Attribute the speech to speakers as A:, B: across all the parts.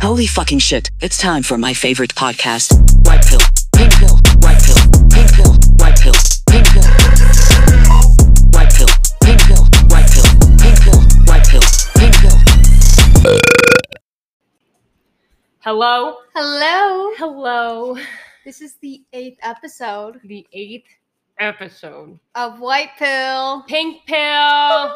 A: Holy fucking shit. It's time for my favorite podcast. White pill, pink pill, white pill, pink pill, white pill, pink pill. White pill, pink pill, white pill, pink pill, white pill, pink pill.
B: Hello,
C: Hello.
B: hello.
C: This is the eighth episode
B: The eighth episode,
C: of White Pill.
B: Pink Pill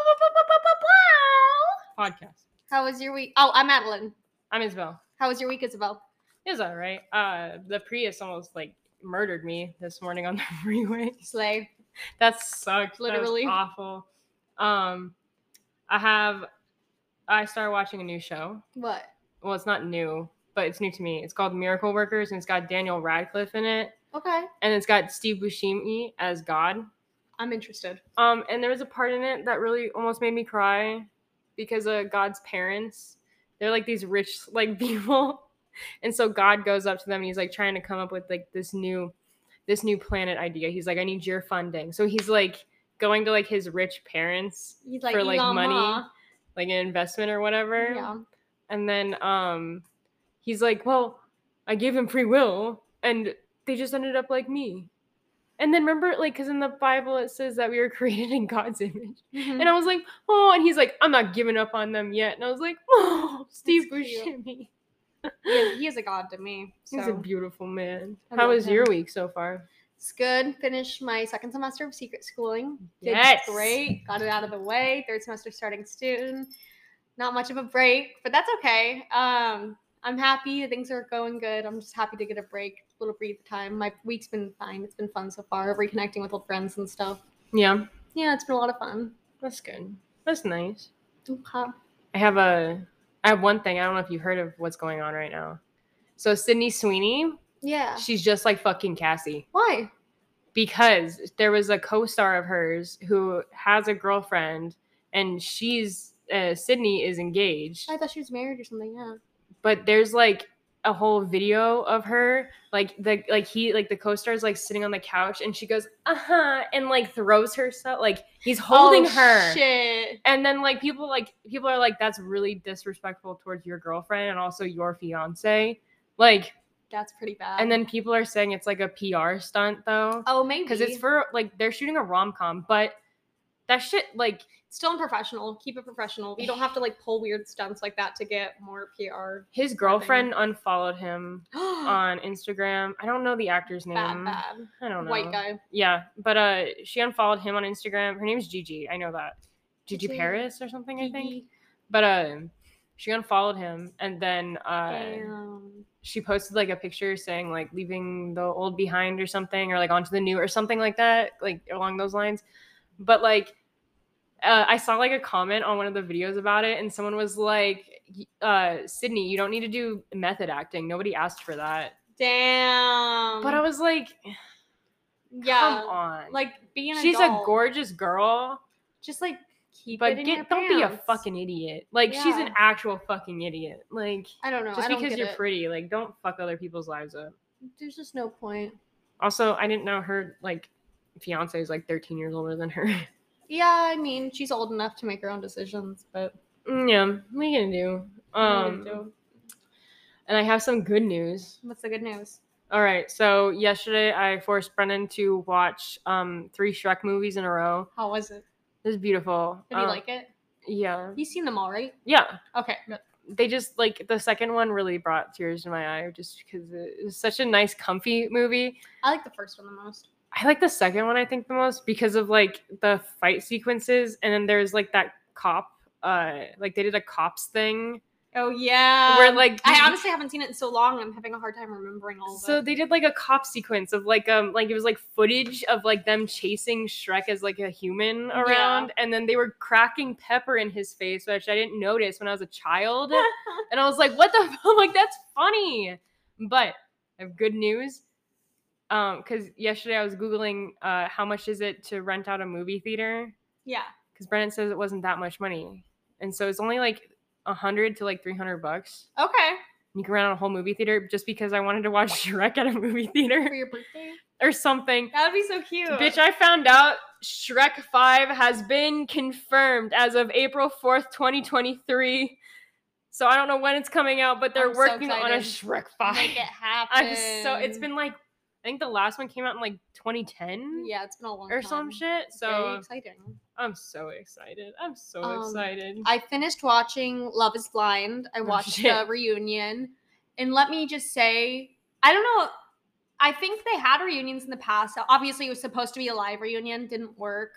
B: podcast.
C: How was your week? Oh, I'm Madeline.
B: I'm Isabel.
C: How was your week, Isabel?
B: It was all right. Uh, the Prius almost like murdered me this morning on the freeway.
C: Slay.
B: That sucked. That was
C: Literally.
B: awful. Um, I have. I started watching a new show.
C: What?
B: Well, it's not new, but it's new to me. It's called Miracle Workers, and it's got Daniel Radcliffe in it,
C: Okay.
B: and it's got Steve Buscemi as God.
C: I'm interested.
B: Um, and there was a part in it that really almost made me cry because uh, God's parents, they're like these rich like people, and so God goes up to them and he's like trying to come up with like this new, this new planet idea. He's like, I need your funding. So he's like going to like his rich parents,
C: He's like,
B: For, like,
C: "Yum,
B: money,
C: huh?"
B: like an investment or whatever.
C: Yeah.
B: And then um, he's like, well, I gave him free will, and they just ended up like me. And then remember, like, because in the Bible it says that we were created in God's image.
C: Mhm.
B: And I was like, oh, and he's like, I'm not giving up on them yet. And I was like, oh, Steve
C: That's cute.
B: Buscemi.
C: He is, he is a god to me.
B: He's
C: so.
B: a beautiful man.
C: I
B: How
C: love
B: was your
C: him.
B: week so far?
C: It's good. Finished my second semester of secret schooling. Did
B: Yes.
C: great. Got it out of the way. Third semester starting soon. Not much of a break, but that's okay. Um, I'm happy. Things are going good. I'm just happy to get a break, a little breathe time. My week's been fine. It's been fun so far. Reconnecting with old friends and stuff.
B: Yeah,
C: Yeah, it's been a lot of fun.
B: that's good. That's nice.
C: Okay.
B: I have a, I have one thing. I don't know if you've heard of what's going on right now. So Sydney Sweeney,
C: Yeah.
B: she's just like fucking Cassie
C: Why?
B: because there was a co-star of hers who has a girlfriend, and she's uh, Sydney is engaged.
C: I thought she was married or something. Yeah.
B: but there's like a whole video of her like the like he like the co-star is like sitting on the couch and she goes uh-huh and like throws herself like he's holding
C: Oh,
B: her
C: Shit.
B: and then like people like people are like that's really disrespectful towards your girlfriend and also your fiance like
C: That's pretty bad.
B: and then people are saying it's like a pr stunt though
C: oh, maybe
B: because it's for like they're shooting a rom-com but that shit like
C: still unprofessional. Keep it professional. You don't have to like pull weird stunts like that to get more PR.
B: his girlfriend unfollowed him
C: bad,
B: on instagram i don't know the actor's name
C: bad.
B: Um, i don't know
C: White guy.
B: Yeah, but uh, she unfollowed him on Instagram. Her name's Gigi. I know that. Gigi,
C: Gigi.
B: Paris or something, I think.
C: Gigi.
B: But uh, she unfollowed him, and then uh,
C: Damn.
B: she posted like a picture saying like leaving the old behind or something, or like onto the new or something like that, like along those lines. But like, uh, I saw like a comment on one of the videos about it, and someone was like, y- uh, "Sydney, you don't need to do method acting. Nobody asked for that."
C: Damn.
B: But I was like, "Come
C: yeah,
B: on,
C: like being
B: she's a gorgeous girl."
C: Just like keep
B: But
C: it in your
B: get, don't be a
C: pants.
B: fucking idiot. Like she's an
C: Yeah.
B: actual fucking idiot. Like
C: I don't know.
B: just
C: I don't
B: because
C: get
B: you're
C: it.
B: pretty, like don't fuck other people's lives up.
C: There's just no point.
B: Also, I didn't know her like fiance is like 13 years older than her.
C: Yeah, I mean, she's old enough to make her own decisions, but
B: Mm, yeah, what you gonna do?
C: I
B: Um,
C: don't know.
B: and I have some good news.
C: what's the good news?
B: All right, so yesterday I forced Brennan to watch um three Shrek movies in a row.
C: How was it?
B: This is beautiful.
C: Did you
B: Um,
C: like it?
B: Yeah,
C: You seen them all, right?
B: yeah.
C: Okay.
B: they just like the second one really brought tears to my eye just because it was such a nice comfy movie
C: I like the first one the most.
B: i like the second one i think the most because of like the fight sequences and then there's like that cop uh like they did a cops thing
C: Oh yeah.
B: where like
C: I honestly haven't seen it in so long. I'm having a hard time remembering all of
B: so
C: it.
B: they did like a cop sequence of like um like it was like footage of like them chasing Shrek as like a human
C: Yeah.
B: around and then they were cracking pepper in his face which I didn't notice when I was a child and I was like what the fuck like that's funny but I have good news um cuz yesterday I was googling uh how much is it to rent out a movie theater
C: yeah.
B: cuz Brennan says it wasn't that much money and so it's only like 100 to like 300 bucks
C: Okay.
B: you can rent out a whole movie theater just because I wanted to watch Shrek at a movie
C: For
B: theater
C: your birthday.
B: or something.
C: That would be so cute.
B: Bitch, I found out Shrek 5 has been confirmed as of April 4th, 2023. So I don't know when it's coming out, but they're
C: I'm so
B: working on a
C: excited.
B: Shrek 5.
C: Make it happen.
B: I'm so it's been like I think the last one came out in like 2010
C: yeah, it's been a long
B: or
C: time.
B: some shit.
C: It's very
B: So
C: exciting.
B: I'm so excited. I'm so
C: Um,
B: excited.
C: I finished watching Love is Blind. I watched
B: Oh, shit.
C: the reunion. And let me just say, I don't know. I think they had reunions in the past. Obviously, it was supposed to be a live reunion, didn't work.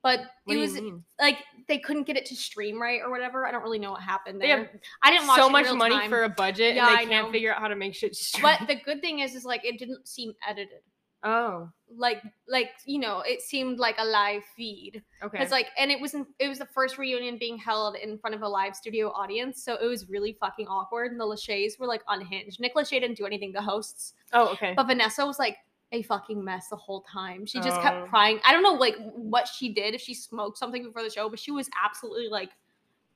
C: But
B: what
C: it
B: do
C: was
B: you mean?
C: like they couldn't get it to stream right or whatever. I don't really know what happened
B: They
C: there.
B: have
C: I didn't watch it
B: so
C: in
B: much
C: real
B: money
C: time.
B: for a budget
C: Yeah,
B: and
C: I
B: they can't
C: know.
B: figure out how to make shit straight.
C: But the good thing is, is like it didn't seem edited.
B: Oh,
C: Like, like you know, it seemed like a live feed.
B: okay.
C: Because like, and it was in, it was the first reunion being held in front of a live studio audience, so it was really fucking awkward. And the Lachey's were like unhinged. Nick Lachey didn't do anything. The hosts,
B: oh, okay.
C: but Vanessa was like a fucking mess the whole time. She just
B: Oh.
C: kept crying. I don't know like what she did if she smoked something before the show, but she was absolutely like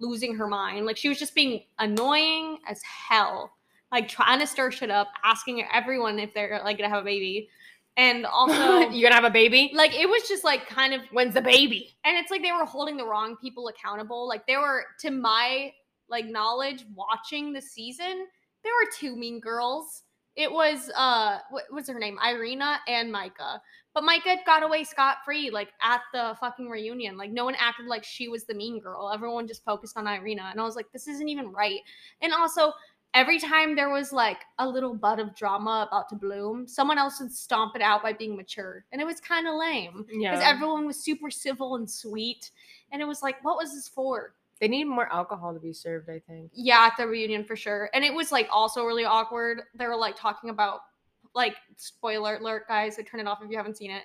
C: losing her mind. Like she was just being annoying as hell. Like trying to stir shit up, asking everyone if they're like gonna have a baby. And also
B: you gonna have a baby?
C: like it was just like kind of
B: When's the baby?
C: and it's like they were holding the wrong people accountable. Like they were to my like knowledge watching the season, there were two mean girls. It was uh what was her name? Irina and Micah. But Micah got away scot free like at the fucking reunion. Like no one acted like she was the mean girl. Everyone just focused on Irina and I was like this isn't even right. And also every time there was like a little bud of drama about to bloom, someone else would stomp it out by being mature. And it was kind of lame
B: Yeah.
C: because everyone was super civil and sweet. And it was like, what was this for?
B: they need more alcohol to be served, I think.
C: Yeah, at the reunion for sure. And it was like also really awkward. They were like talking about, like, spoiler alert, guys. So turn it off if you haven't seen it.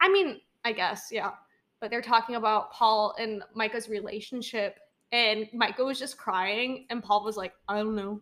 C: I mean, I guess, yeah. But they're talking about Paul and Micah's relationship. And Micah was just crying. And Paul was like, I don't know.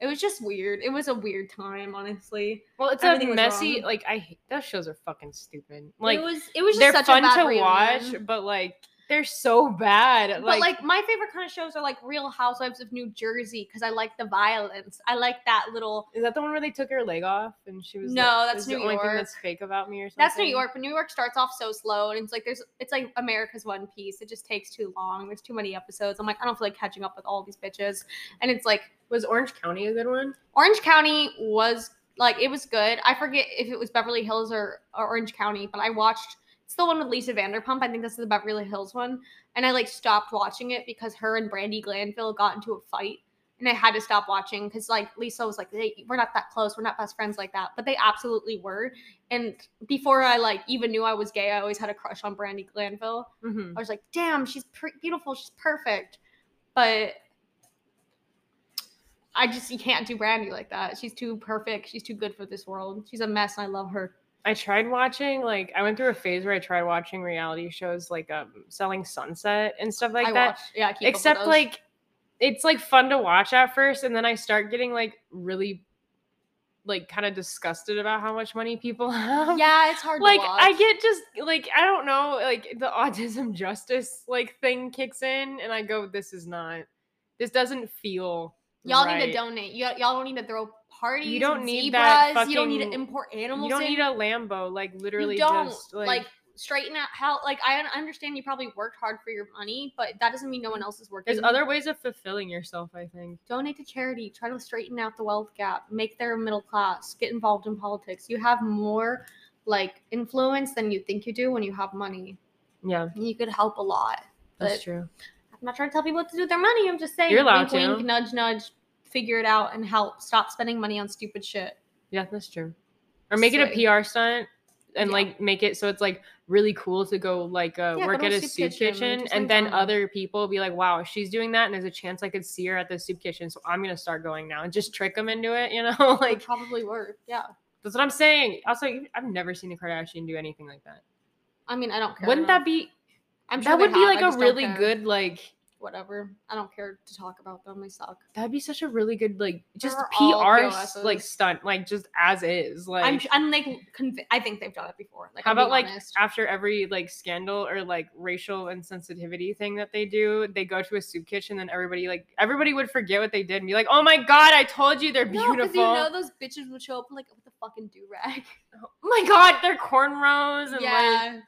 C: It was just weird. It was a weird time, honestly.
B: Well, it's a
C: Everything was
B: messy.
C: wrong.
B: Like I, hate- those shows are fucking stupid. Like
C: it was, it was just
B: they're
C: such
B: fun
C: a bad
B: to
C: reunion.
B: watch, but like they're so bad.
C: but like my favorite kind of shows are like Real Housewives of New Jersey because I like the violence. I like that little.
B: is that the one where they took her leg off and she was?
C: No,
B: like,
C: that's
B: "This is the
C: New
B: only
C: York.
B: thing that's fake about me or something.
C: That's New York, but New York starts off so slow, and it's like there's it's like America's One Piece. It just takes too long. There's too many episodes. I'm like I don't feel like catching up with all these bitches, and it's like
B: Was Orange County a good one?
C: Orange County was like it was good. I forget if it was Beverly Hills or, or Orange County, but I watched it's the one with Lisa Vanderpump. I think this is the Beverly Hills one, and I like stopped watching it because her and Brandy Glanville got into a fight, and I had to stop watching because like Lisa was like, they, "We're not that close. We're not best friends like that," but they absolutely were. And before I like even knew I was gay, I always had a crush on Brandy Glanville.
B: Mm-hmm.
C: I was like, damn, she's pr- beautiful. She's perfect. But I just, you can't do Brandy like that. She's too perfect. She's too good for this world. She's a mess and I love her.
B: I tried watching like I went through a phase where I tried watching reality shows like um Selling Sunset and stuff like
C: I
B: that.
C: watch. Yeah, I keep up with
B: except
C: those.
B: like it's like fun to watch at first and then i start getting like really like kind of disgusted about how much money people have
C: yeah, it's hard
B: oh, like
C: to watch.
B: i get just like i don't know like the autism justice like thing kicks in and i go this is not this doesn't feel
C: Y'all need to
B: right.
C: donate. You, y'all don't need to throw parties.
B: You don't
C: and
B: need
C: zebras.
B: that
C: you don't need to
B: fucking-
C: import animals.
B: you don't
C: in.
B: need a lambo like literally
C: you don't
B: just
C: like,
B: like,
C: straighten out how. Like I un- understand you probably worked hard for your money, but that doesn't mean no one else is working.
B: there's other ways of fulfilling yourself i think
C: donate to charity try to straighten out the wealth gap make their middle class get involved in politics you have more like influence than you think you do when you have money
B: yeah
C: you could help a lot
B: that's
C: But-
B: true
C: i'm not trying to tell people what to do with their money i'm just saying
B: You're allowed
C: wink, wink,
B: to.
C: nudge nudge figure it out and help stop spending money on stupid shit
B: Yeah, that's true. Or make
C: Slay.
B: it a PR stunt and
C: Yeah.
B: like make it so it's like really cool to go like uh,
C: Yeah, go
B: work
C: to
B: at
C: a
B: a
C: soup
B: soup
C: kitchen,
B: kitchen,
C: just like
B: and then
C: Domino's.
B: other people be like, "Wow, she's doing that," and there's a chance I could see her at the soup kitchen, so I'm gonna start going now and just trick them into it. You know,
C: like
B: like
C: probably work yeah
B: that's what I'm saying. Also, you- I've never seen a Kardashian do anything like that.
C: i mean i don't care
B: Wouldn't that be?
C: i'm sure
B: that
C: they
B: would be
C: have, I
B: like a
C: just don't
B: really
C: care.
B: good like.
C: whatever i don't care to talk about them they suck
B: That'd be such a really good like just
C: They're all
B: PR s- like
C: POSs.
B: stunt like just as is like
C: i'm i'm like conv- i think they've done it before like
B: How
C: I'm
B: about
C: being
B: like
C: honest.
B: after every like scandal or like racial insensitivity thing that they do, they go to a soup kitchen and everybody like everybody would forget what they did and be like, "Oh my god, I told you they're
C: No, because
B: beautiful."
C: you know those bitches would show up like with a fucking do rag.
B: oh my god, they're cornrows and like
C: yeah,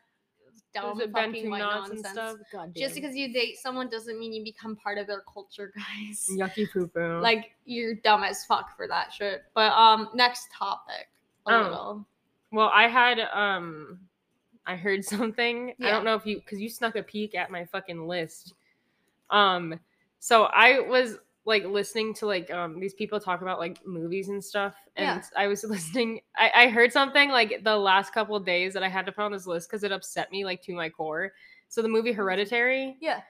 C: dumb
B: it been
C: fucking
B: to
C: white
B: knots and
C: nonsense.
B: stuff?
D: God
C: Just because you date someone doesn't mean you become part of their culture, guys.
B: Yucky poo poo.
C: Like you're dumb as fuck for that shit. But um, next topic. A
B: Oh.
C: little.
B: well, I had um, I heard something. I
C: Yeah.
B: don't know if you because you snuck a peek at my fucking list. Um, so I was like listening to like um these people talk about like movies and stuff, and I was listening. I, I heard something like the last couple of days that I had to put on this list because it upset me like to my core. So the movie Hereditary.
C: Yeah.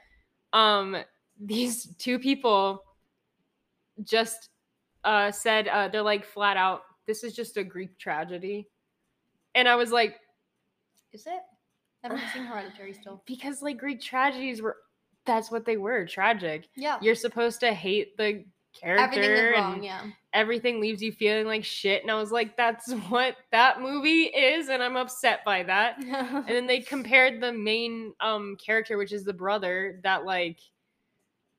B: um these two people just uh said uh they're like flat out this is just a greek tragedy and i was like
C: Is it? I haven't seen Hereditary still.
B: because like greek tragedies were that's what they were tragic
C: Yeah.
B: you're supposed to hate the character
C: Everything is wrong.
B: and
C: Yeah.
B: everything leaves you feeling like shit and i was like that's what that movie is and i'm upset by that and then they compared the main um character which is the brother that like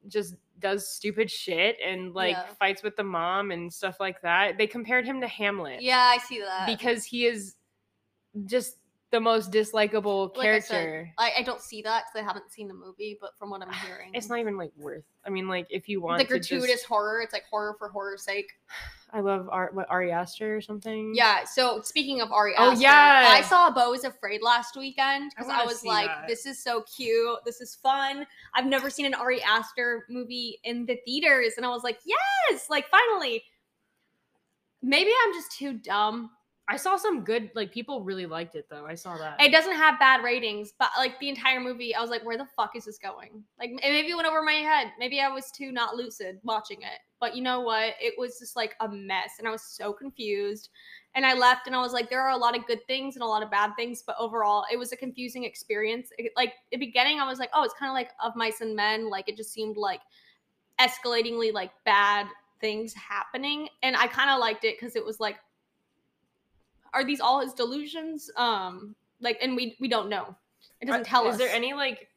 B: just does stupid shit and like
C: Yeah.
B: fights with the mom and stuff like that they compared him to hamlet
C: yeah, I see that.
B: because he is just the most dislikable
C: Like I said,
B: character
C: I, I don't see that because I haven't seen the movie, but from what I'm hearing,
B: it's not even like worth i mean like if you want
C: um, the
B: to just-
C: gratuitous horror. It's like horror for horror's sake.
B: i love art what ari aster or something
C: Yeah. So speaking of Ari,
B: Mm. Oh,
C: Aster,
B: yeah.
C: I saw Bo is Afraid last weekend
B: I
C: because I,
B: wanna
C: was
B: see
C: like,
B: that.
C: this is so cute, this is fun. I've never seen an Ari Aster movie in the theaters, and I was like, yes, like finally. Maybe I'm just too dumb.
B: i saw some good like people really liked it though i saw that
C: It doesn't have bad ratings, but like the entire movie, I was like, where the fuck is this going? Like, it maybe it went over my head. Maybe I was too not lucid watching it. But you know what? It was just like a mess. And I was so confused. And I left and I was like, there are a lot of good things and a lot of bad things. But overall, it was a confusing experience. It- like, the beginning, I was like, oh, it's kind of like Of Mice and Men. Like, it just seemed like escalatingly like bad things happening. And I kind of liked it because it was like, are these all his delusions? Um, like, and we we don't know. It doesn't
B: Are-
C: tell
B: Uh, is
C: us.
B: there any like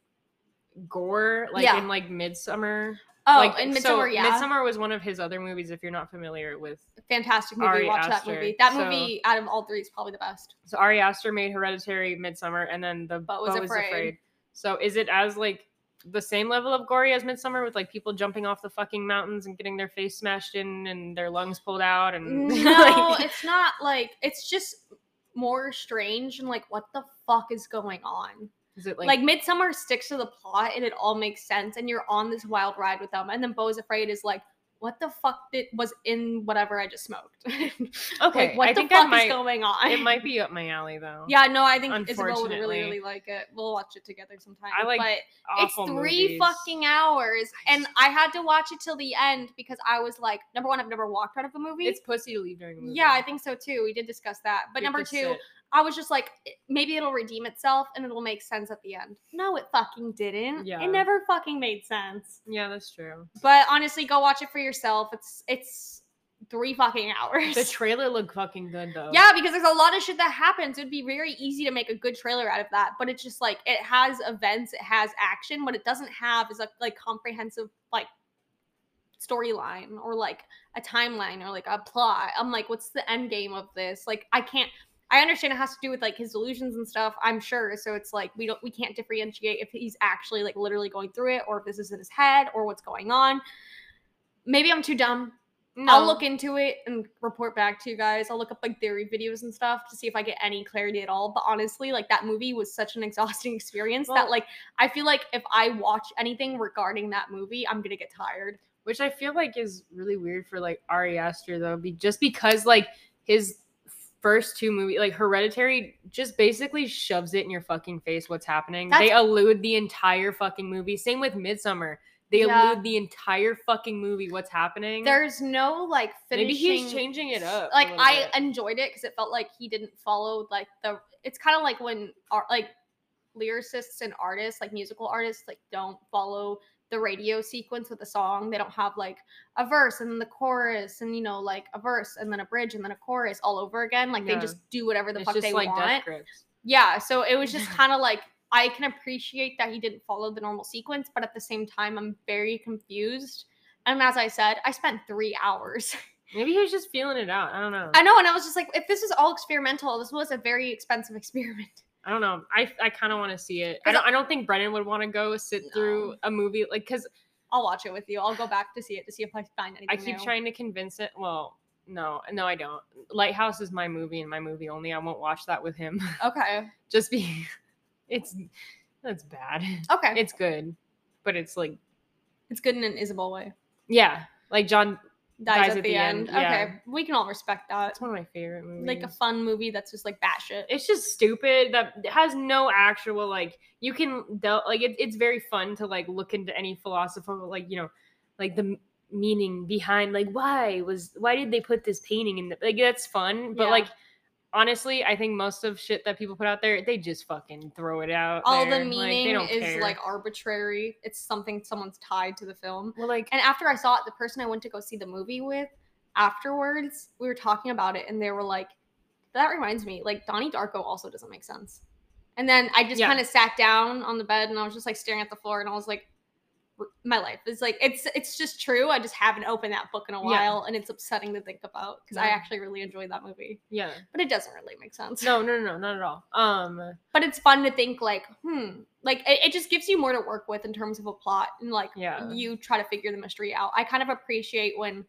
B: gore like
C: Yeah.
B: in like Midsummer?
C: Oh,
B: like,
C: and
B: so
C: Midsummer, yeah,
B: Midsummer was one of his other movies. If you're not familiar with,
C: fantastic movie.
B: Ari
C: Watch
B: Aster,
C: that movie. That
B: so-
C: movie out of all three is probably the best.
B: so Ari Aster made Hereditary, Midsummer, and then the
C: But Was Afraid.
B: So is it as like the same level of gory as Midsummer with like people jumping off the fucking mountains and getting their face smashed in and their lungs pulled out and
C: No,
B: like-
C: it's not like it's just more strange and like what the fuck is going on?
B: is it like,
C: Like, Midsummer sticks to the plot and it all makes sense and you're on this wild ride with them and then Bo is Afraid is like what the fuck did, was in whatever I just smoked?
B: okay?
C: like, what
B: I
C: the
B: think
C: fuck
B: I might,
C: is going on?
B: it might be up my alley though.
C: Yeah, no, I think Isabel would really,
B: Unfortunately.
C: really like it. We'll watch it together sometime.
B: I like
C: but
B: Awful
C: it's three
B: movies.
C: fucking hours, and I had to watch it till the end because I was like, number one, I've never walked out of a movie.
B: It's pussy to leave during the movie.
C: yeah, I think so too. We did discuss that. But
B: You
C: number
B: have to
C: two,
B: sit.
C: I was just like, "It- maybe it'll redeem itself and it'll make sense at the end. No, it fucking didn't.
B: Yeah.
C: It never fucking made sense.
B: yeah, that's true.
C: But honestly, go watch it for yourself. It's it's three fucking hours.
B: The trailer looked fucking good though.
C: Yeah, because there's a lot of shit that happens. It'd be very easy to make a good trailer out of that, but it's just like it has events, it has action. What it doesn't have is a like comprehensive like storyline or like a timeline or like a plot. I'm like, what's the end game of this? Like, I can't. I understand it has to do with like his delusions and stuff. I'm sure. So it's like we don't we can't differentiate if he's actually like literally going through it or if this is in his head or what's going on. Maybe I'm too dumb. I'll look into it and report back to you guys. I'll look up like theory videos and stuff to see if I get any clarity at all. But honestly, like that movie was such an exhausting experience that
B: Well-
C: like I feel like if I watch anything regarding that movie, I'm gonna get tired.
B: which I feel like is really weird for like Ari Aster though, be- just because like his first two movies, like Hereditary, just basically shoves it in your fucking face what's happening.
C: That's-
B: they elude the entire fucking movie. Same with Midsummer, they
C: Yeah.
B: elude the entire fucking movie what's happening.
C: There's no like finishing.
B: Maybe he's changing it up. a
C: Like
B: little
C: I
B: bit.
C: enjoyed it because it felt like he didn't follow like the. It's kind of like when art like lyricists and artists like musical artists like don't follow the radio sequence with a song. They don't have like a verse and then the chorus and you know like a verse and then a bridge and then a chorus all over again. Like
B: Yeah.
C: they just do whatever the
B: it's
C: fuck
B: just
C: they
B: like
C: want.
B: death grips.
C: Yeah, so it was just kind of like I can appreciate that he didn't follow the normal sequence, but at the same time, I'm very confused. And as I said, I spent three hours.
B: Maybe he was just feeling it out. I don't know.
C: I know, and I was just like, if this is all experimental, this was a very expensive experiment.
B: I don't know. I I kind of want to see it. I
C: 'Cause
B: don't. I don't think Brennan would want to go sit through
C: No.
B: a movie like because
C: I'll watch it with you. I'll go back to see it to see if I find anything.
B: I keep
C: new.
B: trying to convince it. Well, no, no, I don't. Lighthouse is my movie and my movie only. I won't watch that with him.
C: Okay.
B: Just be. It's that's bad.
C: Okay.
B: It's good, but it's like
C: it's good in an Isabel way.
B: yeah, like John.
C: Dies, at, the, end. Okay. We can all respect that.
B: That's one of my favorite movies.
C: Like a fun movie that's just like batshit.
B: it's just stupid that it has no actual like you can del- like it, it's very fun to like look into any philosophical like you know like the m- meaning behind like why was why did they put this painting in the like that's fun but
C: Yeah.
B: like honestly i think most of shit that people put out there they just fucking throw it out
C: all
B: there.
C: the
B: Like, they
C: meaning
B: don't
C: is
B: care.
C: like arbitrary. It's something someone's tied to the film.
B: well like
C: And after I saw it, the person I went to go see the movie with afterwards, we were talking about it and they were like, that reminds me, like Donnie Darko also doesn't make sense. And then I just
B: Yeah.
C: kind of sat down on the bed and I was just like staring at the floor and I was like, "R- my life is like it's it's just true. I just haven't opened that book in a
B: Yeah.
C: while and it's upsetting to think about because I
B: Yeah.
C: actually really enjoyed that movie.
B: yeah
C: But it doesn't really make sense.
B: no no no no not at all um
C: But it's fun to think like, hmm, like it, it just gives you more to work with in terms of a plot and like
B: Yeah.
C: you try to figure the mystery out. I kind of appreciate when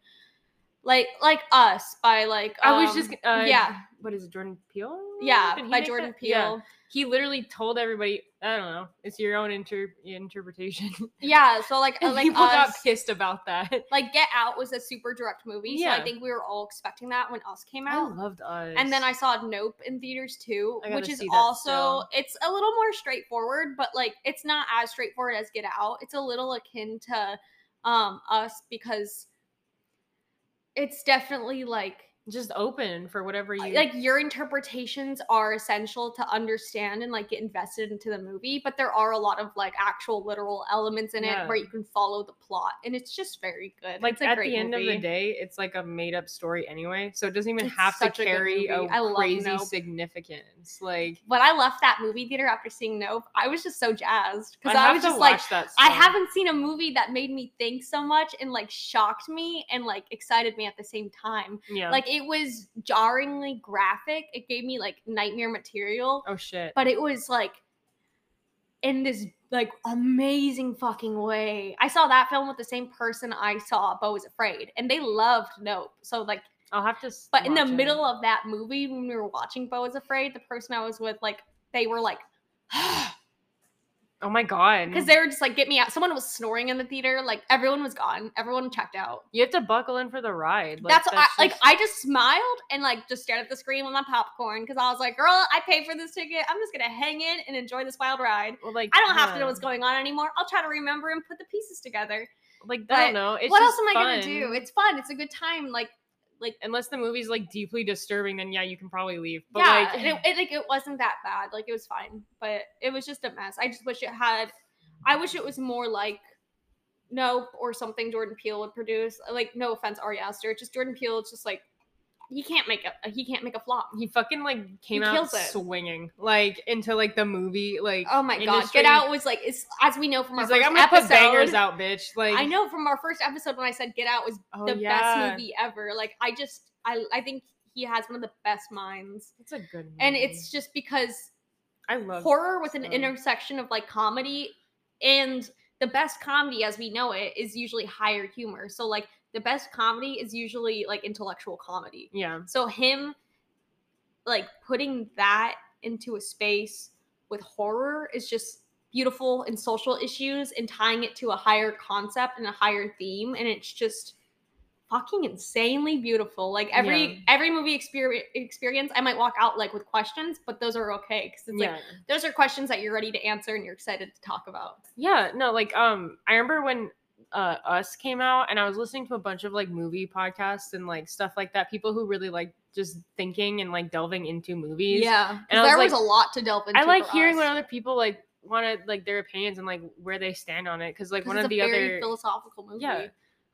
C: like like us by like
B: i was just
C: um,
B: uh,
C: yeah
B: what is it jordan peele
C: yeah
B: Did he
C: by
B: make
C: Jordan
B: that?
C: Peele.
B: Yeah.
C: Yeah.
B: he literally told everybody i don't know it's your own inter- interpretation
C: so like uh,
B: and
C: like
B: people got
C: us,
B: pissed about that
C: like Get Out was a super direct movie, so
B: Yeah.
C: I think we were all expecting that when Us came
B: i
C: out.
B: loved us
C: and then I saw Nope in theaters too,
B: I
C: which
B: gotta
C: is
B: see that
C: also
B: still.
C: it's a little more straightforward, but like it's not as straightforward as Get Out. It's a little akin to um us because it's definitely like
B: just open for whatever you
C: like your interpretations are essential to understand and like get invested into the movie, but there are a lot of like actual literal elements in
B: Yeah.
C: it where you can follow the plot, and it's just very good.
B: like
C: it's a
B: at
C: great
B: the end
C: movie.
B: of the day it's like a made-up story anyway so it doesn't even
C: It's
B: have to
C: such a good
B: carry a,
C: movie. I love
B: crazy
C: Nope.
B: significance like
C: When I left that movie theater after seeing Nope, I was just so jazzed because
B: have
C: I was
B: to
C: just like,
B: watch that
C: I
B: still.
C: haven't seen a movie that made me think so much and like shocked me and like excited me at the same time.
B: yeah
C: Like it was jarringly graphic. It gave me like nightmare material,
B: oh shit
C: but it was like in this like amazing fucking way. I saw that film with the same person I saw Bo is Afraid and they loved Nope. So like
B: i'll have to s-
C: but in the
B: watch it.
C: middle of that movie, when we were watching Bo is Afraid, the person I was with, like, they were like,
B: oh my god
C: because they were just like, get me out. Someone was snoring in the theater. Like, everyone was gone. Everyone checked out.
B: you have to buckle in for the ride like,
C: that's, I, like,
B: just-
C: I just smiled and, like, just stared at the screen with my popcorn because I was like, girl, I paid for this ticket. I'm just going to hang in and enjoy this wild ride.
B: well, like
C: I don't have to know
B: yeah.
C: what's going on anymore. I'll try to remember and put the pieces together.
B: like i
C: but
B: don't know it's
C: what else
B: just
C: am I going to
B: fun.
C: do? It's fun. It's a good time. Like,
B: unless the movie's like deeply disturbing, then yeah, you can probably leave. But
C: yeah,
B: like,
C: and it, it like it wasn't that bad. Like it was fine, but it was just a mess. I just wish it had. I wish it was more like Nope or something Jordan Peele would produce. Like no offense, Ari Aster, just Jordan Peele. It's just like he can't make a he can't make a flop.
B: he fucking like came
C: He
B: out
C: kills it.
B: swinging like into like the movie like.
C: Oh my god,
B: industry.
C: Get Out was like it's as we know from our
B: He's
C: first
B: like, I'm gonna
C: episode.
B: put bangers out, bitch. Like
C: I know from our first episode when I said Get Out was
B: oh,
C: the
B: yeah.
C: best movie ever. Like I just I I think he has one of the best minds,
B: It's a good movie.
C: and it's just because
B: I Mm-hmm. love
C: horror with an
B: so-
C: intersection of like comedy and the best comedy as we know it is usually higher humor so like the best comedy is usually like intellectual comedy
B: Yeah,
C: so him like putting that into a space with horror is just beautiful and social issues and tying it to a higher concept and a higher theme and it's just fucking insanely beautiful like every
B: Yeah.
C: every movie experience experience i might walk out like with questions but those are okay because it's like
B: yeah,
C: those are questions that you're ready to answer and you're excited to talk about.
B: yeah. No, like, um, I remember when uh Us came out, and I was listening to a bunch of like movie podcasts and like stuff like that. People who really like just thinking and like delving into movies.
C: yeah, 'cause
B: and I was
C: there
B: like-
C: was a lot to delve into.
B: I like
C: for
B: hearing
C: us,
B: what other people like want to like their opinions and like where they stand on it because like
C: 'cause
B: one
C: it's
B: of
C: a
B: the
C: very
B: other
C: philosophical movie.
B: Yeah.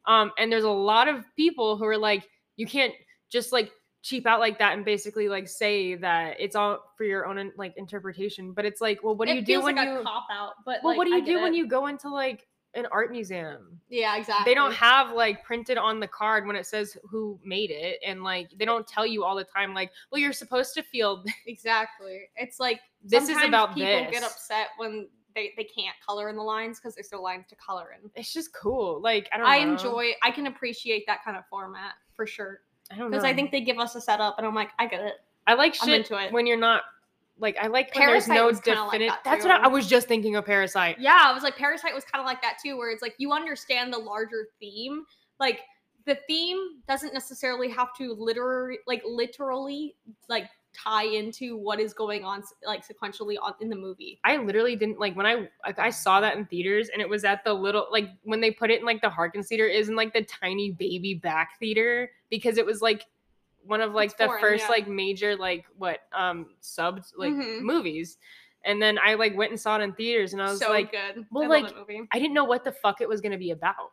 B: um and there's a lot of people who are like you can't just like cheap out like that and basically like say that it's all for your own like interpretation but it's like well what do
C: It
B: you do
C: feels
B: when
C: like
B: you
C: a cop out? But
B: well
C: like,
B: what do
C: I
B: you
C: get
B: do when
C: it.
B: you go into like an art museum.
C: Yeah, exactly.
B: They don't have like printed on the card when it says who made it, and like they don't tell you all the time like, well, you're supposed to feel
C: exactly. It's like
B: This is
C: sometimes
B: about
C: people get
B: this.
C: upset when they they can't color in the lines because there's no lines to color in.
B: it's just cool. Like I don't.
C: I
B: know.
C: enjoy. I can appreciate that kind of format for sure
B: I don't know.
C: because I think they give us a setup, and I'm like, I get it.
B: I like
C: I'm
B: shit
C: into it.
B: when you're not like I like when there's
C: Parasite
B: no
C: was kinda like
B: definite.
C: that,
B: That's what I,
C: too.
B: I was just thinking of. Parasite.
C: Yeah, I was like, Parasite was kind of like that too, where it's like you understand the larger theme. Like the theme doesn't necessarily have to literally, like literally, like tie into what is going on, s- like sequentially on, in the movie.
B: I literally didn't like when I like, I saw that in theaters, and it was at the little like when they put it in like the Harkins theater is in like the tiny baby back theater because it was like one of like
C: It's
B: the
C: foreign,
B: first
C: yeah.
B: like major like what um sub like
C: Mhm.
B: movies, and then I like went and saw it in theaters, and I was
C: so
B: like,
C: good.
B: well,
C: I love
B: like,
C: that movie.
B: I didn't know what the fuck it was gonna be about.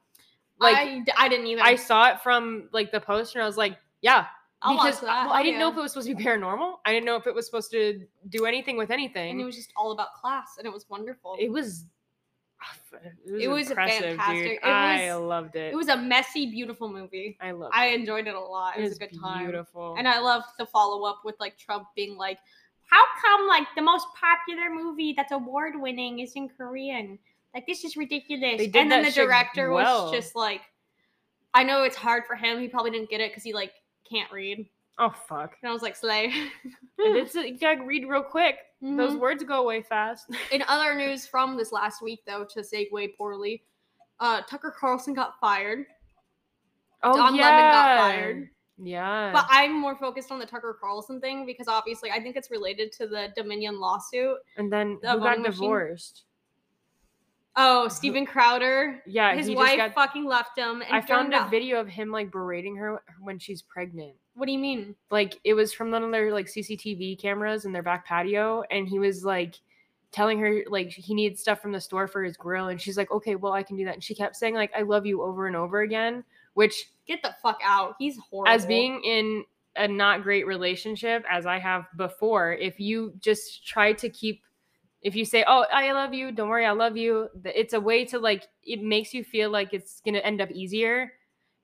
C: Like
B: Like
C: I, d- I didn't even.
B: I saw it from like the poster, and I was like, yeah,
C: I'll watch
B: because
C: that.
B: well, I didn't know
C: yeah.
B: if it was supposed to be paranormal. I didn't know if it was supposed to do anything with anything.
C: and it was just all about class, and it was wonderful.
B: it was.
C: It was
B: impressive, dude.
C: fantastic. It
B: I
C: was-
B: loved it.
C: It was a messy, beautiful movie.
B: I loved.
C: I
B: it.
C: enjoyed it a lot. It, was, a good time.
B: Beautiful.
C: And I love the follow up with like Trump being like, "How come like the most popular movie that's award winning is in Korean? Like this is ridiculous."
B: They did
C: And then
B: that
C: the
B: shit
C: director
B: well.
C: was just like, "I know it's hard for him. He probably didn't get it because he like can't read." And
B: oh fuck!
C: I was like, "Slay."
B: And it's uh, you gotta read real quick. Those
C: Mhm.
B: words go away fast.
C: In other news from this last week, though, to segue poorly, uh, Tucker Carlson got fired.
B: Oh
C: Don Lemon got fired.
B: Yeah.
C: But I'm more focused on the Tucker Carlson thing because obviously I think it's related to the Dominion lawsuit.
B: and then
C: the
B: who got
C: voting machine-
B: divorced?
C: Oh, Steven Crowder
B: Uh-huh. Yeah,
C: his
B: he Just
C: wife
B: got,
C: fucking left him. And
B: I found
C: turned
B: a
C: out-
B: video of him like berating her when she's pregnant.
C: What do you mean?
B: like it was from none of their like CCTV cameras in their back patio, and he was like telling her like he needs stuff from the store for his grill, and she's like, okay, well I can do that, and she kept saying like I love you over and over again, which
C: Get the fuck out. He's horrible.
B: as being in a not great relationship as I have before, if you just try to keep if you say, "Oh, I love you. Don't worry, I love you." th- It's a way to like it makes you feel like it's going to end up easier.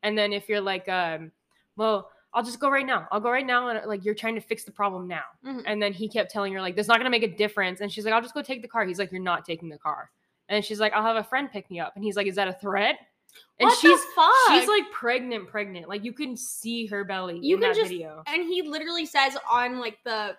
B: And then if you're like um, "Well, I'll just go right now. I'll go right now." And like you're trying to fix the problem now.
C: Mhm.
B: And then he kept telling her like, "That's not going to make a difference." And she's like, "I'll just go take the car." He's like, "You're not taking the car." And she's like, "I'll have a friend pick me up." And he's like, "Is that a threat?" And
C: what
B: she's
C: the fuck?
B: She's like pregnant, pregnant. Like you can see her belly
C: You
B: in
C: can
B: that
C: just-
B: video.
C: and he literally says on like the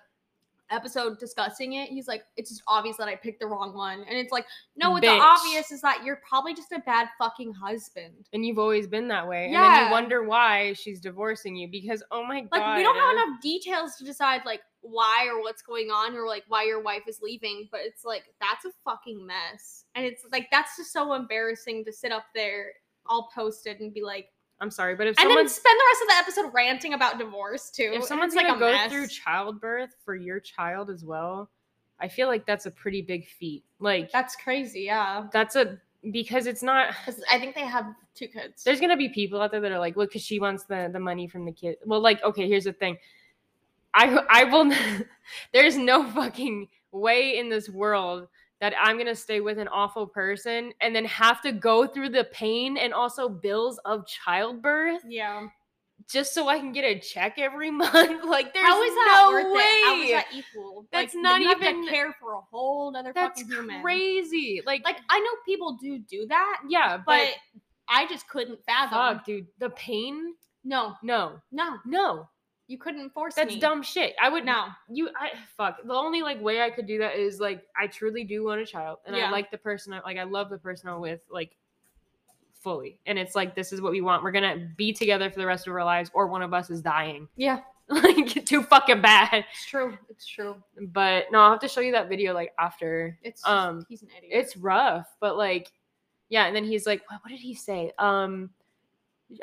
C: episode discussing it, he's like, it's just obvious that I picked the wrong one. And it's like, no, what's
B: Bitch.
C: obvious is that you're probably just a bad fucking husband.
B: And you've always been that way. And then
C: Yeah.
B: you wonder why she's divorcing you because oh my god.
C: Like we don't have enough details to decide like why or what's going on or like why your wife is leaving, but it's like that's a fucking mess. And it's like that's just so embarrassing to sit up there all posted and be like
B: I'm sorry, but if
C: and then
B: someone's
C: spend the rest of the episode ranting about divorce too. and
B: if someone's
C: it's,
B: gonna go
C: mess.
B: through childbirth for your child as well, I feel like that's a pretty big feat. Like
C: that's crazy, yeah.
B: that's a because it's not
C: 'Cause I think they have two kids.
B: there's gonna be people out there that are like, well, because she wants the the money from the kid. Well, like, okay, here's the thing. I I will. there's no fucking way in this world that I'm gonna stay with an awful person and then have to go through the pain and also bills of childbirth
C: yeah.
B: just so I can get a check every month. like, there's
C: How is that
B: no
C: worth
B: way.
C: it? How is that equal?
B: That's
C: Like,
B: not
C: you have to
B: even-
C: care for a whole other
B: That's
C: fucking human.
B: crazy. Like,
C: Like I know people do do that,
B: yeah,
C: but
B: but,
C: I just couldn't fathom.
B: fuck, dude, the pain.
C: No,
B: No,
C: no,
B: no,
C: you couldn't force
B: that's
C: me.
B: dumb shit. I would
C: No,
B: you I fuck. The only like way I could do that is like I truly do want a child and
C: Yeah.
B: I like the person I like I love the person I'm with like fully. And it's like this is what we want. We're gonna be together for the rest of our lives or one of us is dying.
C: yeah,
B: like too fucking bad.
C: it's true. It's true.
B: But no, I'll have to show you that video like after.
C: It's just,
B: Um,
C: he's an idiot.
B: It's rough, but like yeah, and then he's like, what, what did he say? Um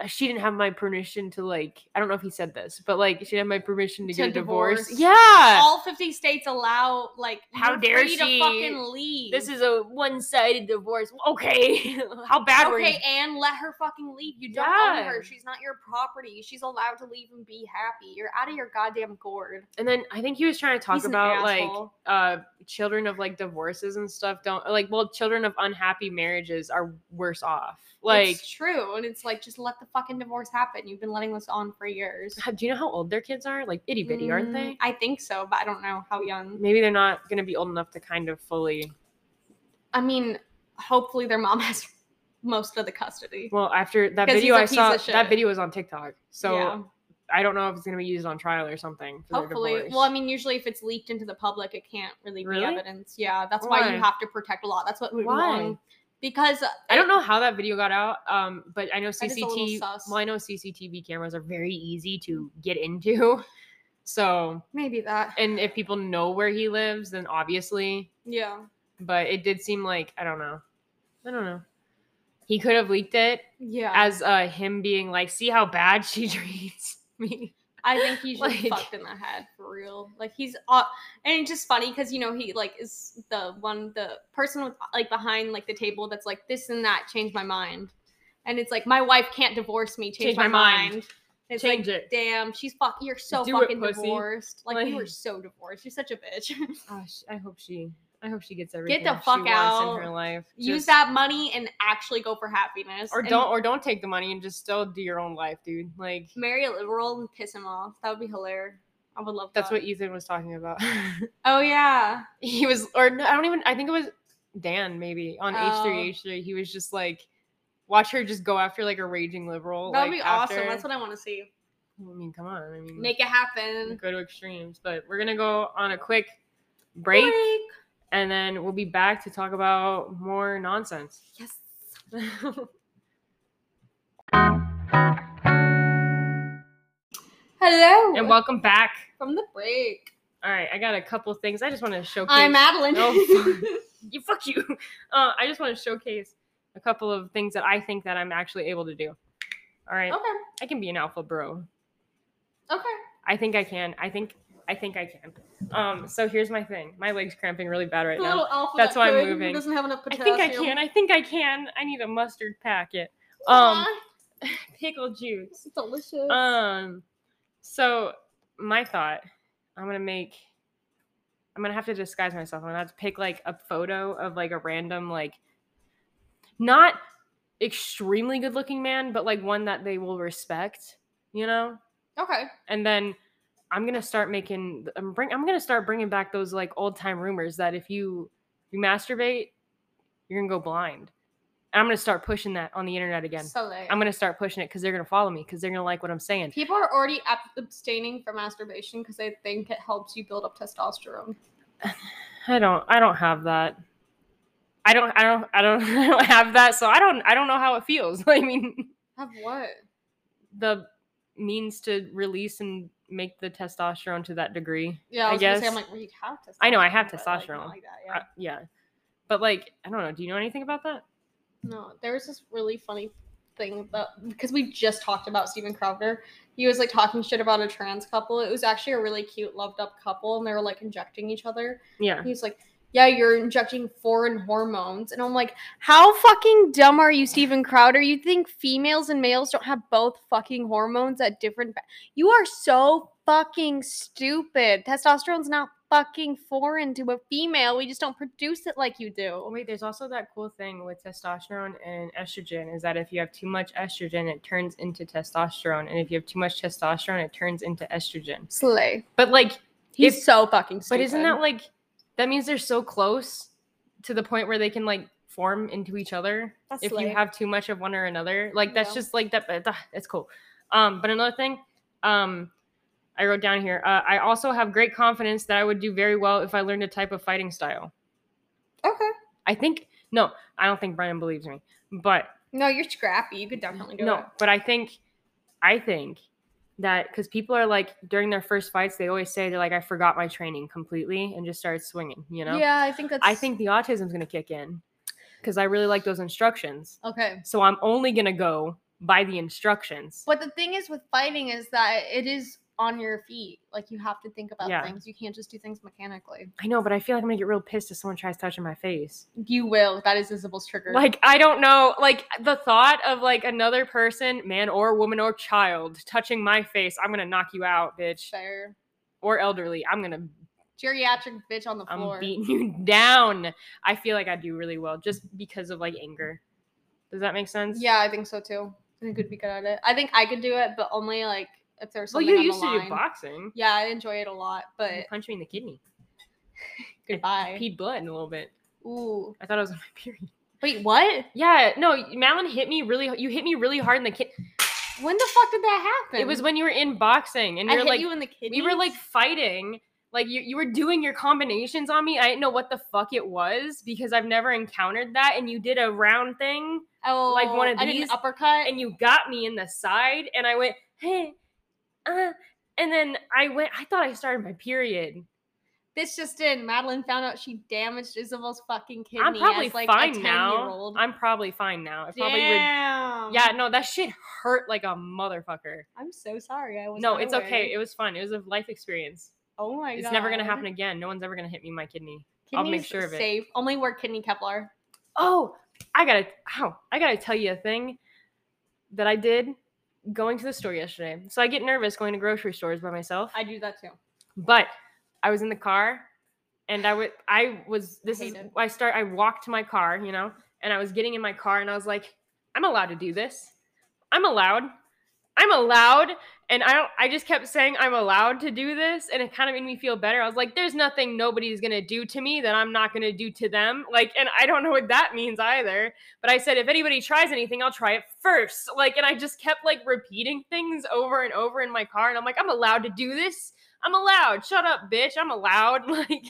B: she didn't have my permission to like I don't know if he said this, but like she didn't have my permission to,
C: To
B: get a divorce.
C: divorce.
B: Yeah.
C: All 50 states allow like
B: How
C: you're
B: dare
C: free
B: she?
C: to fucking leave.
B: This is a one-sided divorce. Okay. How bad were you?
C: okay, and let her fucking leave. You don't own
B: Yeah.
C: her. She's not your property. She's allowed to leave and be happy. You're out of your goddamn gourd.
B: And then I think he was trying to talk
C: He's an
B: about like
C: asshole.
B: uh children of like divorces and stuff don't like well children of unhappy marriages are worse off. Like
C: it's true, and it's like just let the fucking divorce happen. You've been letting this on for years.
B: how- do you know how old their kids are? Like itty bitty, aren't
C: Mm,
B: they?
C: I think so, but I don't know how young.
B: Maybe they're not going to be old enough to kind of fully.
C: I mean, hopefully their mom has most of the custody.
B: Well, after that
C: 'Cause
B: video,
C: he's a
B: I
C: piece
B: saw
C: of shit.
B: that video was on TikTok, so
C: Yeah.
B: I don't know if it's going to be used on trial or something. For
C: hopefully,
B: their divorce.
C: well, I mean, usually if it's leaked into the public, it can't really,
B: Really?
C: be evidence. Yeah, that's why you
B: Why?
C: have to protect law. That's what we
B: Why?
C: want. Because
B: I don't know how that video got out, um, but I know
C: That is a little
B: CCTV.
C: sus.
B: Well, I know CCTV cameras are very easy to get into, so
C: maybe that.
B: and if people know where he lives, then obviously.
C: Yeah.
B: But it did seem like I don't know. I don't know. He could have leaked it
C: Yeah.
B: as uh, him being like, "See how bad she treats me."
C: I think he's just
B: Like-
C: fucked in the head for real. Like he's, uh, and it's just funny because you know he like is the one, the person with like behind like the table that's like this and that changed my mind, and it's like my wife can't divorce me, change, my, mind. It's
B: Change
C: like,
B: it.
C: Damn, she's fuck. You're so
B: Do it,
C: fucking
B: pussy.
C: divorced. Like, you were
B: Like-
C: so divorced. You're such a bitch.
B: Gosh, Oh, I hope she. I hope she gets everything
C: Get the fuck
B: she wants in her
C: out.
B: life.
C: Use
B: Just-
C: that money and actually go for happiness.
B: or
C: and
B: don't, or don't take the money and just still do your own life, dude. Like
C: marry a liberal and piss him off. That would be hilarious. I would love.
B: that's
C: that.
B: what Ethan was talking about.
C: Oh yeah.
B: he was, or no, I don't even. I think it was Dan maybe on H
C: Oh.
B: three H three. He was just like, watch her just go after like a raging liberal.
C: That would
B: like,
C: be awesome.
B: after- Mm.
C: That's what I want to see.
B: I mean, come on. I mean,
C: Make it happen.
B: go to extremes, but we're gonna go on a quick break, and then we'll be back to talk about more nonsense.
C: Yes. Hello.
B: And welcome back.
C: from the break.
B: All right, I got a couple things. I just want to showcase.
C: I'm Madeline.
B: Oh, you fuck you. Uh, I just want to showcase a couple of things that I think that I'm actually able to do. All right,
C: okay.
B: I can be an alpha bro.
C: Okay.
B: I think I can. I think I think I can. Um, so here's my thing. My legs cramping really bad right
C: The
B: now.
C: little alpha
B: That's
C: that
B: why I'm
C: could, who
B: moving.
C: Doesn't have enough
B: I think I
C: potassium.
B: can. I think I can. I need a mustard packet. Um,
C: Aw,
B: pickle juice.
C: it's delicious.
B: Um, so my thought, I'm gonna make, I'm gonna have to disguise myself. I'm gonna have to pick like a photo of like a random like, not extremely good looking man, but like one that they will respect, you know.
C: okay.
B: And then I'm gonna start making, I'm bring, I'm gonna start bringing back those like old time rumors that if you you masturbate, you're gonna go blind. And I'm gonna start pushing that on the internet again.
C: So late.
B: I'm gonna start pushing it because they're gonna follow me because they're gonna like what I'm saying.
C: People are already ab- abstaining from masturbation because they think it helps you build up testosterone.
B: I don't I don't have that. I don't I don't I don't I don't have that, so I don't I don't know how it feels. I mean
C: Have what?
B: the means to release and make the testosterone to that degree.
C: Yeah, I
B: I
C: was gonna say
B: guess-
C: I'm like, well, you have testosterone.
B: I know, I have
C: but, like, not
B: testosterone.
C: Like, that, yeah.
B: Uh, yeah. But like, I don't know, do you know anything about that?
C: No, there was this really funny thing about because we just talked about Steven Crowder. He was like talking shit about a trans couple. It was actually a really cute, loved up couple, and they were like injecting each other.
B: Yeah.
C: He's like, "Yeah, you're injecting foreign hormones," and I'm like, "How fucking dumb are you, Steven Crowder? You think females and males don't have both fucking hormones at different? ba- you are so fucking stupid. Testosterone's not." Fucking foreign to a female. We just don't produce it like you
B: Oh
C: do.
B: wait, there's also that cool thing with testosterone and estrogen is that if you have too much estrogen, it turns into testosterone. And if you have too much testosterone, it turns into estrogen.
C: Slay.
B: But like
C: He's
B: If-
C: so fucking stupid.
B: But isn't that like that means they're so close to the point where they can like form into each other
C: That's
B: if you
C: lit.
B: have too much of one or another. Like that's
C: Yeah.
B: just like that. But ah, it's cool. Um, but another thing, um, I wrote down here. Uh, I also have great confidence that I would do very well if I learned a type of fighting style.
C: okay?
B: I think no, I don't think Brian believes me, but
C: No, you're scrappy. You could definitely do
B: no,
C: it.
B: but I think, I think that because people are like during their first fights, they always say they're like, I forgot my training completely and just started swinging. You know.
C: Yeah, I think that's.
B: I think the autism's gonna kick in because I really like those instructions.
C: Okay.
B: So I'm only gonna go by the instructions.
C: But the thing is with fighting is that it is on your feet. Like you have to think about
B: Yeah.
C: things. You can't just do things mechanically.
B: I know, but I feel like I'm gonna get real pissed if someone tries touching my face.
C: You will. That is Isabel's trigger.
B: Like I don't know, like the thought of like another person, man or woman or child, touching my face, I'm gonna knock you out, bitch.
C: fair.
B: Or elderly, I'm gonna
C: Geriatric bitch on the
B: I'm
C: floor.
B: beating you down. I feel like I do really well just because of like anger. Does that make sense?
C: Yeah, I think so too. I think would be good at it. I think I could do it, but only like if there's
B: Well,
C: something.
B: you
C: on the
B: used to do
C: line.
B: boxing.
C: Yeah, I enjoy it a lot,
B: You
C: but
B: punch me in the kidney.
C: goodbye.
B: Peed blood in a little bit.
C: Ooh,
B: I thought I was on my period.
C: wait, what?
B: Yeah, no, Malin hit me really. You hit me really hard in the kid.
C: When the fuck did that happen?
B: It was when you were in boxing and
C: I
B: you're
C: hit
B: like
C: you in the
B: we
C: kidneys.
B: were like fighting like you, you were doing your combinations on me i didn't know what the fuck it was because i've never encountered that and you did a round thing
C: oh,
B: like, one of
C: I did an
B: these,
C: uppercut.
B: and you got me in the side and i went hey uh and then i went i thought i started my period
C: This just in. Madeline found out she damaged Isabel's fucking kidney.
B: i'm probably
C: as, like, a
B: fine
C: 10 Year
B: now
C: old.
B: i'm probably fine now it probably re-
C: Damn.
B: yeah no that shit hurt like a motherfucker
C: I'm so sorry. I was.
B: no
C: not
B: it's okay
C: aware.
B: it was fun it was a life experience
C: oh my god.
B: it's never gonna happen again no one's ever gonna hit me in my kidney I'll make
C: Kidneys
B: sure of it.
C: Safe. Only wear kidney Kevlar.
B: Oh, I gotta ow, I gotta tell you a thing that I did going to the store yesterday. So I get nervous going to grocery stores by myself.
C: I do that too.
B: but I was in the car and I would I was this is
C: hate it.
B: I start I walked to my car, you know, and I was getting in my car and I was like, I'm allowed to do this. I'm allowed. I'm allowed. And I don't I just kept saying I'm allowed to do this and it kind of made me feel better. I was like, there's nothing nobody's gonna do to me that I'm not gonna do to them. Like, and I don't know what that means either. But I said if anybody tries anything, I'll try it first. Like, and I just kept like repeating things over and over in my car, and I'm like, I'm allowed to do this. I'm allowed. Shut up, bitch. I'm allowed. Like,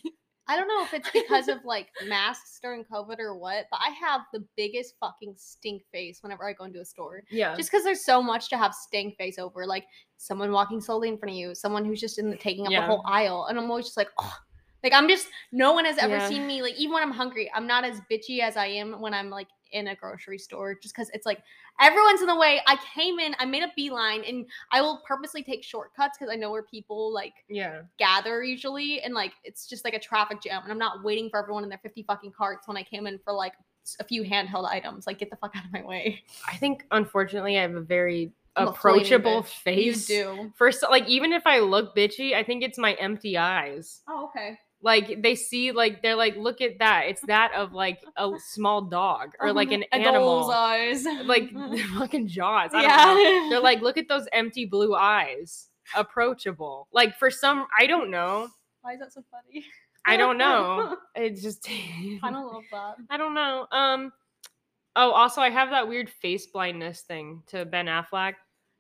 C: I don't know if it's because of like masks during COVID or what, but I have the biggest fucking stink face whenever I go into a store.
B: yeah.
C: Just because there's so much to have stink face over, like someone walking slowly in front of you, someone who's just in the, taking up
B: Yeah.
C: the whole aisle, and I'm always just like, oh, like I'm just no one has ever
B: Yeah.
C: seen me like even when I'm hungry, I'm not as bitchy as I am when I'm like in a grocery store just because it's like everyone's in the way. I came in, I made a beeline, and I will purposely take shortcuts because I know where people like
B: yeah.
C: gather usually and like it's just like a traffic jam and i'm not waiting for everyone in their 50 fucking carts when i came in for like s- a few handheld items like get the fuck out of my way
B: I think, unfortunately, I have a very
C: I'm a flaming
B: approachable
C: bitch.
B: face.
C: you do
B: First, like, even if I look bitchy, I think it's my empty eyes.
C: oh okay
B: Like, they see, like, they're like, look at that. It's that of, like, a small dog or, like, an
C: A doll's
B: animal.
C: eyes
B: Like, fucking jaws. I don't know.
C: uh, yeah
B: They're like, look at those empty blue eyes. Approachable. Like for some, I don't know.
C: why is that so funny
B: I don't know. It's just I
C: i don't love that
B: I don't know. Um. Oh, also, I have that weird face blindness thing to Ben Affleck.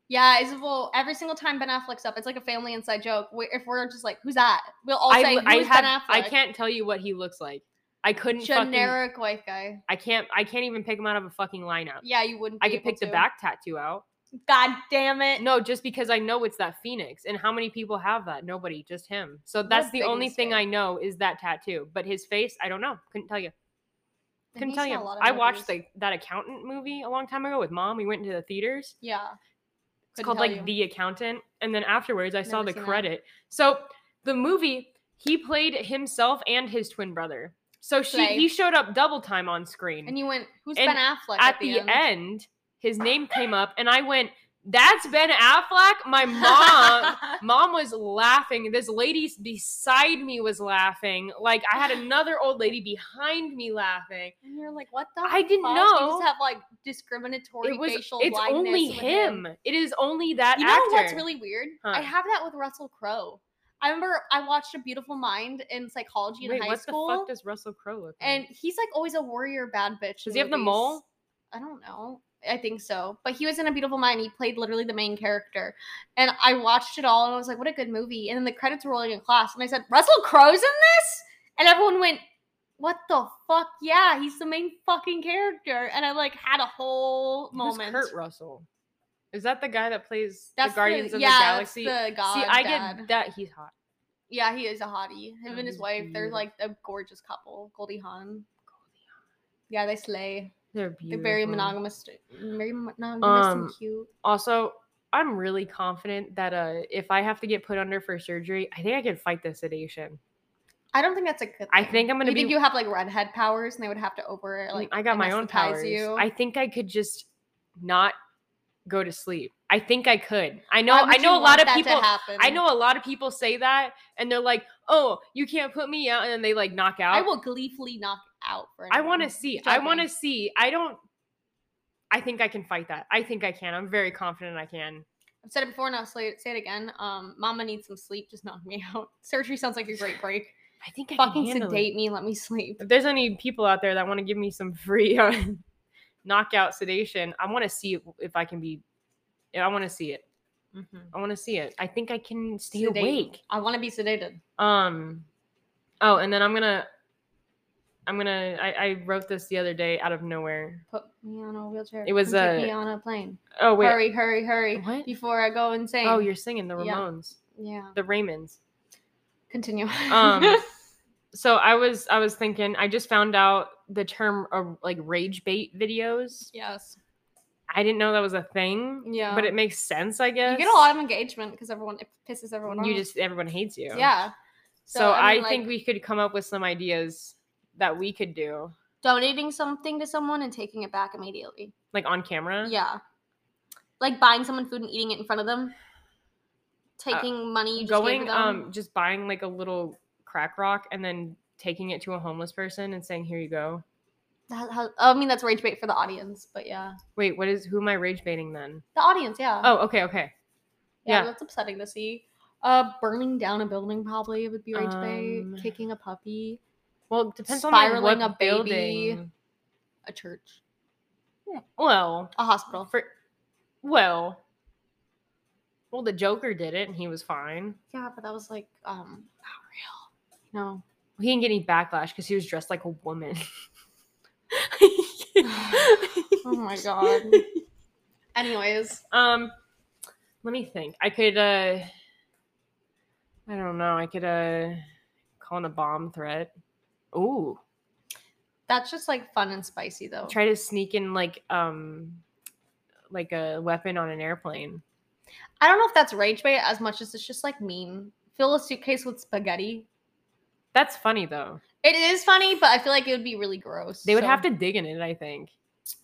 C: yeah isabel every single time ben affleck's up it's like a family inside joke Wh- if we're just like who's that we'll all
B: I
C: say
B: l-
C: who's
B: I
C: ben
B: have-
C: affleck
B: I can't tell you what he looks like. I couldn't fucking.
C: generic white guy
B: I can't. I can't even pick him out of a fucking lineup.
C: yeah you wouldn't
B: I
C: be
B: could
C: able
B: pick the
C: to.
B: back tattoo out.
C: god damn it
B: No, just because I know it's that phoenix. And how many people have that? Nobody, just him. So that's the
C: big
B: only thing I
C: mistake.
B: know is that tattoo. But his face, I don't know. Couldn't tell you.
C: And
B: Couldn't
C: he's
B: tell
C: in
B: you.
C: a lot of
B: I watched
C: movies.
B: the, that accountant movie a long time ago with mom. We went to the theaters.
C: yeah
B: It's
C: Couldn't
B: called
C: tell
B: like
C: you.
B: The Accountant. And then afterwards, I saw
C: Never
B: the
C: seen that.
B: credit. So the movie, he played himself and his twin brother. So she
C: Slay.
B: he showed up double time on screen.
C: And you went, who's
B: And
C: Ben Affleck?
B: At the end. his name came up, and I went, "That's Ben Affleck." My mom. Mom was laughing. This lady s- beside me was laughing. Like I had another old lady behind me laughing.
C: and you're like, what the?
B: I didn't
C: fuck? You
B: know.
C: just have like discriminatory
B: It was.
C: facial
B: It's
C: blindness.
B: only
C: with
B: him. It is only that
C: You know
B: actor.
C: what's really weird? I
B: Huh.
C: have that with Russell Crowe. I remember I watched A Beautiful Mind in psychology in
B: Wait,
C: high
B: what
C: school,
B: the fuck does Russell Crowe look?
C: and
B: like?
C: he's like always a warrior bad bitch.
B: does
C: in
B: he have the
C: movies.
B: mole?
C: I don't know. I think so. But he was in A Beautiful Mind. He played literally the main character. And I watched it all and I was like, what a good movie. And then the credits were rolling in class. And I said, Russell Crowe's in this? And everyone went, what the fuck? Yeah, he's the main fucking character. And I like had a whole
B: Who's
C: moment.
B: Kurt Russell? Is that the guy that plays
C: That's
B: the Guardians of
C: yeah,
B: the
C: that's
B: Galaxy?
C: the god
B: See, I
C: dad.
B: get that he's hot.
C: Yeah, he is a hottie.
B: Oh,
C: Him and his
B: he's
C: wife, they're
B: beautiful.
C: like a gorgeous couple. Goldie Hawn. Yeah, they slay.
B: They're
C: They're
B: beautiful.
C: very monogamous, very monogamous
B: Um,
C: and cute.
B: Also, I'm really confident that uh, if I have to get put under for surgery, I think I can fight the sedation.
C: I don't think that's a good. Thing.
B: I think I'm gonna
C: you think
B: be-
C: you have like redhead powers, and they would have to over like.
B: I got my own
C: anesthetize
B: powers.
C: You.
B: I think I could just not go to sleep. I think I could. I know.
C: Why would
B: I know
C: you
B: a lot
C: want
B: of
C: that to
B: people.
C: happen?
B: I know a lot of people say that, and they're like, "Oh, you can't put me out," and then they like knock out.
C: I will gleefully knock out for.
B: I want to
C: anyone.
B: see. I want to
C: Joking.
B: see. I don't. I think I can fight that. I think I can. I'm very confident I can.
C: I've said it before, and I'll say it, say it again. Um, Mama needs some sleep. Just knock me out. Surgery sounds like a great break.
B: I think I
C: Fucking
B: can handle it.
C: sedate me. Let me sleep.
B: If there's any people out there that want to give me some free uh, knockout sedation, I want to see if- if I can be. I want to see it. I want to see it. I think I can Mm-hmm. stay
C: Sedate.
B: awake.
C: I want to be sedated.
B: Um. Oh, and then I'm gonna. I'm gonna. I, I wrote this the other day out of nowhere.
C: Put me on a wheelchair.
B: It was,
C: Come take
B: uh,
C: me on a plane.
B: Oh wait.
C: Hurry, hurry, hurry!
B: What?
C: Before I go insane.
B: Oh, you're singing the
C: Yeah.
B: Ramones,
C: yeah.
B: the Raymonds.
C: Continue.
B: Um, so I was I was thinking I just found out the term uh, like rage bait videos.
C: yes.
B: I didn't know that was a thing.
C: Yeah.
B: But it makes sense, I guess.
C: You get a lot of engagement because everyone it pisses everyone off.
B: You just everyone hates you.
C: yeah.
B: So,
C: so,
B: I,
C: I mean,
B: think
C: like-
B: we could come up with some ideas that we could do,
C: Donating something to someone and taking it back immediately.
B: like on camera.
C: Yeah. Like buying someone food and eating it in front of them. Taking money you just gave
B: Uh, Going,
C: them.
B: um, just buying like a little crack rock and then taking it to a homeless person and saying, "Here you go."
C: That- how- I mean that's rage bait for the audience, but yeah.
B: Wait, what is? Who am I rage baiting then?
C: The audience, yeah.
B: Oh, okay, okay.
C: yeah,
B: yeah.
C: that's upsetting to see. Uh burning down a building probably would be rage
B: Um,
C: bait. Kicking a puppy,
B: Well, it depends on like,
C: Spiraling
B: what
C: a baby.
B: building.
C: a church,
B: Well,
C: a hospital.
B: For well, well, the Joker did it and he was fine.
C: yeah, but that was like um not real.
B: He didn't get any backlash because he was dressed like a woman.
C: You know. Oh my god. Anyways,
B: um, let me think. I could uh, I don't know. I could uh, call in a bomb threat. Ooh,
C: that's just like fun and spicy though.
B: try to sneak in like um, like a weapon on an airplane.
C: I don't know if that's rage bait as much as it's just like meme. Fill a suitcase with spaghetti.
B: That's funny though.
C: It is funny, but I feel like it would be really gross.
B: They would
C: so-
B: have to dig in it. I think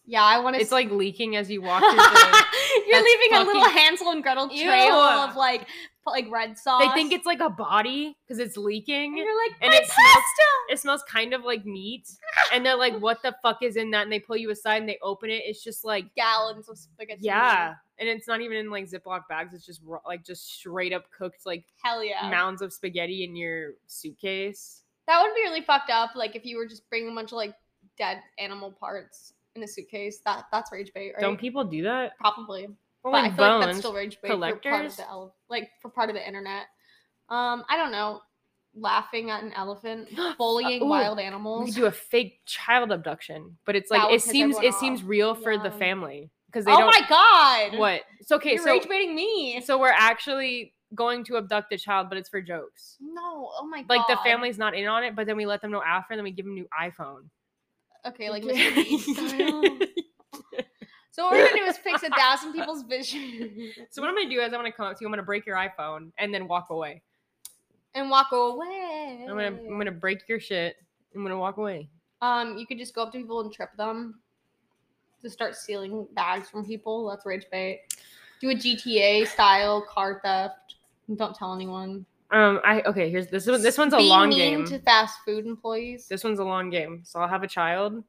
C: Yeah, I want to.
B: it's like leaking as you walk through the.
C: You're
B: that's
C: leaving a little
B: fucking-
C: Hansel and Gretel
B: Ew.
C: trail of like p- like red sauce.
B: They think it's like a body because it's
C: And
B: leaking.
C: you're like
B: and
C: my
B: it
C: pasta.
B: smells- It smells kind of like meat. And they're like, what the fuck is in that? And they pull you aside and they open it. It's just like,
C: Gallons of spaghetti.
B: yeah. And it's not even in like Ziploc bags. It's just raw, like just straight up cooked like
C: Hell yeah.
B: mounds of spaghetti in your suitcase.
C: That would be really fucked up. Like if you were just bringing a bunch of like dead animal parts in a suitcase. That that's rage bait, right?
B: Don't people do that?
C: Probably.
B: Well,
C: But
B: like
C: I feel
B: bones.
C: like that's still rage bait for part of
B: collectors?
C: the ele- like for part of the internet. Um, I don't know, laughing at an elephant, bullying
B: Ooh,
C: wild
B: we could
C: animals.
B: do a fake child abduction, but it's
C: That
B: like
C: would
B: it
C: piss
B: seems
C: everyone
B: it seems real for the
C: Yeah.
B: family because they
C: Oh
B: don't.
C: my god!
B: What? It's okay.
C: You're
B: so
C: rage baiting me.
B: So we're actually going to abduct a child, but it's for jokes.
C: no, oh my god.
B: Like the family's not in on it, but then we let them know after, and then we give them a new iPhone.
C: Okay, like Mr. Bean style. So what we're gonna do is fix a thousand people's vision
B: so what I'm gonna do is I'm gonna come up to you, I'm gonna break your iPhone, and then walk away.
C: and walk away.
B: I'm gonna I'm gonna break your shit. I'm gonna walk away.
C: Um, you could just go up to people and trip them. Just start stealing bags from people. That's rage bait. Do a GTA style car theft. and Don't tell anyone.
B: Um, I okay. Here's this one. This one's a
C: Be
B: long
C: mean
B: game.
C: to fast food employees.
B: This one's a long game. So I'll have a child,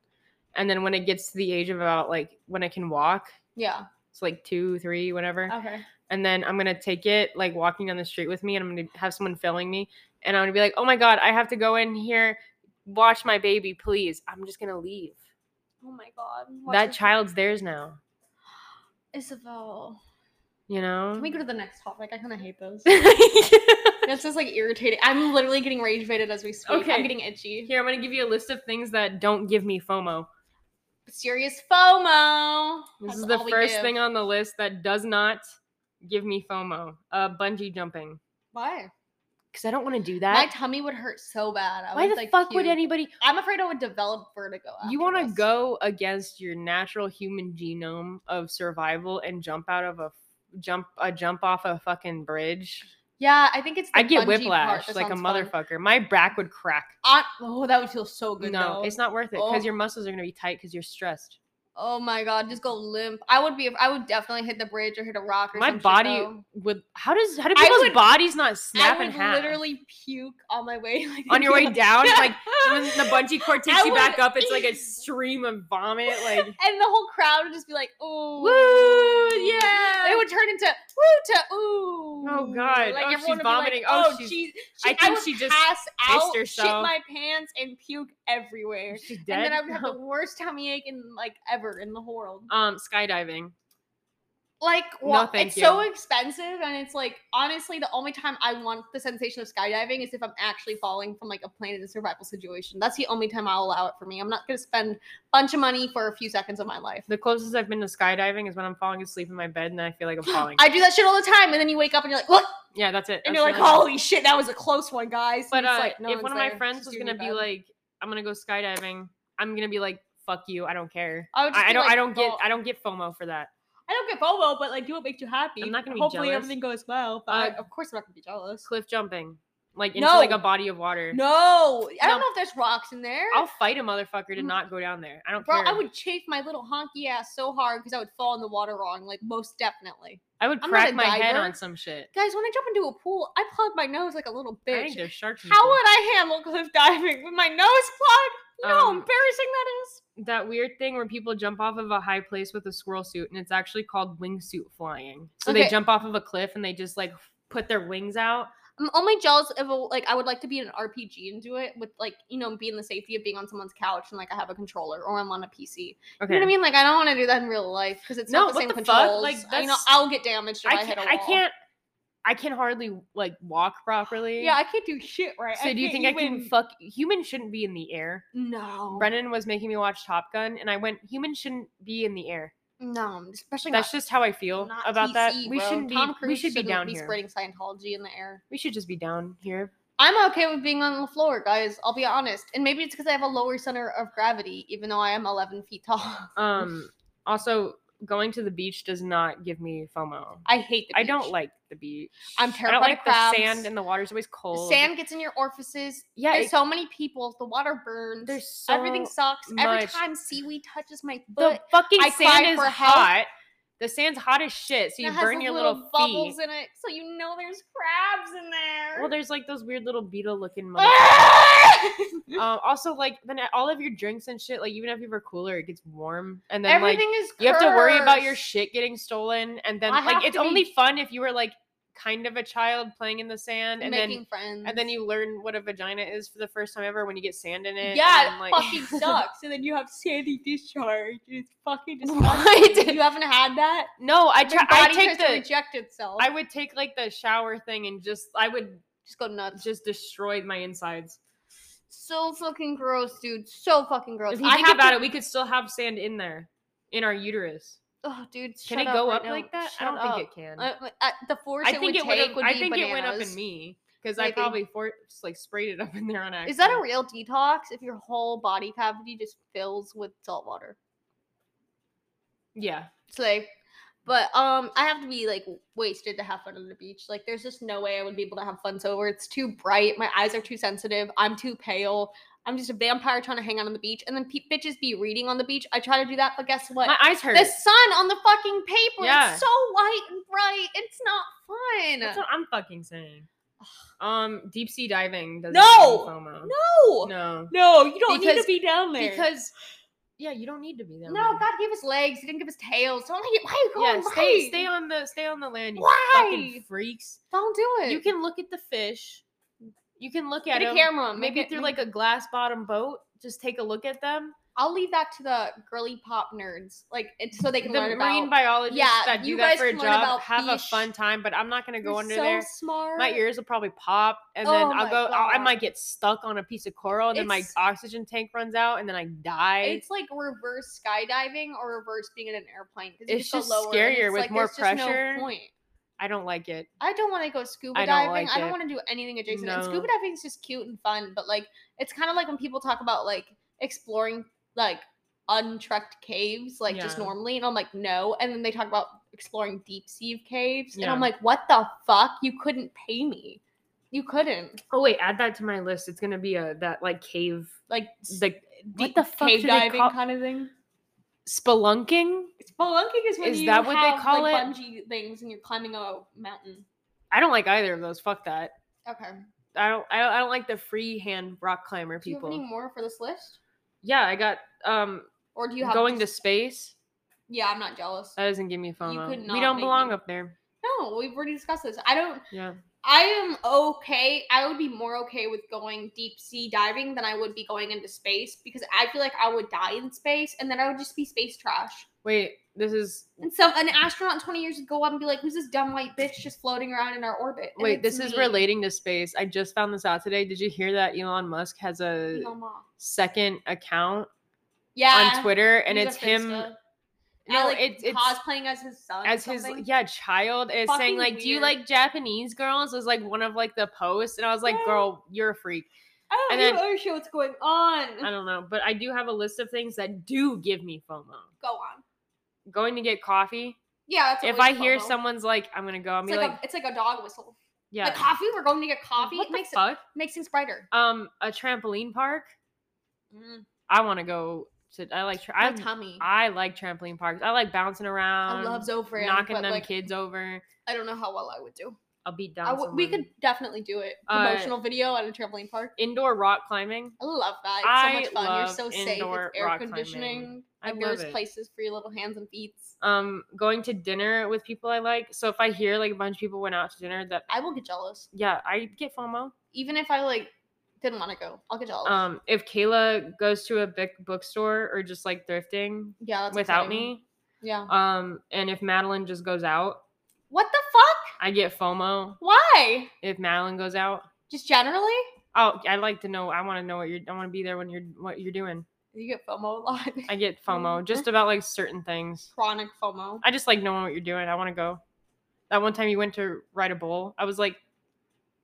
B: and then when it gets to the age of about like when it can walk,
C: Yeah.
B: it's like two, three, whatever.
C: Okay.
B: and then I'm gonna take it like walking down the street with me, and I'm gonna have someone filming me, and I'm gonna be like, "Oh my god, I have to go in here, watch my baby, please." I'm just gonna leave.
C: Oh my god.
B: that child's theirs now,
C: Isabel.
B: you know.
C: Can we go to the next topic? I kind of hate those.
B: Here,
C: That's just like irritating. I'm literally getting rage baited as we speak.
B: Okay.
C: I'm getting itchy.
B: I'm gonna give you a list of things that don't give me FOMO.
C: Serious FOMO.
B: This
C: That's
B: is the
C: all we
B: first
C: give.
B: thing on the list that does not give me FOMO. Uh, bungee jumping,
C: Why?
B: because I don't want to do
C: My
B: that.
C: tummy would hurt so bad. I
B: Why
C: was,
B: the
C: like,
B: fuck would
C: puke.
B: anybody?
C: I'm afraid I would develop vertigo.
B: You
C: want to
B: go against your natural human genome of survival and jump out of a f- jump a jump off a fucking bridge?
C: Yeah, I think it's. The
B: I'd get
C: bungee part
B: whiplash
C: that
B: like a
C: sounds fun.
B: motherfucker. My back would crack.
C: I- oh, that would feel so good.
B: no,
C: though.
B: it's not worth it because
C: Oh.
B: your muscles are gonna be tight because you're stressed.
C: Oh my god, just go limp. I would be. I would definitely hit the bridge or hit a rock. Or
B: My
C: some shit,
B: body
C: though.
B: would. How does how do
C: I
B: people's
C: would-
B: bodies not snap
C: I
B: in
C: would
B: half?
C: literally puke on my way. Like,
B: on your way down, like when the
C: and
B: bungee cord takes
C: I
B: you
C: would-
B: back up, it's like a stream of vomit. Like
C: the whole crowd would just be like, "Oh,
B: woo, yeah.
C: It would turn into woo to ooh.
B: Oh, God. Oh, she's
C: everyone would be
B: vomiting. Oh, she's-
C: she,
B: I think
C: would
B: she just
C: pass out, shit
B: herself.
C: my pants, and puke everywhere.
B: She's
C: And
B: dead?
C: then I would have
B: No.
C: the worst tummy ache in like ever in the world.
B: um skydiving.
C: Like,
B: No,
C: wha-
B: thank
C: it's so
B: you.
C: expensive, and it's like honestly, the only time I want the sensation of skydiving is if I'm actually falling from like a plane in a survival situation. That's the only time I'll allow it for me. I'm not gonna spend a bunch of money for a few seconds of my life.
B: The closest I've been to skydiving is when I'm falling asleep in my bed and I feel like I'm falling.
C: I do that shit all the time, and then you wake up and you're like, look,
B: yeah, that's it. That's
C: and you're like,
B: the only time.
C: holy shit, that was a close one, guys.
B: But
C: And it's
B: uh,
C: like, no
B: if
C: one's
B: one of my
C: there,
B: friends
C: just
B: was
C: you and
B: gonna
C: your
B: be
C: bed.
B: like, "I'm gonna go skydiving," I'm gonna be like, "Fuck you, I don't care."
C: I, would just
B: I, I
C: be
B: don't.
C: like,
B: I don't get.
C: well,
B: I don't get FOMO for that.
C: I don't get FOMO, but like, do what makes you happy.
B: I'm not gonna be
C: Hopefully,
B: jealous.
C: everything goes well. But
B: Uh,
C: I- of course, I'm not gonna be jealous.
B: Cliff jumping, like into like
C: No.
B: a body of water.
C: No, I
B: No.
C: don't know if there's rocks in there.
B: I'll fight a motherfucker to
C: Mm.
B: not go down there. I don't
C: Bro,
B: care.
C: I would chafe my little honky ass so hard because I would fall in the water wrong, like most definitely.
B: I would
C: I'm not
B: crack
C: a
B: my head
C: diver.
B: on some shit.
C: Guys, when I jump into a pool, I plug my nose like a little
B: I think
C: bitch.
B: there's sharks. in
C: How
B: pools.
C: would I handle cliff diving with my nose plugged? No,
B: Um,
C: embarrassing that is.
B: that weird thing where people jump off of a high place with a squirrel suit, and it's actually called wingsuit flying. So they
C: Okay.
B: jump off of a cliff and they just like put their wings out.
C: I'm only jealous of a, like I would like to be in an RPG and do it with like you know being the safety of being on someone's couch and like I have a controller or I'm on a PC.
B: Okay.
C: You know what I mean? Like I don't want to do that in real life because it's
B: No,
C: not the
B: what
C: same
B: the fuck?
C: controls.
B: Like,
C: I- you know
B: that's-
C: I'll get damaged if I,
B: I
C: hit
B: can't.
C: a wall.
B: I can't. I can hardly like walk properly.
C: Yeah, I can't do shit right.
B: So do you
C: can't
B: think I can
C: even-
B: fuck? Humans shouldn't be in the air.
C: No.
B: Brennan was making me watch Top Gun, and I went, "Humans shouldn't be in the air."
C: No, especially
B: That's
C: not,
B: just how I feel
C: not
B: about that.
C: PC,
B: We
C: bro.
B: shouldn't be.
C: Tom Cruise
B: We should be
C: shouldn't
B: down
C: be
B: here.
C: spreading Scientology in the air.
B: We should just be down here.
C: I'm okay with being on the floor, guys. I'll be honest, and maybe it's because I have a lower center of gravity, even though I am 11 feet tall.
B: Um. Also, going to the beach does not give me FOMO.
C: I hate. The
B: I don't
C: beach.
B: like the beach.
C: I'm
B: I
C: terrified of
B: don't like
C: crabs.
B: the sand, and the water's always cold.
C: Sand gets in your orifices.
B: Yeah.
C: There's
B: it-
C: so many people. The water burns.
B: there's so
C: Everything sucks. Every
B: much.
C: time seaweed touches my
B: the
C: foot,
B: fucking
C: I cry
B: sand is
C: for help.
B: hot. The sand's hot as shit, so
C: and
B: you
C: it has
B: burn
C: those
B: your
C: little,
B: little feet.
C: bubbles in it, so you know there's crabs in there.
B: Well, there's like those weird little beetle looking motherfuckers.
C: Ah!
B: um, also, like then all of your drinks and shit, like even if you have a cooler, it gets warm, and then
C: Everything
B: like
C: is.
B: you have to worry about your
C: cursed.
B: shit getting stolen, and then
C: I have
B: like it's
C: to be-
B: only fun if you were like kind of a child playing in the sand, and
C: making
B: then
C: friends.
B: and then you learn what a vagina is for the first time ever when you get sand in it. and
C: Yeah,
B: then,
C: it
B: like-
C: fucking sucks. And then you have sandy discharge. It's fucking
B: What?
C: disgusting. you haven't had that.
B: no, I
C: Your
B: try. I
C: body
B: take
C: tries to
B: the.
C: reject itself.
B: I would take like the shower thing and just I would
C: just go nuts.
B: just destroy my insides.
C: So fucking gross, dude. So fucking gross.
B: If you
C: I
B: think
C: have
B: about
C: to-
B: it, we could still have sand in there, in our uterus.
C: Oh, dude.
B: Can
C: shut
B: it go
C: right
B: up
C: now.
B: like that?
C: Shut
B: I don't
C: up.
B: think it can.
C: Uh, uh, uh, the force
B: I
C: it would
B: think it would.
C: take would
B: I
C: be
B: think it went up in
C: bananas.
B: me because I
C: Maybe.
B: probably forced like sprayed it up in there on accident.
C: Is that a real detox if your whole body cavity just fills with salt water?
B: Yeah.
C: It's like, but um, I have to be like wasted to have fun on the beach. Like, there's just no way I would be able to have fun sober. It's too bright. My eyes are too sensitive. I'm too pale. I'm just a vampire trying to hang out on the beach. And then pe- bitches be reading on the beach. I try to do that, but guess what?
B: My eyes hurt.
C: the sun on the fucking paper.
B: Yeah.
C: It's so white and bright. It's not fun.
B: That's what I'm fucking saying. Um, deep sea diving doesn't.
C: No!
B: give me FOMO.
C: no.
B: No.
C: No, you don't need
B: Because-
C: to be down there.
B: Because yeah, you don't need to be there.
C: no, God gave us legs. He didn't give us tails. Don't like it. Why are you going
B: Yeah, stay
C: right?
B: stay on the stay on the land. You
C: Why?
B: fucking freaks.
C: Don't do it.
B: You can look at the fish. You can look at
C: get a
B: 'em.
C: camera. make
B: Maybe
C: it-
B: through
C: make-
B: like a glass bottom boat. Just take a look at them.
C: I'll leave that to the girly pop nerds, like it- so they
B: the
C: can learn
B: marine
C: about.
B: biologists
C: Yeah,
B: that do
C: you
B: that
C: guys
B: for a
C: can learn
B: job
C: about
B: have a
C: fish.
B: fun time, but I'm not gonna go
C: You're
B: under
C: so
B: there.
C: smart.
B: My ears will probably pop, and then
C: Oh
B: I'll
C: my
B: go. I'll, I
C: God.
B: might get stuck on a piece of coral, and then my
C: It's-
B: oxygen tank runs out, and then I die.
C: It's like reverse skydiving or reverse being in an airplane. 'cause you
B: It's
C: go
B: just
C: lower and
B: scarier
C: it's
B: with
C: like
B: more
C: there's just no
B: pressure.
C: point.
B: I don't like it.
C: I don't want to go scuba
B: I don't
C: diving.
B: like
C: I don't
B: it.
C: want to do anything adjacent. And
B: No.
C: scuba diving is just cute and fun, but like it's kind of like when people talk about like exploring like untrucked caves, like just
B: Yeah.
C: normally, and I'm like, no. And then they talk about exploring deep sea caves, and
B: Yeah.
C: I'm like, what the fuck? You couldn't pay me. You couldn't.
B: Oh wait, add that to my list. It's gonna be a that like cave
C: Like
B: like what
C: deep
B: the fuck
C: cave
B: do they
C: diving
B: call
C: kind of thing.
B: spelunking?
C: Spelunking is when
B: Is
C: you
B: that what they
C: have,
B: call
C: like,
B: it?
C: bungee things and you're climbing a mountain.
B: I don't like either of those. Fuck that.
C: Okay.
B: I don't I don't, I don't like the freehand rock climber
C: Do you have any
B: people.
C: more for this list?
B: Yeah, I got um
C: Or do you have
B: going
C: just-
B: to space.
C: Yeah, I'm not jealous.
B: That doesn't give me
C: could
B: FOMO.
C: not
B: We don't
C: make
B: belong
C: me-
B: up there.
C: No, we've already discussed this. I don't.
B: Yeah.
C: I am okay. I would be more okay with going deep sea diving than I would be going into space because I feel like I would die in space and then I would just be space trash.
B: Wait, this is
C: And so an astronaut 20 years ago would be like, "Who's this dumb white bitch just floating around in our orbit?" And
B: wait,
C: it's
B: this is
C: me,
B: relating to space. I just found this out today. Did you hear that Elon Musk has a
C: Elon Musk.
B: second account
C: Yeah,
B: on Twitter and
C: he's
B: it's
C: a
B: him
C: Finsta.
B: no,
C: Alec
B: it's- it's-
C: cosplaying as his son. or
B: as his
C: something.
B: yeah child is
C: Fucking
B: saying like do you
C: weird.
B: like japanese girls was like one of like the posts and i was like
C: Yeah.
B: girl you're a freak
C: I don't
B: and
C: even
B: then-
C: understand what's going on.
B: i don't know but i do have a list of things that do give me fomo
C: Go on.
B: going to get coffee
C: Yeah, that's
B: if i
C: always
B: hear
C: FOMO.
B: someone's like i'm gonna go i'm
C: It's
B: be
C: like,
B: like,
C: a, it's like a dog whistle.
B: yeah
C: Like coffee, we're going to get coffee.
B: what
C: it
B: the
C: makes
B: fuck
C: it makes things brighter.
B: um a trampoline park
C: Mm.
B: i want to go to i like tra-
C: My
B: I,
C: tummy. I,
B: I like trampoline parks i like bouncing around
C: love Zofran,
B: knocking
C: but,
B: them
C: like,
B: kids over
C: I don't know how well I would do.
B: i'll beat
C: I
B: down
C: w- we
B: someone.
C: could definitely do it.
B: Uh,
C: Promotional video at a trampoline park.
B: indoor rock climbing
C: I love that. It's
B: I
C: so much fun. You're
B: love
C: so safe.
B: indoor
C: It's air
B: rock climbing.
C: conditioning.
B: I
C: and
B: love
C: there's
B: it.
C: places for your little hands and feet.
B: um going to dinner with people I like. So if I hear like a bunch of people went out to dinner that
C: I will get jealous.
B: yeah, I get FOMO.
C: Even if I like didn't want to go, I'll get jealous.
B: Um if Kayla goes to a big bookstore or just like thrifting
C: yeah, that's
B: without
C: upsetting.
B: me,
C: Yeah.
B: um and if Madeline just goes out,
C: What the fuck?
B: I get FOMO
C: Why?
B: if Madeline goes out.
C: Just generally?
B: Oh, I like to know. I want to know what you're. I want to be there when you're what you're doing.
C: You get FOMO a lot.
B: I get FOMO just about like certain things.
C: Chronic FOMO.
B: I just like knowing what you're doing. I want to go. That one time you went to ride a bull, I was like,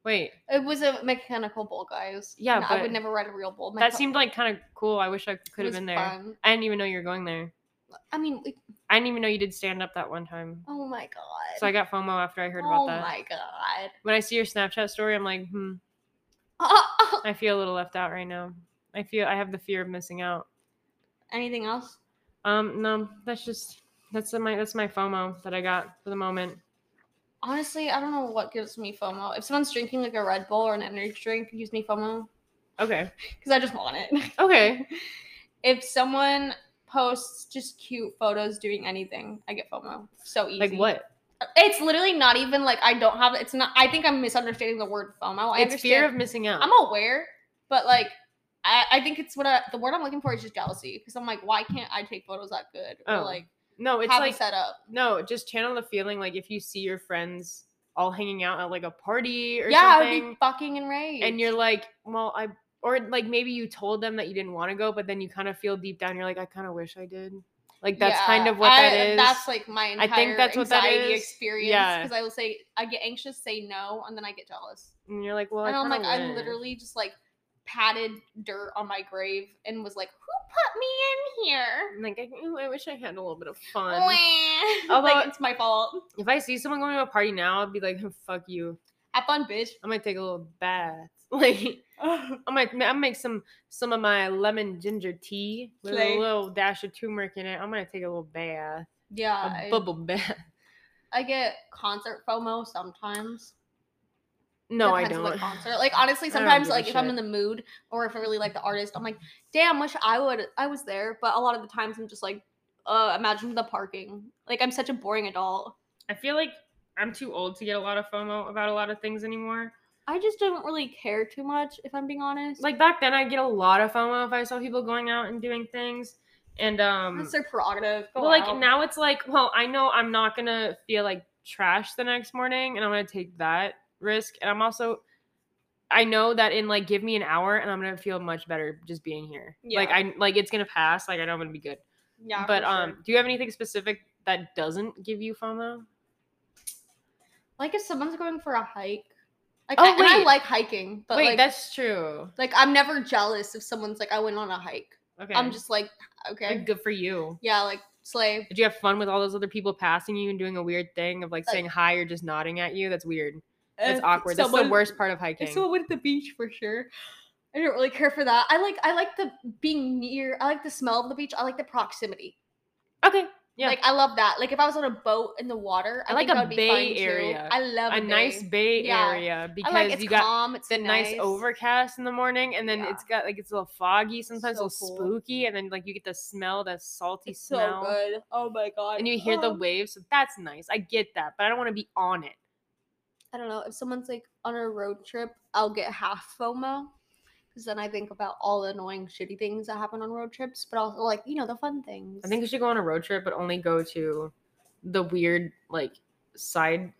B: wait,
C: It was a mechanical bull, guys.
B: Yeah,
C: No, I would
B: but
C: never ride a real bull.
B: that seemed like kind of cool. I wish I could have been there.
C: Fun.
B: I didn't even know you were going there.
C: I mean, like,
B: I didn't even know you did stand up that one time.
C: oh my god.
B: So I got FOMO after I heard
C: oh
B: about that.
C: my god.
B: When I see your Snapchat story, I'm like, hmm, I feel a little left out right now. I feel I have the fear of missing out.
C: Anything else?
B: Um, no, that's just that's my that's my FOMO that I got for the moment.
C: Honestly, I don't know what gives me FOMO. If someone's drinking like a Red Bull or an energy drink, it gives me FOMO
B: Okay.
C: because I just want it.
B: Okay.
C: if someone posts just cute photos doing anything, I get FOMO. So easy.
B: Like what?
C: It's literally not even like I don't have. It's not. I think I'm misunderstanding the word FOMO. I
B: it's fear
C: understand-
B: of missing out.
C: I'm aware, but like I, I think it's what I, the word I'm looking for is just jealousy because I'm like, why can't I take photos that good or
B: Oh,
C: like
B: no, it's
C: have
B: like
C: a setup?
B: no, just channel the feeling like if you see your friends all hanging out at like a party or
C: Yeah, I
B: something.
C: would be fucking enraged.
B: and you're like, well, I or like maybe you told them that you didn't want to go, but then you kind of feel deep down, you're like, I kind of wish I did. Like that's kind
C: Yeah,
B: of what that
C: I-
B: is.
C: That's like my entire
B: I think that's what that
C: anxiety
B: is.
C: experience
B: Yeah.
C: because I will say I get anxious, say no, and then I get jealous,
B: and you're like, well,
C: and
B: I
C: I'm like,
B: kinda
C: I
B: wish.
C: literally just like patted dirt on my grave and was like, who put me in here?
B: I'm like, I, ooh, I wish I had a little bit of fun.
C: Wah. like
B: Although-
C: it's my fault.
B: If I see someone going to a party now, I'd be like, "Oh, fuck you.
C: Have fun, bitch.
B: I'm gonna take a little bath. Like I'm like, I'm make some some of my lemon ginger tea with
C: Slay.
B: a little dash of turmeric in it. I'm gonna take a little bath,
C: yeah,
B: a
C: I-
B: bubble bath.
C: I get concert FOMO sometimes.
B: No, I
C: Depends on the
B: don't.
C: concert. Like honestly,
B: I don't
C: sometimes
B: give a
C: like if I'm in
B: shit.
C: the mood or if I really like the artist, I'm like, damn, wish I would I was there. But a lot of the times I'm just like, uh, imagine the parking. Like I'm such a boring adult.
B: I feel like I'm too old to get a lot of FOMO about a lot of things anymore.
C: I just don't really care too much, if I'm being honest.
B: Like back then, I get a lot of FOMO if I saw people going out and doing things, and um,
C: that's their prerogative. Go
B: well, like
C: out.
B: now it's like, well, I know I'm not gonna feel like trash the next morning, and I'm gonna take that risk, and I'm also. I know that in like give me an hour and I'm gonna feel much better just being here. Like
C: Yeah.
B: I like it's gonna pass. Like I know I'm gonna be good.
C: yeah.
B: but
C: for sure.
B: um, do you have anything specific that doesn't give you FOMO?
C: Like if someone's going for a hike. Like
B: Oh,
C: I, and I
B: wait.
C: like hiking, but
B: Wait,
C: like
B: that's true.
C: like I'm never jealous if someone's like I went on a hike.
B: Okay.
C: I'm just like okay.
B: like, good for you.
C: yeah, like slay.
B: Did you have fun with all those other people passing you and doing a weird thing of like,
C: Like-
B: saying hi or just nodding at you? That's weird. That's
C: If
B: awkward. That's
C: someone-
B: the worst part of hiking.
C: If someone went to the beach for sure. I don't really care for that. I like I like the being near. I like the smell of the beach. I like the proximity.
B: okay. Yeah.
C: Like I love that. Like if I was on a boat in the water, I,
B: I like
C: think
B: a
C: that would be fun,
B: bay
C: too.
B: area.
C: I love
B: a nice
C: bay.
B: bay
C: Yeah.
B: area
C: I
B: because
C: like it's
B: you got
C: calm. It's
B: the nice. overcast in the morning and then
C: Yeah.
B: it's got like it's a little foggy sometimes a
C: So
B: little
C: cool.
B: spooky and then like you get the smell that salty
C: It's so
B: smell
C: good. Oh my god.
B: and you hear the
C: Um,
B: waves so that's nice i get that but i don't want to be on it
C: I don't know if someone's like on a road trip, I'll get half FOMO because then I think about all the annoying, shitty things that happen on road trips, but also like you know the fun things.
B: i think we should go on a road trip but only go to the weird like side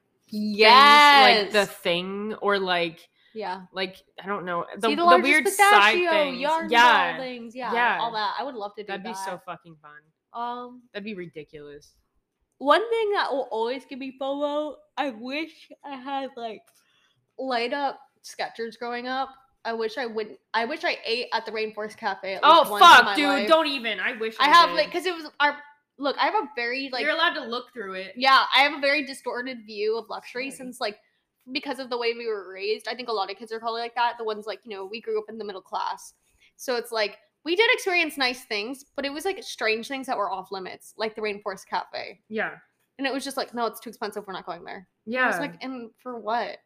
C: yes,
B: things, like the thing or like
C: yeah,
B: like i don't know
C: See
B: the, the,
C: largest
B: weird
C: pistachio,
B: side things
C: yarn ball
B: yeah
C: things, yeah,
B: Yeah.
C: all that. I would love to do
B: that'd be so
C: that.
B: fucking fun
C: Um,
B: that'd be ridiculous
C: one thing that will always give me FOMO. I wish I had like light up Skechers growing up. I wish I wouldn't. I wish I ate at the Rainforest Cafe. At least
B: oh
C: once in
B: fuck
C: my
B: dude
C: life.
B: don't even i wish i,
C: I have
B: did.
C: like because it was our look. I have a very like
B: you're allowed to look through it
C: yeah. I have a very distorted view of luxury
B: Sorry.
C: since like because of the way we were raised. I think a lot of kids are probably like that. The ones like you know we grew up in the middle class, so it's like we did experience nice things, but it was like strange things that were off limits, like the Rainforest Cafe,
B: yeah
C: and it was just like no, it's too expensive. We're not going there. I
B: yeah
C: was like, and for what?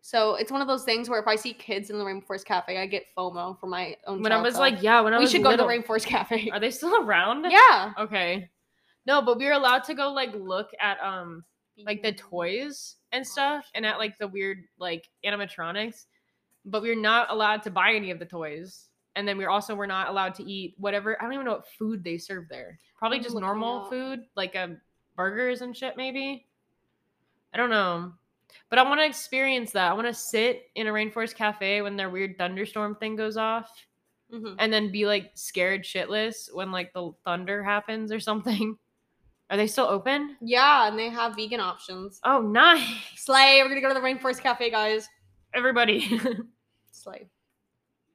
C: So it's one of those things where if I see kids in the Rainforest Cafe, I get FOMO for my own.
B: when I
C: child
B: was
C: self.
B: like, yeah, when I
C: we
B: was
C: should go
B: little.
C: to the Rainforest Cafe.
B: Are they still around?
C: yeah.
B: Okay. No, but we were allowed to go like look at um like the toys
C: Oh,
B: and stuff and at like the weird like animatronics, but we were not allowed to buy any of the toys. And then we are also were not allowed to eat whatever I don't even know what food they serve there. Probably
C: I'm
B: just
C: looking it
B: normal
C: up.
B: food, like um burgers and shit maybe. I don't know. But I want to experience that. I want to sit in a rainforest cafe when their weird thunderstorm thing goes off
C: Mhm.
B: and then be like scared shitless when like the thunder happens or something. Are they still open?
C: Yeah, and they have vegan options.
B: Oh, nice.
C: Slay, we're gonna go to the Rainforest Cafe, guys.
B: Everybody,
C: Slay.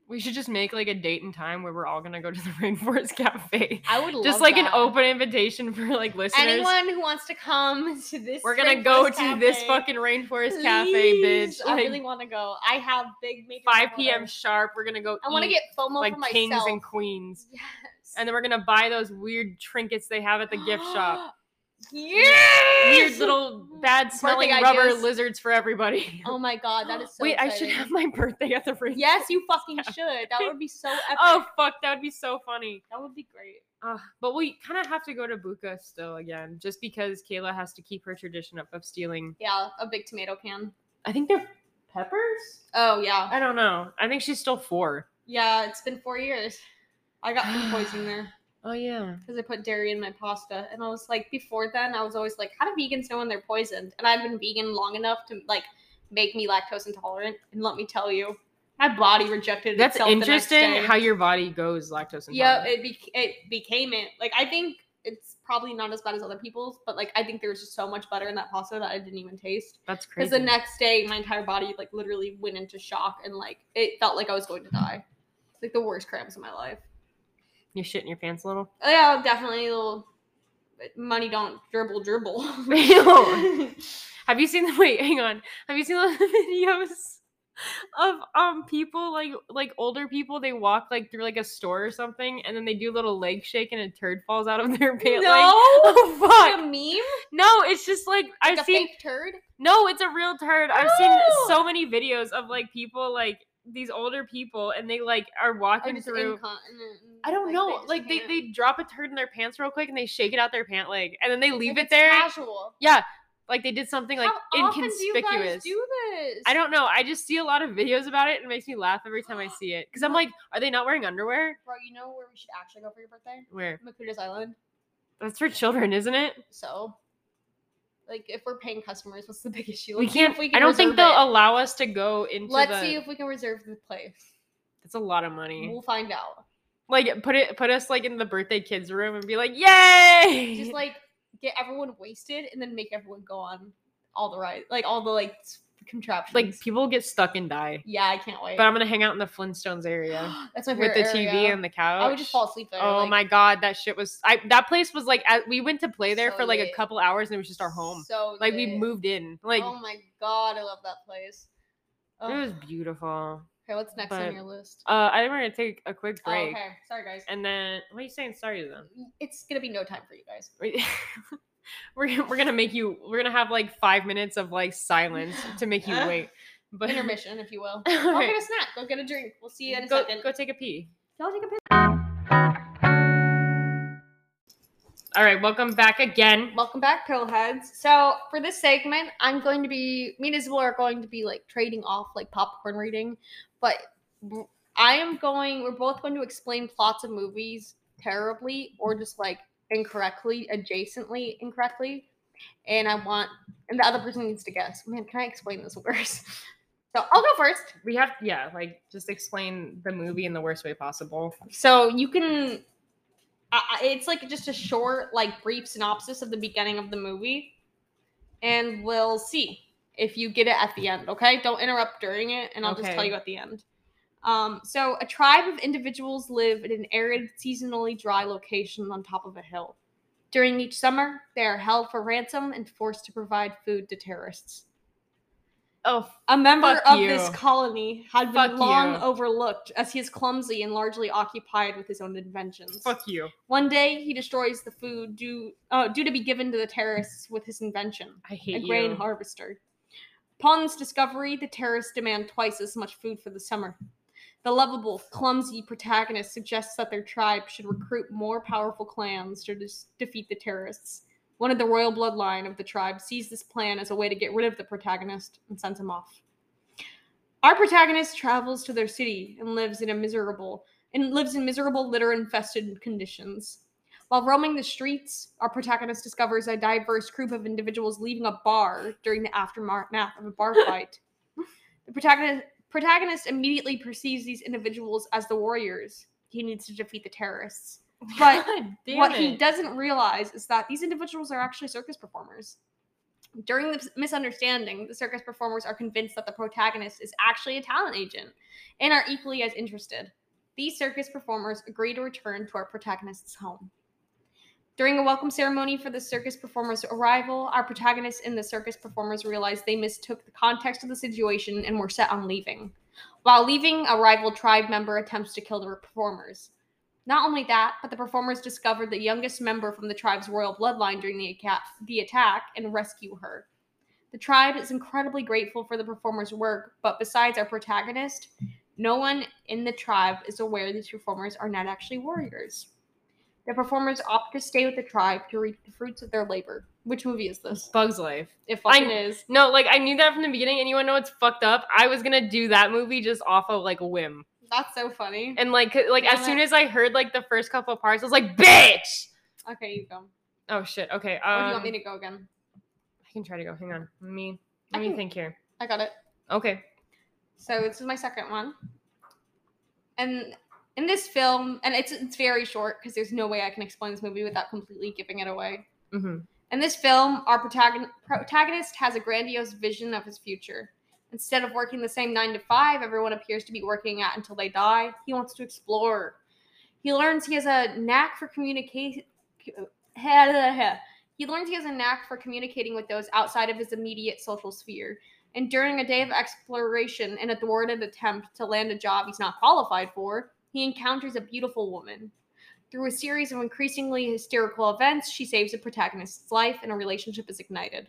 B: we should just make like a date and time where we're all gonna go to the Rainforest Cafe.
C: I would love
B: Just like an
C: that.
B: open invitation for like listeners.
C: Anyone who wants to come to this,
B: we're gonna go to
C: Rainforest
B: this
C: Cafe,
B: fucking Rainforest Cafe, bitch.
C: please. I
B: Like,
C: really want to go. I have big major.
B: 5 p.m.
C: orders.
B: sharp. We're gonna go.
C: I want to
B: eat,
C: get FOMO
B: like
C: for myself.
B: kings and queens,
C: yes.
B: and then we're gonna buy those weird trinkets they have at the gift shop.
C: yes.
B: weird little bad smelling
C: Birthday
B: rubber
C: ideas.
B: lizards for everybody.
C: Oh my god, that is so.
B: Wait, I should
C: exciting.
B: have my birthday at the ring.
C: Yes, you fucking should. That would be so epic.
B: Oh fuck, that would be so funny.
C: that would be great.
B: Uh, but we kind of have to go to Buka still again, just because Kayla has to keep her tradition up of stealing.
C: Yeah, a big tomato can.
B: I think they're peppers.
C: Oh yeah.
B: I don't know. I think she's still four.
C: Yeah, it's been four years. I got food poisoning there
B: Oh yeah.
C: because I put dairy in my pasta, and I was like, before then, I was always like, how do vegans know when they're poisoned? And I've been vegan long enough to like make me lactose intolerant, and let me tell you, my body rejected
B: That's
C: itself.
B: interesting how your body goes lactose intolerant.
C: yeah, it bec- it became it. Like I think it's probably not as bad as other people's, but like I think there was just so much butter in that pasta that I didn't even taste.
B: That's
C: Because
B: crazy.
C: the next day, my entire body like literally went into shock, and like it felt like I was going to die. It's like the worst cramps of my life.
B: You're shitting your pants a little.
C: Yeah, definitely a little but money don't dribble dribble.
B: Ew. Have you seen the wait? Hang on. Have you seen the videos of um people like like older people? They walk like through like a store or something, and then they do a little leg shake, and a turd falls out of their pant leg. Oh
C: Like
B: fuck!
C: a meme?
B: No, it's just like
C: Like a
B: I've seen.
C: fake turd?
B: No, it's a real turd. I've seen
C: Oh!
B: so many videos of like people like these older people, and they like are
C: Or
B: walking
C: just
B: through.
C: incontinent?
B: I don't know.
C: just
B: like they,
C: can't-
B: they drop a turd in their pants real quick and they shake it out their pant leg and then they leave
C: Like,
B: it
C: it's
B: there.
C: Casual.
B: Yeah, like they did something like
C: How often do you guys
B: inconspicuous.
C: do this?
B: I don't know. I just see a lot of videos about it and it makes me laugh every time I see it. Cause I'm like, are they not wearing underwear?
C: Bro, you know where we should actually go for your birthday?
B: Where?
C: Makuta's Island.
B: That's for children, isn't it?
C: So, like, if we're paying customers, what's the big issue?
B: We
C: Let's see
B: can't.
C: if we
B: I don't think
C: reserve
B: they'll
C: it.
B: allow us to go into.
C: Let's
B: the,
C: see if we can reserve the place.
B: That's a lot of money.
C: We'll find out.
B: Like put it, put us like in the birthday kids room and be like, yay!
C: Just like get everyone wasted and then make everyone go on all the right, like all the like s- contraptions.
B: Like people get stuck and die.
C: yeah, I can't wait.
B: But I'm gonna hang out in the Flintstones area
C: that's my
B: with
C: favorite
B: the TV
C: area.
B: and the couch.
C: I would just fall asleep there.
B: Oh
C: like,
B: my god, that shit was. I that place was like at, we went to play there
C: So
B: for like a
C: lit.
B: couple hours and it was just our home.
C: So
B: like we
C: lit.
B: moved in. Like
C: oh my god, I love that place. Oh.
B: it was beautiful.
C: okay, what's next
B: but-
C: on your list?
B: Uh, I think we're gonna take a quick
C: Oh,
B: break
C: okay, sorry guys.
B: and then what are you saying? Sorry then.
C: It's gonna be no time for you guys.
B: We- we're gonna- we're gonna make you. We're gonna have like five minutes of like silence to make you
C: Yeah.
B: wait. But
C: Intermission, if you will. Go
B: Alright.
C: get a snack. Go get a drink. We'll see you in a
B: go,
C: second.
B: go take a pee.
C: Y'all take a piss.
B: All right, welcome back again.
C: Welcome back, Pillheads. So for this segment, I'm going to be me and Isabel are going to be like trading off like popcorn reading, but I am going. We're both going to explain plots of movies terribly or just like incorrectly, adjacently incorrectly, and I want and the other person needs to guess. Man, can I explain this worse? So I'll go first.
B: We have yeah, like just explain the movie in the worst way possible.
C: So you can. I I- it's like just a short, like brief synopsis of the beginning of the movie, and we'll see if you get it at the end. Okay, don't interrupt during it, and I'll just tell
B: Okay.
C: you at the end. Um, so a tribe of individuals live in an arid, seasonally dry location on top of a hill. During each summer, they are held for ransom and forced to provide food to terrorists.
B: Oh
C: A member
B: Fuck
C: of
B: you.
C: this colony had been
B: Fuck
C: long
B: you.
C: overlooked as he is clumsy and largely occupied with his own inventions.
B: fuck you!
C: One day, he destroys the food due, uh, due to be given to the terrorists with his invention,
B: I
C: a
B: hate
C: grain
B: you.
C: harvester. Upon this discovery, the terrorists demand twice as much food for the summer. The lovable, clumsy protagonist suggests that their tribe should recruit more powerful clans to dis- defeat the terrorists. One of the royal bloodline of the tribe sees this plan as a way to get rid of the protagonist and sends him off. Our protagonist travels to their city and lives in a miserable and lives in miserable litter-infested conditions. While roaming the streets, our protagonist discovers a diverse group of individuals leaving a bar during the aftermath of a bar fight. The protagonist, protagonist immediately perceives these individuals as the warriors he needs to defeat the terrorists. But
B: God damn
C: what
B: it.
C: he doesn't realize is that these individuals are actually circus performers. During the mis- misunderstanding, the circus performers are convinced that the protagonist is actually a talent agent and are equally as interested. These circus performers agree to return to our protagonist's home. During a welcome ceremony for the circus performers' arrival, our protagonist and the circus performers realize they mistook the context of the situation and were set on leaving. While leaving, a rival tribe member attempts to kill the performers. Not only that, but the performers discover the youngest member from the tribe's royal bloodline during the, aca- the attack and rescue her. The tribe is incredibly grateful for the performers' work, but besides our protagonist, no one in the tribe is aware these performers are not actually warriors. The performers opt to stay with the tribe to reap the fruits of their labor. Which movie is this?
B: Bugs Life.
C: It fucking
B: I-
C: is.
B: No, like I knew that from the beginning, and you wanna know it's fucked up? I was gonna do that movie just off of like a whim,
C: That's so funny.
B: and like c- like
C: You know
B: as soon
C: what?
B: as I heard like the first couple of parts, I was like, bitch.
C: Okay, you go.
B: Oh shit. Okay. Um,
C: Or do you want me to go again?
B: I can try to go. Hang on. Let me
C: I
B: let me
C: can-
B: think here.
C: I got it.
B: Okay.
C: So this is my second one. And in this film, and it's it's very short because there's no way I can explain this movie without completely giving it away.
B: hmm
C: In this film, our protagon- protagonist has a grandiose vision of his future. Instead of working the same nine to five everyone appears to be working at until they die, he wants to explore. He learns he has a knack for communication. He learns he has a knack for communicating with those outside of his immediate social sphere. And during a day of exploration and a thwarted attempt to land a job he's not qualified for, he encounters a beautiful woman. Through a series of increasingly hysterical events, she saves the protagonist's life and a relationship is ignited.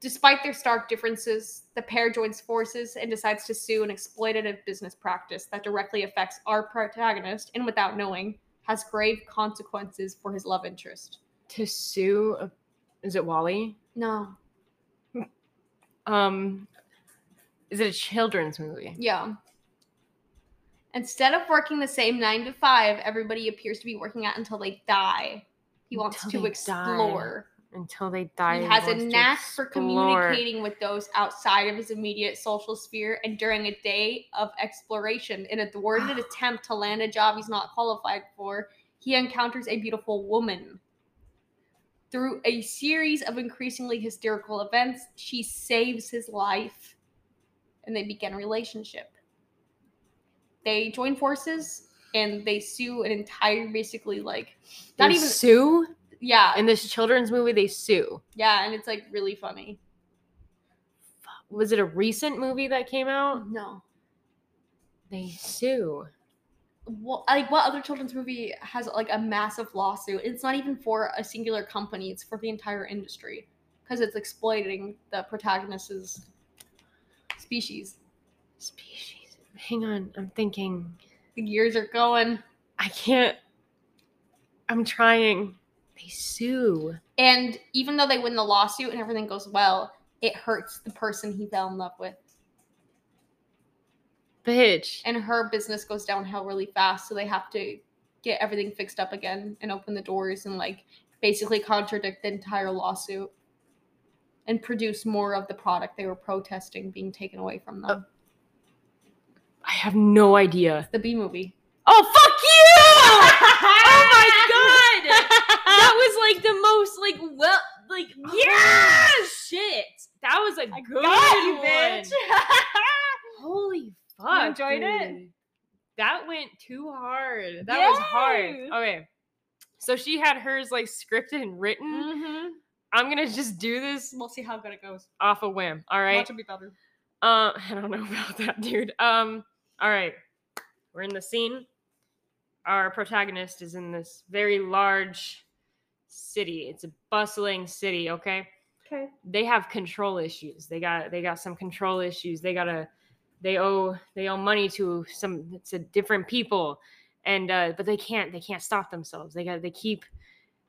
C: Despite their stark differences, the pair joins forces and decides to sue an exploitative business practice that directly affects our protagonist and, without knowing, has grave consequences for his love interest.
B: To sue, a- is it Wally?
C: No.
B: Um, is it a children's movie?
C: Yeah. Instead of working the same nine to five, everybody appears to be working at until they die. He wants
B: Until
C: to
B: they die.
C: explore.
B: Until they die.
C: He has a
B: wants to
C: knack for
B: explore.
C: communicating with those outside of his immediate social sphere, and during a day of exploration in a thwarted attempt to land a job he's not qualified for, he encounters a beautiful woman. Through a series of increasingly hysterical events, she saves his life and they begin a relationship. They join forces and they sue an entire, basically, like, not
B: They
C: even,
B: sue
C: yeah,
B: in this children's movie. They sue.
C: yeah, and it's like really funny.
B: Was it a recent movie that came out?
C: No.
B: They sue.
C: What, like what other children's movie has like a massive lawsuit? It's not even for a singular company; it's for the entire industry because it's exploiting the protagonist's species.
B: Species. Hang on, I'm thinking.
C: The years are going,
B: I can't. I'm trying. They sue.
C: and even though they win the lawsuit and everything goes well, it hurts the person he fell in love with,
B: Bitch.
C: and her business goes downhill really fast. So they have to get everything fixed up again and open the doors and like basically contradict the entire lawsuit. And produce more of the product they were protesting being taken away from
B: Oh.
C: them.
B: I have no idea.
C: The B movie.
B: Oh, fuck you! oh my god! That was like the most, like, well, like, yes! Shit. That was a good one. Holy fuck.
C: enjoyed it?
B: dude. That went too hard. That was hard.
C: Yes.
B: Okay. So she had hers like scripted and written.
C: mm-hmm.
B: I'm gonna just do this
C: We'll see how good it goes.
B: off a whim. All
C: Right.
B: right.
C: will be better.
B: Um, I don't know about that, dude. Um, all right, we're in the scene. Our protagonist is in this very large city. It's a bustling city. Okay,
C: Okay.
B: they have control issues. They got they got some control issues. They gotta they owe they owe money to some to different people, and uh, but they can't they can't stop themselves. They got they keep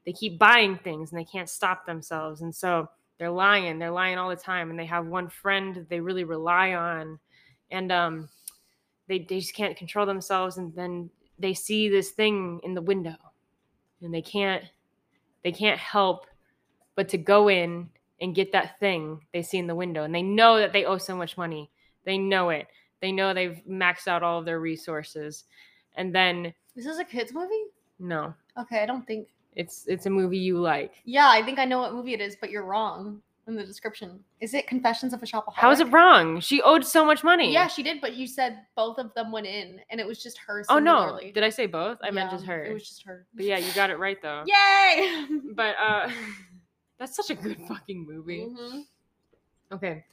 B: they keep buying things and they can't stop themselves, and so they're lying they're lying all the time and they have one friend that they really rely on and um they, they just can't control themselves and then they see this thing in the window and they can't they can't help but to go in and get that thing they see in the window and they know that they owe so much money they know it they know they've maxed out all of their resources and then
C: This is a kids movie?
B: no
C: Okay, I don't think.
B: it's it's a movie you like
C: Yeah, I think I know what movie it is, but you're wrong in the description. Is it Confessions of a Shopaholic?
B: how is it wrong she owed so much money
C: Yeah, she did, but you said both of them went in, and it was just her.
B: oh no
C: singularly.
B: did i say both i meant
C: Yeah,
B: just her
C: It was just her.
B: But yeah, you got it right though.
C: Yay!
B: But uh that's such a good fucking movie.
C: Mhm.
B: Okay.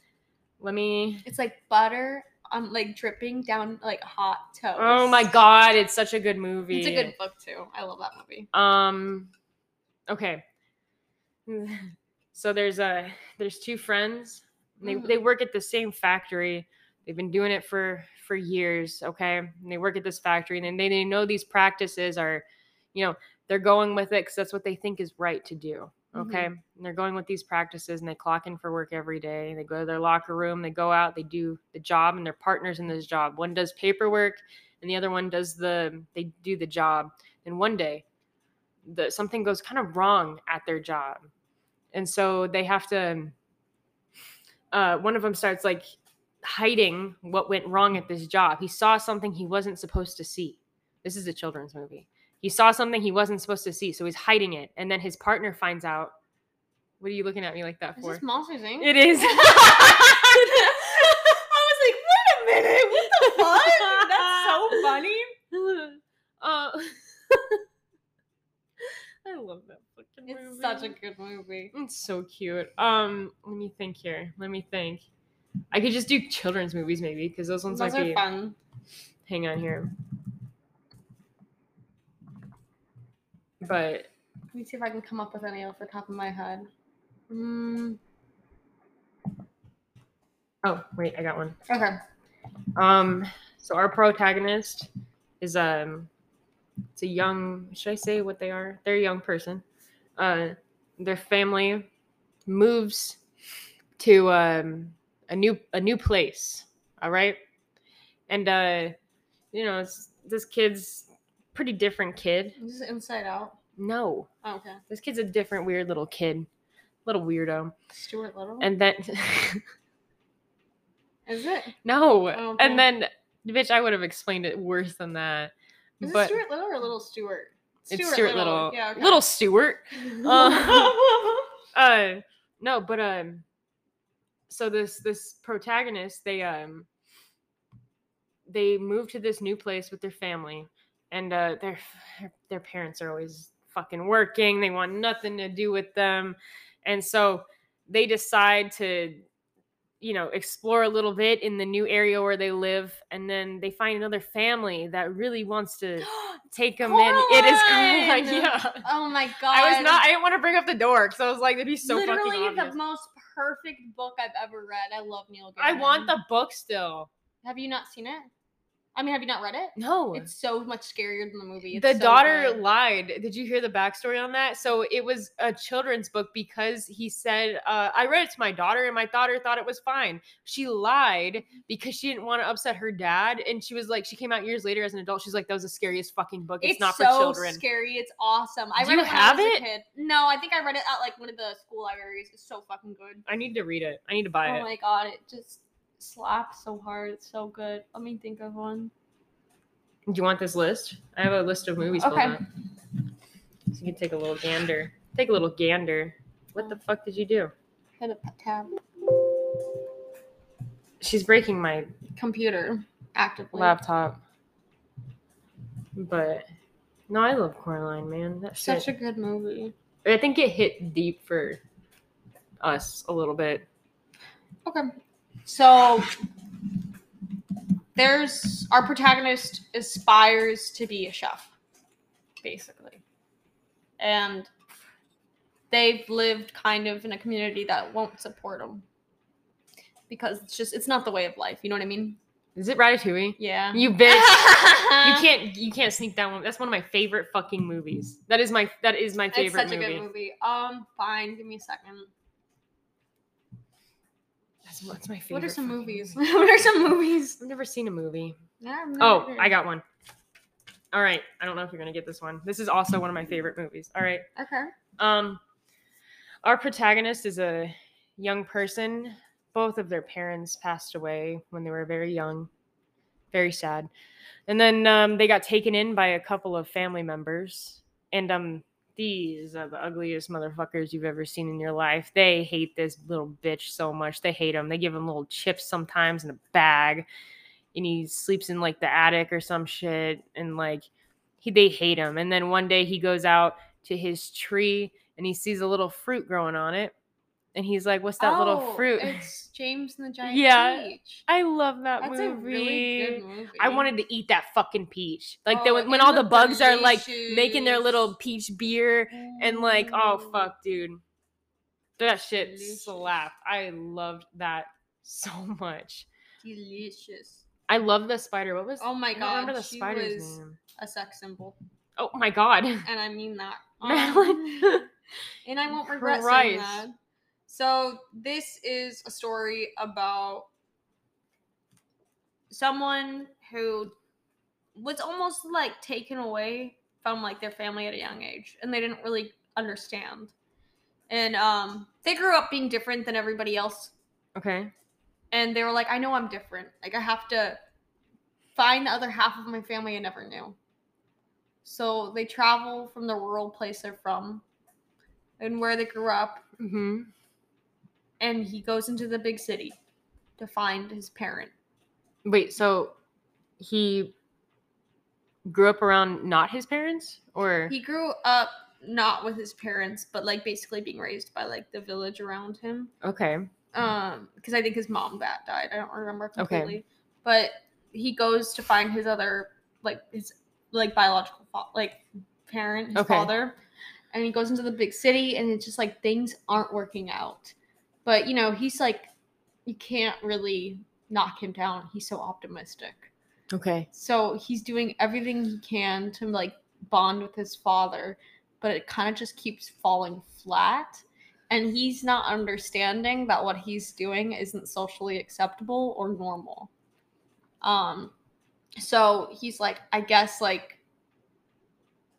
B: Let me
C: It's like butter on like dripping down like hot toast.
B: Oh my god, it's such a good movie.
C: It's a good book too. I love that movie.
B: Um okay. So there's uh there's two friends. They they work at the same factory. They've been doing it for for years, okay? And they work at this factory and they, they know these practices are, you know, they're going with it cuz that's what they think is right to do. Okay? And they're going with these practices and they clock in for work every day. They go to their locker room, they go out, they do the job and they're partners in this job. One does paperwork and the other one does the they do the job. And one day the something goes kind of wrong at their job and so they have to uh, one of them starts like hiding what went wrong at this job he saw something he wasn't supposed to see this is a children's movie he saw something he wasn't supposed to see so he's hiding it and then his partner finds out what are you looking at me like that
C: Is
B: for
C: this Monsters Inc?
B: it is
C: I was like, wait a minute, what the fuck? That's so funny.
B: uh, i love that fucking movie.
C: It's such a good movie.
B: It's so cute. Um, let me think here. Let me think. I could just do children's movies maybe because those ones
C: Those
B: might be.
C: are fun.
B: Hang on here. But
C: Let me see if I can come up with any off the top of my head.
B: mm, oh wait, I got one.
C: Okay.
B: Um, so our protagonist is um, it's a young. Should I say what they are? They're a young person. Uh, their family moves to um a new a new place. All right, and uh, you know it's, this kid's pretty different kid.
C: This is Inside Out.
B: No,
C: Oh, okay.
B: this kid's a different weird little kid, little weirdo.
C: Stuart Little.
B: And then
C: is it?
B: no,
C: Okay.
B: and then bitch, I would have explained it worse than that.
C: Is
B: but
C: it Stuart Little or Little Stuart?
B: it's Stuart Little.
C: Yeah, okay.
B: Little Stuart. Uh, uh no but um so this this protagonist they um they move to this new place with their family and uh their their parents are always fucking working they want nothing to do with them and so they decide to you know explore a little bit in the new area where they live and then they find another family that really wants to take them in it is kind of
C: Coraline!
B: yeah
C: oh my god!
B: I was not. I didn't want to bring up the door because I was like, it'd be so fucking
C: literally
B: obvious.
C: the most perfect book I've ever read. I love Neil
B: I
C: Gaiman.
B: want the book still.
C: Have you not seen it? I mean, have you not read it?
B: No,
C: It's so much scarier than the movie. It's
B: the
C: so
B: daughter
C: good.
B: lied. Did you hear the backstory on that? So it was a children's book because he said, uh, "I read it to my daughter, and my daughter thought it was fine." She lied because she didn't want to upset her dad, and she was like, she came out years later as an adult. She's like, "That was the scariest fucking book. It's, not
C: so
B: for children."
C: scary. It's awesome. I
B: Do
C: read
B: you
C: it when
B: have
C: I was
B: it?
C: A kid. No, I think I read it at like one of the school libraries. It's so fucking good.
B: I need to read it. I need to buy
C: Oh
B: it.
C: my god, it just slaps so hard. It's so good. Let me think of one.
B: Do you want this list? I have a list of movies.
C: Okay.
B: Pulled up. So you can take a little gander. Take a little gander. What the fuck did you do?
C: Hit a tab.
B: She's breaking my
C: Computer actively.
B: laptop. But no, I love Coraline, man. That
C: Such
B: shit.
C: a good movie.
B: I think it hit deep for us a little bit.
C: Okay. So there's our protagonist aspires to be a chef, basically. And they've lived kind of in a community that won't support them. Because it's just it's not the way of life, you know what I mean?
B: Is it Ratatouille?
C: Yeah.
B: You bitch. You can't you can't sneak that one. That's one of my favorite fucking movies. That is my that is my
C: It's
B: favorite
C: such
B: movie.
C: a good movie. Um, fine, give me a second.
B: That's, that's my favorite.
C: What are some
B: fucking
C: movies?
B: movie.
C: what are some movies?
B: I've never seen a movie.
C: Yeah, I've
B: Oh,
C: never-
B: I got one. All right. I don't know if you're gonna get this one. This is also one of my favorite movies. All right.
C: Okay.
B: Um, our protagonist is a young person. Both of their parents passed away when they were very young. Very sad. And then um, they got taken in by a couple of family members. And um, these are the ugliest motherfuckers you've ever seen in your life. They hate this little bitch so much. They hate him. They give him little chips sometimes in a bag. And he sleeps in like the attic or some shit. And like, he, they hate him. And then one day he goes out to his tree and he sees a little fruit growing on it. And he's like, What's that little
C: Oh,
B: fruit?
C: It's James and the Giant
B: Yeah.
C: Peach.
B: I love that
C: That's
B: movie.
C: a really good movie.
B: I wanted to eat that fucking peach. Like the,
C: Oh,
B: when when
C: and
B: all
C: the
B: the bugs are like making their
C: delicious.
B: little peach beer and like, oh fuck, dude. That shit
C: Delicious.
B: slapped. I loved that so much.
C: Delicious.
B: I love the spider. What was
C: Oh my
B: I don't remember
C: God,
B: the
C: she
B: spider's
C: was-
B: name.
C: A sex symbol,
B: Oh my god.
C: and I mean that. Um,
B: Madeline.
C: and I won't regret
B: Christ.
C: saying that. So this is a story about someone who was almost like taken away from like their family at a young age, and they didn't really understand. And um, they grew up being different than everybody else
B: okay.
C: and they were like, I know I'm different. Like I have to find the other half of my family I never knew. So they travel from the rural place they're from and where they grew up,
B: Mm-hmm.
C: and he goes into the big city to find his parent.
B: Wait, so he grew up around not his parents? Or
C: He grew up not with his parents, but like basically being raised by like the village around him.
B: Okay.
C: um because i think his mom that died i don't remember
B: Hmm. Okay.
C: completely but he goes to find his other like his like biological fa- like parent his
B: Okay.
C: father and he goes into the big city and it's just like things aren't working out but you know he's like you can't really knock him down he's so optimistic
B: Okay.
C: so he's doing everything he can to like bond with his father, but it kind of just keeps falling flat. And he's not understanding that what he's doing isn't socially acceptable or normal. Um, so he's like, I guess like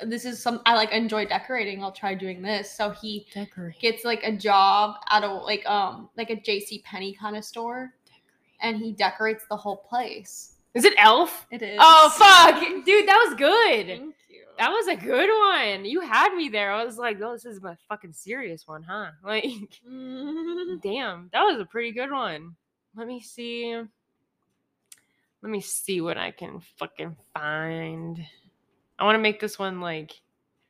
C: this is some I like enjoy decorating. I'll try doing this. So he
B: Decorate.
C: gets like a job at a like um like a JC Penney kind of store, and he decorates the whole place.
B: Is it Elf?
C: It is.
B: Oh fuck, dude, that was good.
C: Thank you.
B: That was a good one. You had me there. I was like, oh, this is a fucking serious one, huh? Like,
C: Mm-hmm.
B: damn, that was a pretty good one. Let me see. Let me see what I can fucking find. I want to make this one like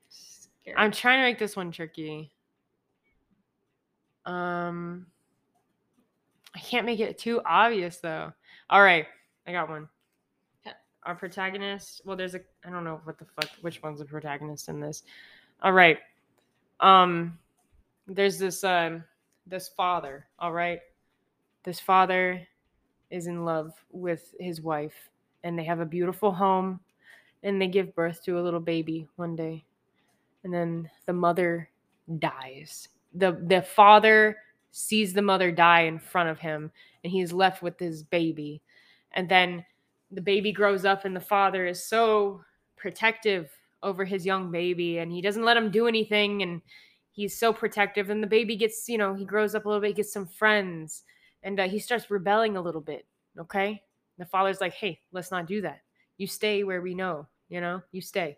C: Scary.
B: I'm trying to make this one tricky. Um, I can't make it too obvious though. All right, I got one.
C: Okay.
B: Our protagonist. Well, there's a. I don't know what the fuck. Which one's the protagonist in this? All right. Um, there's this um this father. All right, this father is in love with his wife, and they have a beautiful home, and they give birth to a little baby one day and then the mother dies. The the father sees the mother die in front of him and he's left with his baby. And then the baby grows up and the father is so protective over his young baby and he doesn't let him do anything and he's so protective and the baby gets, you know, he grows up a little bit, gets some friends and uh, he starts rebelling a little bit, okay? The father's like, "Hey, let's not do that. You stay where we know, you know? You stay."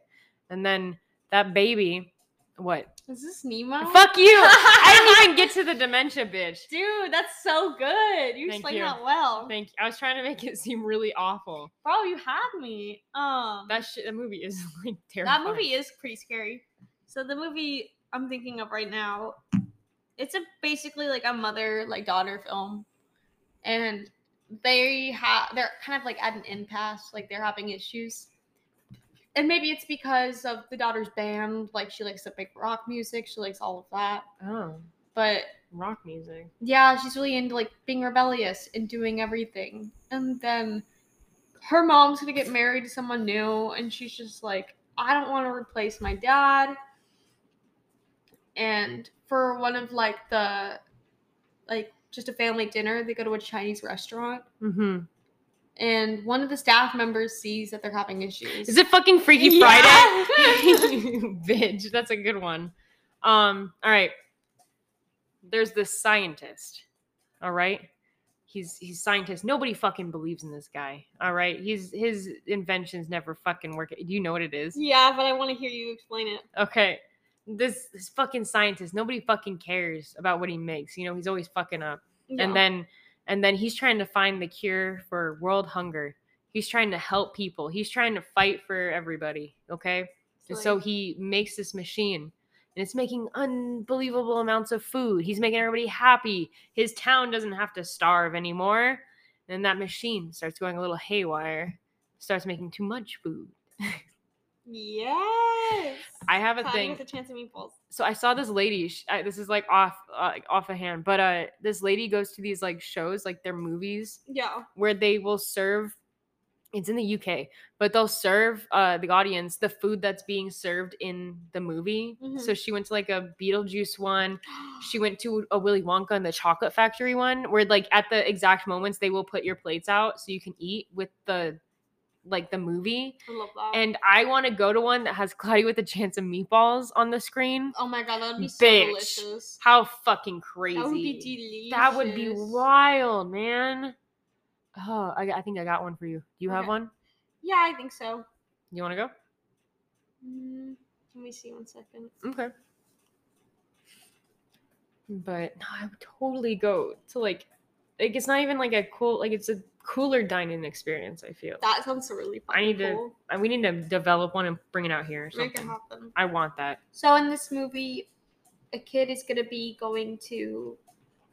B: And then that baby what
C: Is this Nemo?
B: fuck you i didn't even get to the dementia bitch
C: Dude, that's so good. You
B: Thank
C: explained
B: you.
C: that well.
B: thank you i was trying to make it seem really awful
C: Bro, you had me. Um,
B: that shit that movie is like terrible
C: that movie is pretty scary. So the movie I'm thinking of right now, it's a basically like a mother like daughter film, and they have they're kind of like at an impasse, like they're having issues. And maybe it's because of the daughter's band, like she likes to make rock music, she likes all of that.
B: oh
C: But
B: rock music
C: yeah, she's really into like being rebellious and doing everything. And then her mom's gonna get married to someone new, and she's just like, I don't want to replace my dad. And for one of like the like just a family dinner, they go to a Chinese restaurant,
B: mm-hmm
C: and one of the staff members sees that they're having issues.
B: is it fucking freaky
C: Yeah.
B: friday You bitch that's a good one um all right there's this scientist all right he's he's scientist nobody fucking believes in this guy all right he's his inventions never fucking work do you know what it is
C: Yeah, but I want to hear you explain it.
B: Okay. This this fucking scientist, nobody fucking cares about what he makes. You know, he's always fucking up. And then and then he's trying to find the cure for world hunger. He's trying to help people. He's trying to fight for everybody, okay? And so he makes this machine and it's making unbelievable amounts of food. He's making everybody happy. His town doesn't have to starve anymore. And that machine starts going a little haywire, starts making too much food.
C: yes,
B: I have a
C: Patty
B: thing.
C: with a chance of meatballs.
B: so I saw this lady. sh I, this is like off uh, like, off a hand, but uh, this lady goes to these like shows, like their movies,
C: Yeah.
B: where they will serve. It's in the UK, but they'll serve uh, the audience the food that's being served in the movie.
C: Mm-hmm.
B: So she went to like a Beetlejuice one. She went to a Willy Wonka and the Chocolate Factory one, where like at the exact moments they will put your plates out so you can eat with the like the movie.
C: I love that.
B: And I want to go to one that has Cloudy with a Chance of Meatballs on the screen.
C: oh my god, that would be so
B: Bitch.
C: delicious.
B: How fucking crazy.
C: That would be delicious.
B: That would be wild, man. Oh, I, I think I got one for you. Do you have
C: Okay.
B: one?
C: Yeah, I think so.
B: You want to
C: Mm, let me see one second.
B: go? Okay. But no, I would totally go to like, like it's not even like a cool, like it's a cooler dining experience. I feel.
C: That sounds really fun.
B: I need to- And we need to develop one and bring it out here. Or
C: make it
B: something.
C: happen.
B: I want that.
C: So in this movie, a kid is gonna be going to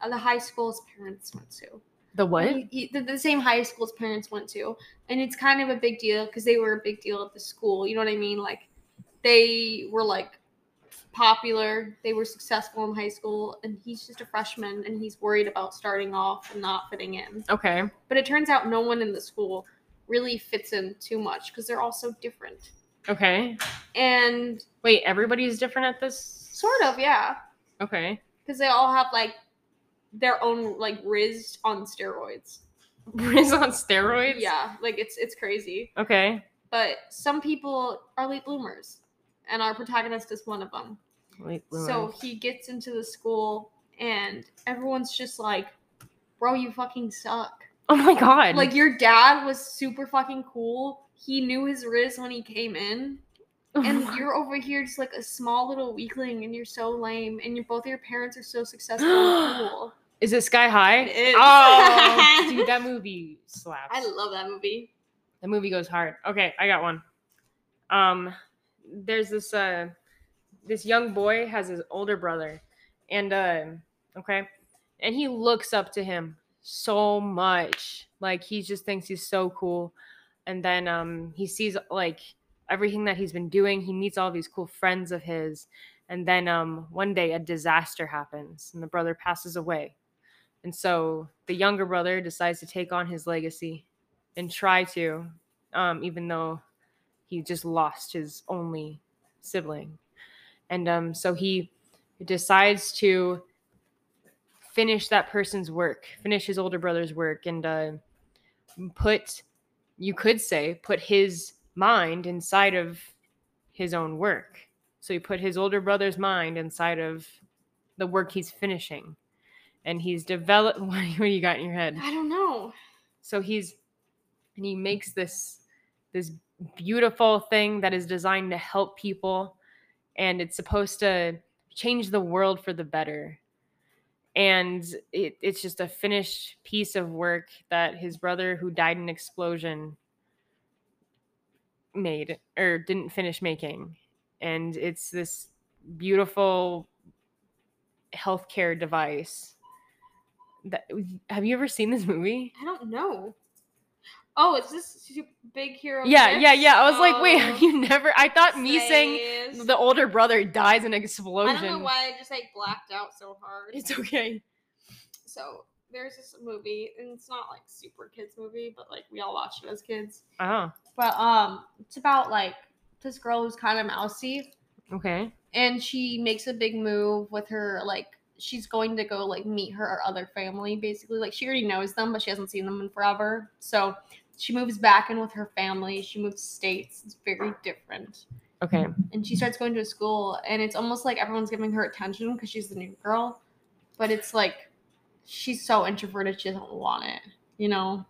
C: uh, the high school's parents went to.
B: The what?
C: He- he- the, the same high school's parents went to, and it's kind of a big deal because they were a big deal at the school. You know what I mean? Like they were like popular, they were successful in high school, and he's just a freshman, and he's worried about starting off and not fitting in.
B: Okay.
C: But it turns out no one in the school really fits in too much because they're all so different.
B: Okay.
C: And
B: Wait, everybody's different at this.
C: sort of, yeah,
B: Okay.
C: because they all have like their own like riz on steroids.
B: Riz on steroids.
C: Yeah, like it's it's crazy.
B: Okay.
C: but some people are late bloomers and our protagonist is one of them
B: Wait,
C: so he gets into the school and everyone's just like bro you fucking suck
B: Oh my god.
C: like your dad was super fucking cool he knew his riz when he came in and you're over here just like a small little weakling and you're so lame and you both of your parents are so successful and cool.
B: Is it Sky High?
C: It is.
B: Oh, dude, that movie slaps.
C: I love that movie.
B: the movie goes hard. Okay, I got one. Um, there's this uh, this young boy has his older brother, and uh, okay, and he looks up to him so much. Like he just thinks he's so cool, and then um, he sees like everything that he's been doing. He meets all these cool friends of his, and then um, one day a disaster happens, and the brother passes away. And so the younger brother decides to take on his legacy and try to, um, even though he just lost his only sibling. And um, so he decides to finish that person's work, finish his older brother's work, and uh, put, you could say, put his mind inside of his own work. So he put his older brother's mind inside of the work he's finishing. And he's developed. What do you got in your head?
C: I don't know.
B: so he's and he makes this this beautiful thing that is designed to help people and it's supposed to change the world for the better and it, it's just a finished piece of work that his brother who died in an explosion made or didn't finish making and it's this beautiful healthcare device that have you ever seen this movie
C: I don't know. Oh, is this Su- Big Hero?
B: Yeah, yeah,
C: Six?
B: yeah. I was like, wait,
C: Oh,
B: have you never? I thought me saying
C: says-
B: the older brother dies in
C: I
B: explosion.
C: don't know why I just like blacked out so hard.
B: It's okay.
C: so there's this movie, and it's not like super kids movie, but like we all watched it as kids.
B: Oh,
C: But um, it's about like this girl who's kind of mousy,
B: okay.
C: and she makes a big move with her like she's going to go like meet her other family basically like she already knows them but she hasn't seen them in forever so she moves back in with her family she moves states it's very different
B: Okay.
C: and she starts going to a school and it's almost like everyone's giving her attention because she's the new girl but it's like she's so introverted she doesn't want it you know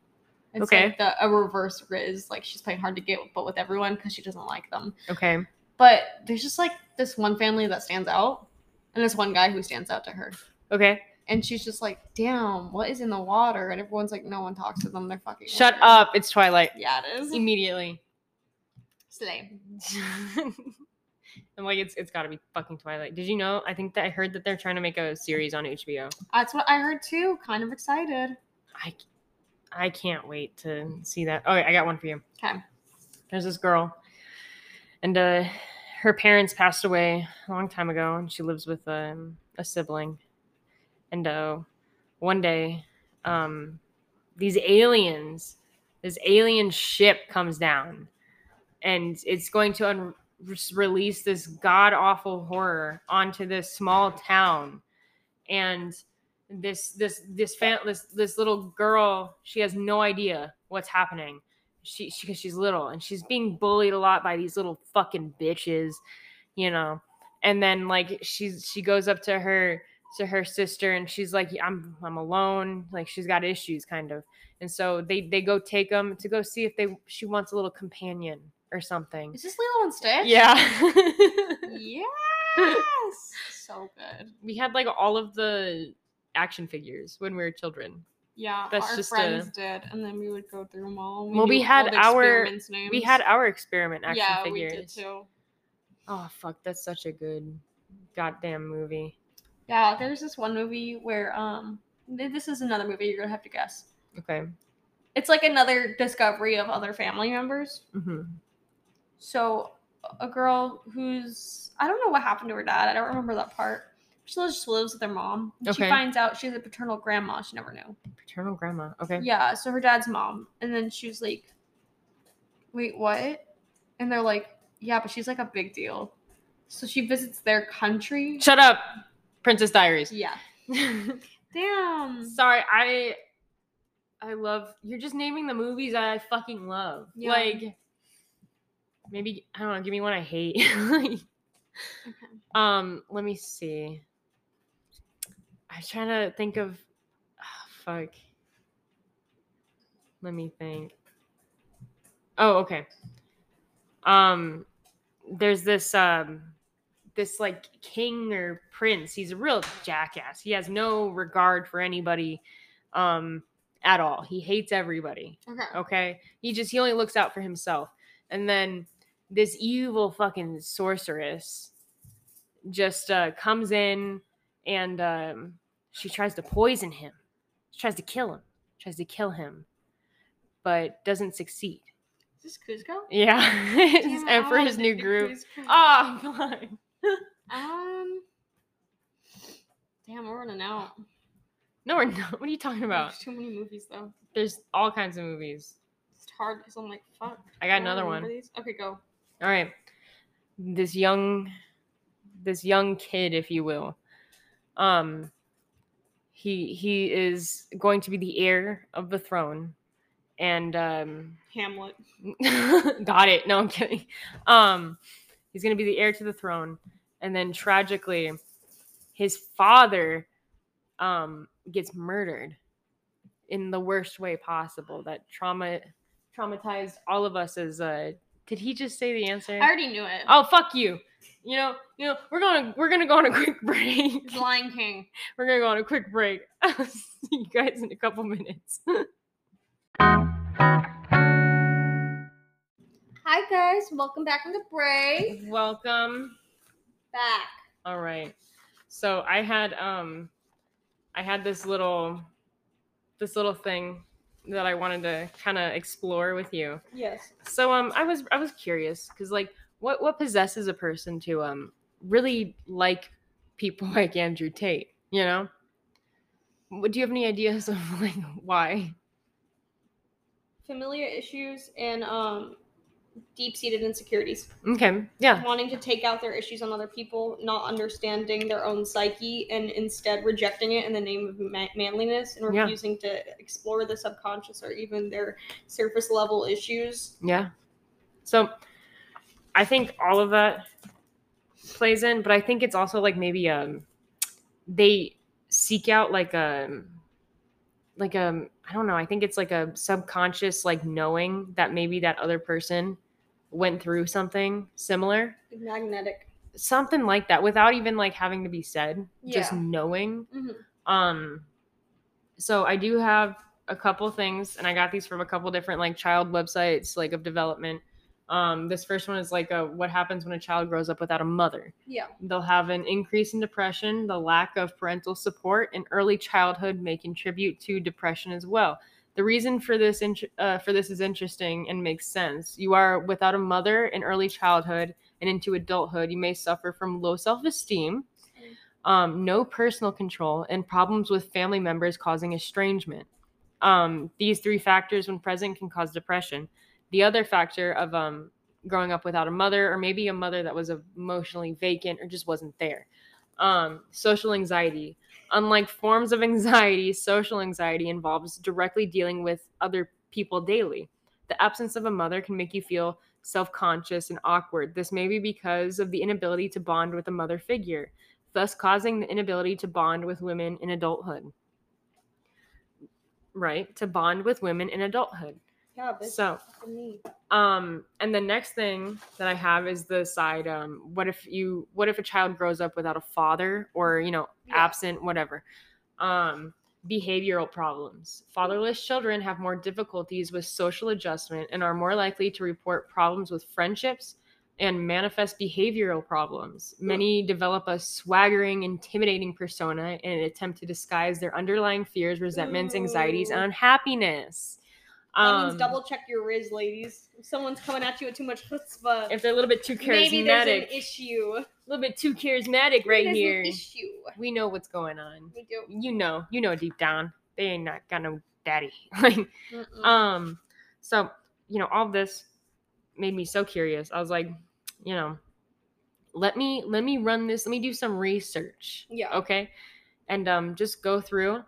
C: it's
B: Okay.
C: like the, a reverse riz like she's playing hard to get but with everyone because she doesn't like them
B: Okay.
C: but there's just like this one family that stands out, and this one guy who stands out to her.
B: Okay.
C: And she's just like, damn, what is in the water? And everyone's like, no one talks to them. They're fucking.
B: Shut
C: weird."
B: up. It's Twilight.
C: Yeah, it is.
B: Immediately.
C: Slay.
B: I'm like, it's it's gotta be fucking Twilight. Did you know? I think that I heard that they're trying to make a series on HBO.
C: That's what I heard too. Kind of excited.
B: I I can't wait to see that. Okay, I got one for you.
C: 'Kay.
B: There's this girl, and uh, her parents passed away a long time ago, and she lives with um, a sibling. And uh, one day, um, these aliens, this alien ship comes down, and it's going to un- release this god awful horror onto this small town, and this this this fan this this little girl she has no idea what's happening she because she's little and she's being bullied a lot by these little fucking bitches you know and then like she's she goes up to her to her sister and she's like i'm i'm alone like she's got issues kind of and so they they go take them to go see if they she wants a little companion or something
C: Is this Lilo and Stitch?
B: yeah
C: Yes. so good.
B: we had like all of the action figures when we were children
C: Yeah.
B: That's
C: our
B: just a-
C: friends did, and then we would go through them all.
B: Well, we
C: knew all
B: had
C: the
B: our-
C: experiments'
B: We
C: names.
B: had our experiment action
C: yeah,
B: figures.
C: we did too.
B: Oh fuck, that's such a good goddamn movie.
C: Yeah, there's this one movie where um, th- this is another movie you're gonna have to guess.
B: Okay.
C: it's like another discovery of other family members.
B: hmm
C: So a girl who's I don't know what happened to her dad. I don't remember that part. She lives- just lives with her mom. and She
B: Okay.
C: finds out she's a paternal grandma. She never knew.
B: Paternal grandma. Okay.
C: Yeah. So her dad's mom, and then she was like, "Wait, what?" And they're like, "Yeah, but she's like a big deal." So she visits their country.
B: Shut up, Princess Diaries.
C: Yeah. Damn.
B: Sorry, I I love you're just naming the movies I fucking love.
C: Yeah.
B: Like maybe I don't know, give me one I hate. Like, Um, let me see. I was trying to think of oh, fuck. Let me think. Oh, okay. Um there's this um this like king or prince. He's a real jackass. He has no regard for anybody um at all. He hates everybody.
C: Okay.
B: Okay. He just he only looks out for himself. And then this evil fucking sorceress just uh comes in and um she tries to poison him. She tries to kill him. Tries to kill him. But doesn't succeed.
C: Is this Cusco?
B: Yeah.
C: Damn
B: It's
C: it, I wanted
B: Emperor's
C: to
B: New
C: do
B: Group.
C: Cusco.
B: Ah, fine.
C: Um. Damn, we're running out.
B: No, we're not. What are you talking about?
C: There's too many movies though.
B: There's all kinds of movies.
C: It's hard because I'm like, fuck.
B: I got
C: don't
B: another
C: remember
B: one.
C: these. Okay, go.
B: All right. This young this young kid, if you will. Um he he is going to be the heir of the throne. And um
C: Hamlet.
B: got it. No, I'm kidding. Um he's going to be the heir to the throne and then tragically his father um gets murdered in the worst way possible that trauma traumatized all of us as uh did he just say the answer?
C: I already knew it.
B: Oh fuck you. You know, you know, we're gonna we're gonna go on a quick break.
C: It's Lion King.
B: We're gonna go on a quick break. See you guys in a couple minutes.
C: Hi guys, welcome back from the break.
B: Welcome.
C: Back.
B: All right. So I had um I had this little this little thing that I wanted to kind of explore with you.
C: Yes.
B: So um I was I was curious cuz like what what possesses a person to um really like people like Andrew Tate, you know? What- Do you have any ideas of like why?
C: Familiar issues and um, deep-seated insecurities.
B: Okay. Yeah.
C: wanting to take out their issues on other people, not understanding their own psyche, and instead rejecting it in the name of ma- manliness and
B: Yeah.
C: refusing to explore the subconscious or even their surface level issues.
B: Yeah. So I think all of that plays in, but I think it's also like maybe um they seek out like um like um I don't know, I think it's like a subconscious like knowing that maybe that other person went through something similar,
C: Magnetic.
B: something like that without even like having to be said, just
C: Yeah.
B: knowing.
C: hmm
B: Um, so I do have a couple things, and I got these from a couple different like child websites, like of development. Um, this first one is like a, what happens when a child grows up without a mother.
C: Yeah.
B: They'll have an increase in depression, the lack of parental support, and early childhood may contribute to depression as well. The reason for this int- uh, for this is interesting and makes sense. You are without a mother in early childhood and into adulthood. You may suffer from low self esteem, um, no personal control, and problems with family members causing estrangement. Um, these three factors, when present, can cause depression. The other factor of um, growing up without a mother, or maybe a mother that was emotionally vacant or just wasn't there. Um, social anxiety. Unlike forms of anxiety, social anxiety involves directly dealing with other people daily. The absence of a mother can make you feel self conscious and awkward. This may be because of the inability to bond with a mother figure thus causing the inability to bond with women in adulthood. Right? To bond with women in adulthood.
C: Yeah, but
B: So,
C: fucking me.
B: um, and the next thing that I have is the side, um, what if you, what if a child grows up without a father or, you know,
C: Yeah.
B: absent, whatever. Um, behavioral problems. Fatherless children have more difficulties with social adjustment and are more likely to report problems with friendships and manifest behavioral problems. Many develop a swaggering, intimidating persona in an attempt to disguise their underlying fears, resentments, anxieties, and
C: Ooh.
B: unhappiness. Um,
C: That means double check your riz, ladies. If someone's coming at you with too much chutzpah,
B: if they're a little bit too
C: maybe there's an
B: charismatic, a
C: issue.
B: little bit too charismatic right
C: there's
B: here,
C: an issue.
B: we know what's going on.
C: We do.
B: You know, you know deep down, they ain't not got no daddy. Like,
C: Mm-mm.
B: um, so you know, all this made me so curious. I was like, you know, let me let me run this. Let me do some research,
C: yeah.
B: okay? And um, just go through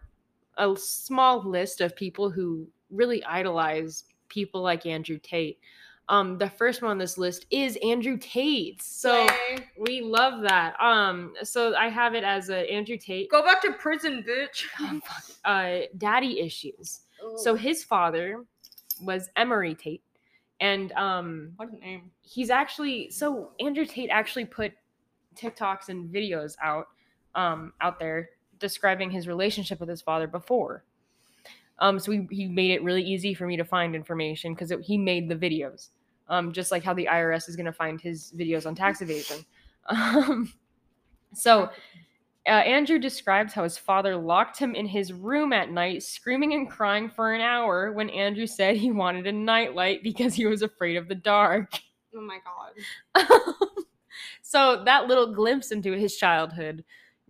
B: a small list of people who really idolize people like Andrew Tate. Um, the first one on this list is Andrew Tate. So.
C: Slay.
B: We love that. Um, so I have it as a Andrew Tate,
C: go back to prison, bitch. Oh.
B: uh, daddy issues. So his father was Emery Tate, and um,
C: What a name.
B: he's actually so Andrew Tate actually put TikToks and videos out um, out there describing his relationship with his father before. Um, so he, he made it really easy for me to find information because he made the videos, um, just like how the IRS is going to find his videos on tax evasion. Um, so uh, Andrew describes how his father locked him in his room at night, screaming and crying for an hour when Andrew said he wanted a nightlight because he was afraid of the dark.
C: Oh my god.
B: so that little glimpse into his childhood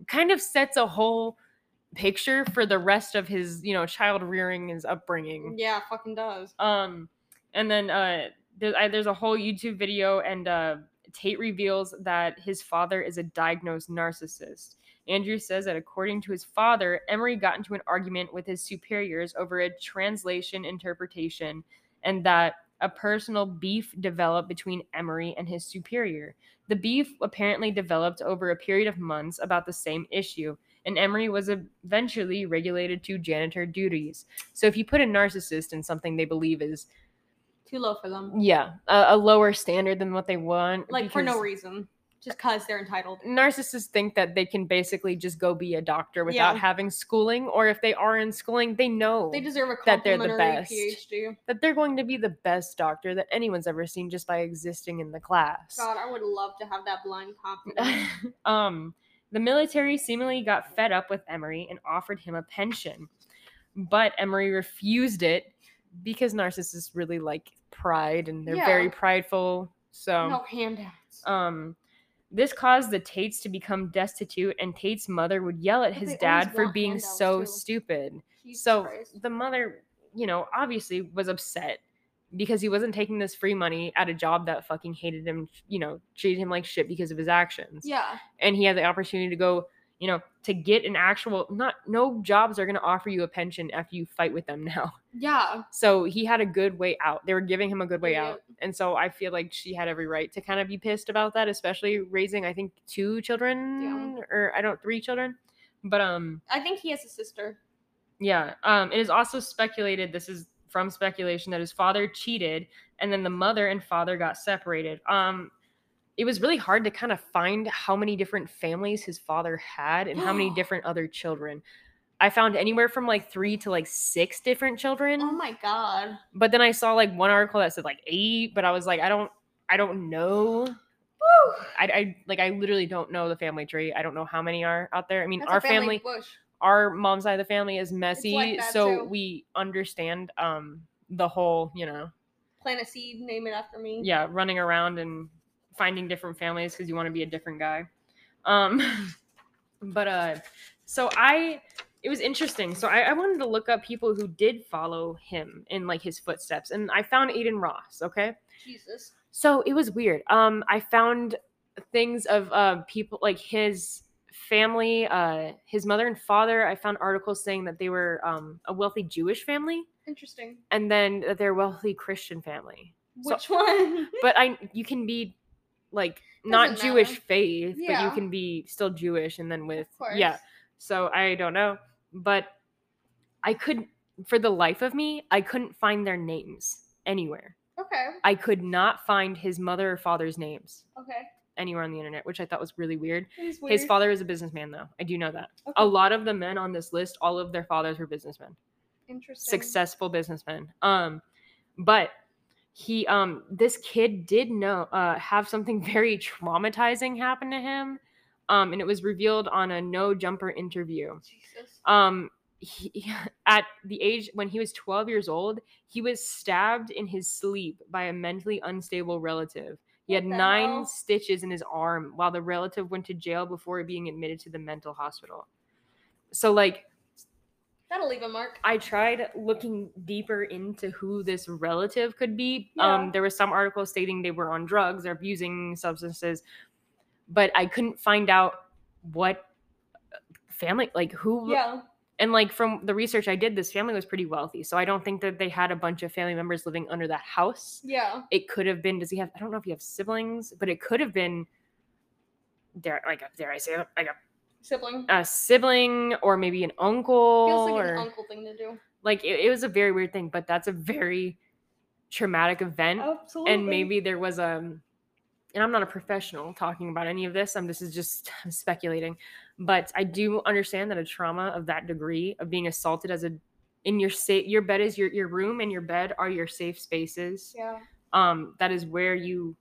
B: kind of sets a whole picture for the rest of his you know child rearing his upbringing
C: Yeah, it fucking does.
B: um and then uh there, I, there's a whole youtube video and uh tate reveals that his father is a diagnosed narcissist andrew says that according to his father emery got into an argument with his superiors over a translation interpretation and that a personal beef developed between emery and his superior the beef apparently developed over a period of months about the same issue and emery was eventually regulated to janitor duties so if you put a narcissist in something they believe is
C: Too low for them.
B: yeah a, a lower standard than what they want,
C: Like for no
B: because
C: reason. Just cause they're entitled.
B: Narcissists think that they can basically just go be a doctor without
C: Yeah.
B: having schooling, or if they are in schooling, they know
C: They deserve a
B: That they're the
C: complimentary
B: best.
C: PhD.
B: that they're going to be the best doctor that anyone's ever seen just by existing in the class.
C: God, I would love to have that blind confidence.
B: um, the military seemingly got fed up with Emery and offered him a pension, but Emery refused it because narcissists really like pride and they're
C: Yeah.
B: very prideful. So
C: no handouts.
B: Um, this caused the Tates to become destitute, and Tate's mother would yell at
C: But
B: his
C: they always
B: dad for
C: want
B: being
C: handouts,
B: so
C: too.
B: stupid.
C: Jesus
B: so
C: Christ.
B: the mother, you know, obviously was upset because he wasn't taking this free money at a job that fucking hated him, you know, treated him like shit because of his actions.
C: yeah,
B: And he had the opportunity to go, you know, to get an actual not no jobs are gonna offer you a pension after you fight with them now.
C: yeah.
B: So he had a good way out. They were giving him a good way
C: Idiot.
B: out. And so I feel like she had every right to kind of be pissed about that, especially raising I think two children or I don't three children. But um
C: I think he has a sister.
B: yeah, um it is also speculated this is from speculation that his father cheated and then the mother and father got separated. Um it was really hard to kind of find how many different families his father had and how many different other children. I found anywhere from like 3 to like 6 different children
C: Oh my god.
B: but then I saw like one article that said like eight, but I was like, I don't, I don't know. I, I like, I literally don't know the family tree. I don't know how many are out there. I mean,
C: That's a
B: our family,
C: bush.
B: our mom's side of the family is messy,
C: that,
B: so
C: too.
B: we understand um the whole, you know,
C: Plant a seed, name it after me.
B: yeah, running around and finding different families because you want to be a different guy. Um, but uh, so I it was interesting. So I, I wanted to look up people who did follow him in like his footsteps, and I found Aiden Ross. Okay,
C: Jesus.
B: so it was weird. Um, I found things of uh, people like his family, uh, his mother and father. I found articles saying that they were um, a wealthy Jewish family,
C: Interesting.
B: and then that they're a wealthy Christian family So-
C: Which one?
B: but I you can be like not
C: Doesn't
B: Jewish
C: matter.
B: faith, but you
C: Yeah.
B: can be still Jewish and then with
C: Of course.
B: yeah. So I don't know, but I could for the life of me, I couldn't find their names anywhere.
C: Okay.
B: I could not find his mother or father's names
C: Okay.
B: anywhere on the internet, which I thought was really weird.
C: He's
B: His
C: weird.
B: father is a businessman though. I do know that.
C: Okay.
B: A lot of the men on this list, all of their fathers were businessmen
C: Interesting.
B: successful businessman. Um, but he, um, this kid did know, uh, have something very traumatizing happen to him. Um, and it was revealed on a no jumper interview.
C: Jesus.
B: Um, he, at the age when he was 12 years old, he was stabbed in his sleep by a mentally unstable relative. He
C: What
B: had
C: the
B: nine
C: hell?
B: stitches in his arm while the relative went to jail before being admitted to the mental hospital. So, like,
C: That'll leave a mark.
B: I tried looking deeper into who this relative could be.
C: Yeah.
B: Um, there was some article stating they were on drugs or abusing substances, but I couldn't find out what uh, family, like who,
C: Yeah.
B: and like from the research I did, this family was pretty wealthy. So I don't think that they had a bunch of family members living under that house.
C: Yeah.
B: It could have been, does he have, I don't know if you have siblings, but it could have been, dare, like, dare I say, it, like
C: Sibling.
B: a, a sibling or maybe an uncle.
C: Feels like
B: or-
C: an uncle thing to do.
B: like it, it was a very weird thing but that's a very traumatic event
C: Absolutely.
B: and maybe there was um and i'm not a professional talking about any of this i'm this is just i'm speculating but i do understand that a trauma of that degree of being assaulted as a in your safe your bed is your your room and your bed are your safe spaces
C: Yeah.
B: um that is where you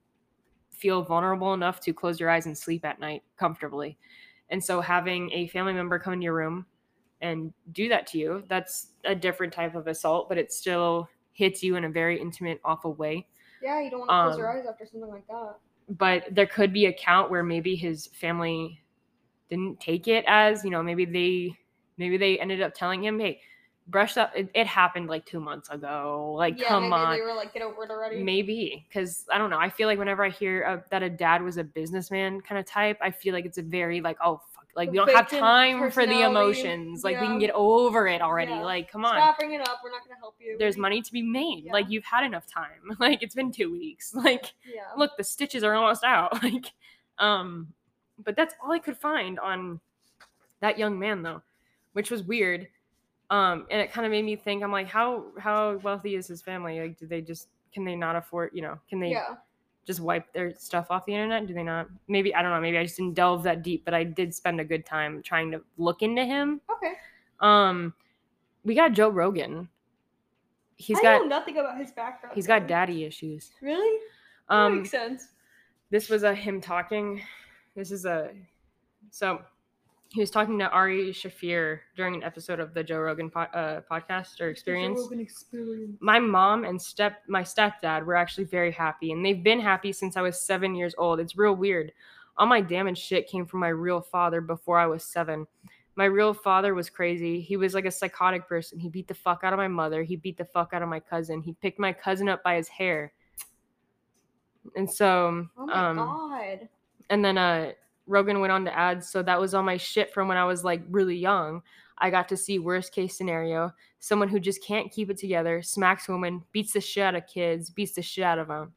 B: feel vulnerable enough to close your eyes and sleep at night comfortably and so having a family member come into your room and do that to you that's a different type of assault but it still hits you in a very intimate awful way
C: Yeah, you don't want to close your
B: Um,
C: eyes after something like that.
B: but there could be a count where maybe his family didn't take it as you know maybe they maybe they ended up telling him hey brush up it, it happened like two months ago like
C: yeah,
B: come
C: maybe
B: on
C: they were like, get over it already.
B: maybe because i don't know i feel like whenever i hear uh that a dad was a businessman kind of type i feel like it's a very like oh fuck, like we don't have
C: Victim
B: time for the
C: personality,
B: emotions like we can
C: yeah.
B: get over it already
C: Yeah.
B: like come on
C: Stop bringing it up. We're not gonna help you.
B: there's money to be made
C: Yeah.
B: like you've had enough time like it's been two weeks like
C: Yeah.
B: look the stitches are almost out like um but that's all i could find on that young man though which was weird um and it kind of made me think i'm like how how wealthy is his family like do they just can they not afford you know can they
C: yeah.
B: just wipe their stuff off the internet do they not maybe i don't know maybe i just didn't delve that deep but i did spend a good time trying to look into him
C: Okay.
B: um we got joe rogan he's
C: I know
B: got
C: nothing about his background.
B: he's got
C: though.
B: daddy issues
C: Really? That
B: um
C: makes sense.
B: this was a him talking. This is a so he was talking to Ari Shafir during an episode of the Joe Rogan po- uh, podcast or experience.
C: experience.
B: My mom and step my stepdad were actually very happy, and they've been happy since I was seven years old. It's real weird. All my damaged shit came from my real father before I was seven. My real father was crazy. He was like a psychotic person. He beat the fuck out of my mother. He beat the fuck out of my cousin. He picked my cousin up by his hair. And so,
C: Oh my
B: um,
C: god.
B: and then uh Rogan went on to add, so that was all my shit from when I was like really young. I got to see worst case scenario, someone who just can't keep it together, smacks women, beats the shit out of kids, beats the shit out of them.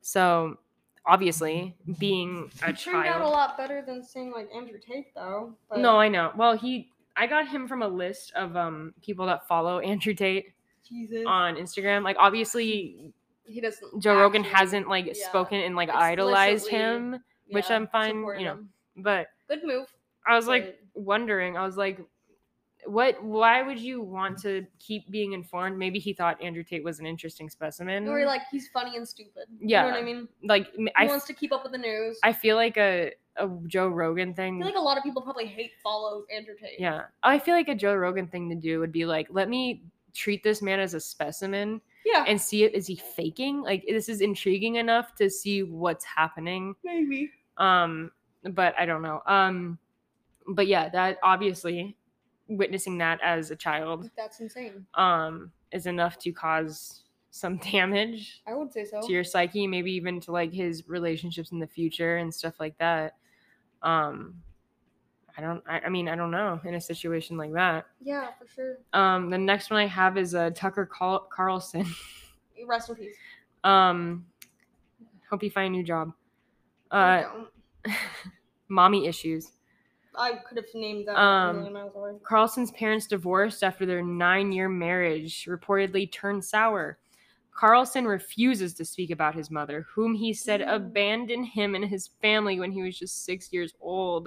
B: So obviously, being a
C: It turned out a
B: child.
C: lot better than seeing like Andrew Tate though. But
B: No, I know. Well, he I got him from a list of um people that follow Andrew Tate
C: Jesus.
B: on Instagram. Like obviously
C: he doesn't.
B: Joe Rogan
C: actually-
B: hasn't like
C: yeah.
B: spoken and like idolized
C: Explicitly,
B: him, which
C: yeah,
B: I'm fine,
C: support
B: you know.
C: him.
B: But
C: Good move.
B: I was like
C: Right.
B: wondering. I was like, what? Why would you want to keep being informed? Maybe he thought Andrew Tate was an interesting specimen.
C: Or like he's funny and stupid. You
B: Yeah.
C: know what I mean?
B: like m-
C: He
B: I,
C: wants to keep up with the news.
B: I feel like a a Joe Rogan
C: I
B: thing.
C: feel like a lot of people probably hate follow Andrew Tate.
B: yeah, I feel like a Joe Rogan thing to do would be like, let me treat this man as a specimen
C: Yeah.
B: and see it. Is he faking? Like this is intriguing enough to see what's happening.
C: maybe.
B: um but i don't know um but yeah that obviously witnessing that as a child
C: That's insane.
B: um is enough to cause some damage
C: I would say so.
B: to your psyche maybe even to like his relationships in the future and stuff like that um i don't i, I mean i don't know in a situation like that
C: yeah, for sure.
B: um the next one i have is uh tucker Carl- carlson
C: Rest in peace.
B: um hope you find a new job
C: I
B: uh
C: don't.
B: mommy issues
C: I could have named that a
B: um,
C: million miles away.
B: Carlson's parents divorced after their nine year marriage reportedly turned sour. Carlson refuses to speak about his mother, whom he said
C: Mm.
B: abandoned him and his family when he was just six years old.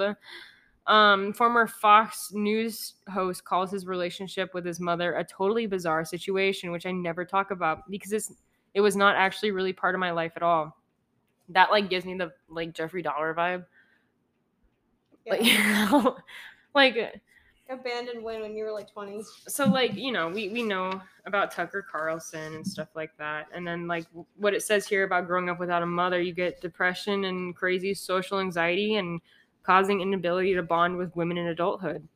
B: Um, former Fox News host calls his relationship with his mother a totally bizarre situation, which I never talk about because it's it was not actually really part of my life at all. That like gives me the like Jeffrey Dollar vibe.
C: Yeah.
B: Like, like
C: Abandoned when when you were like 20.
B: so like you know we we know about tucker carlson and stuff like that and then like w- what it says here about growing up without a mother you get depression and crazy social anxiety and causing inability to bond with women in adulthood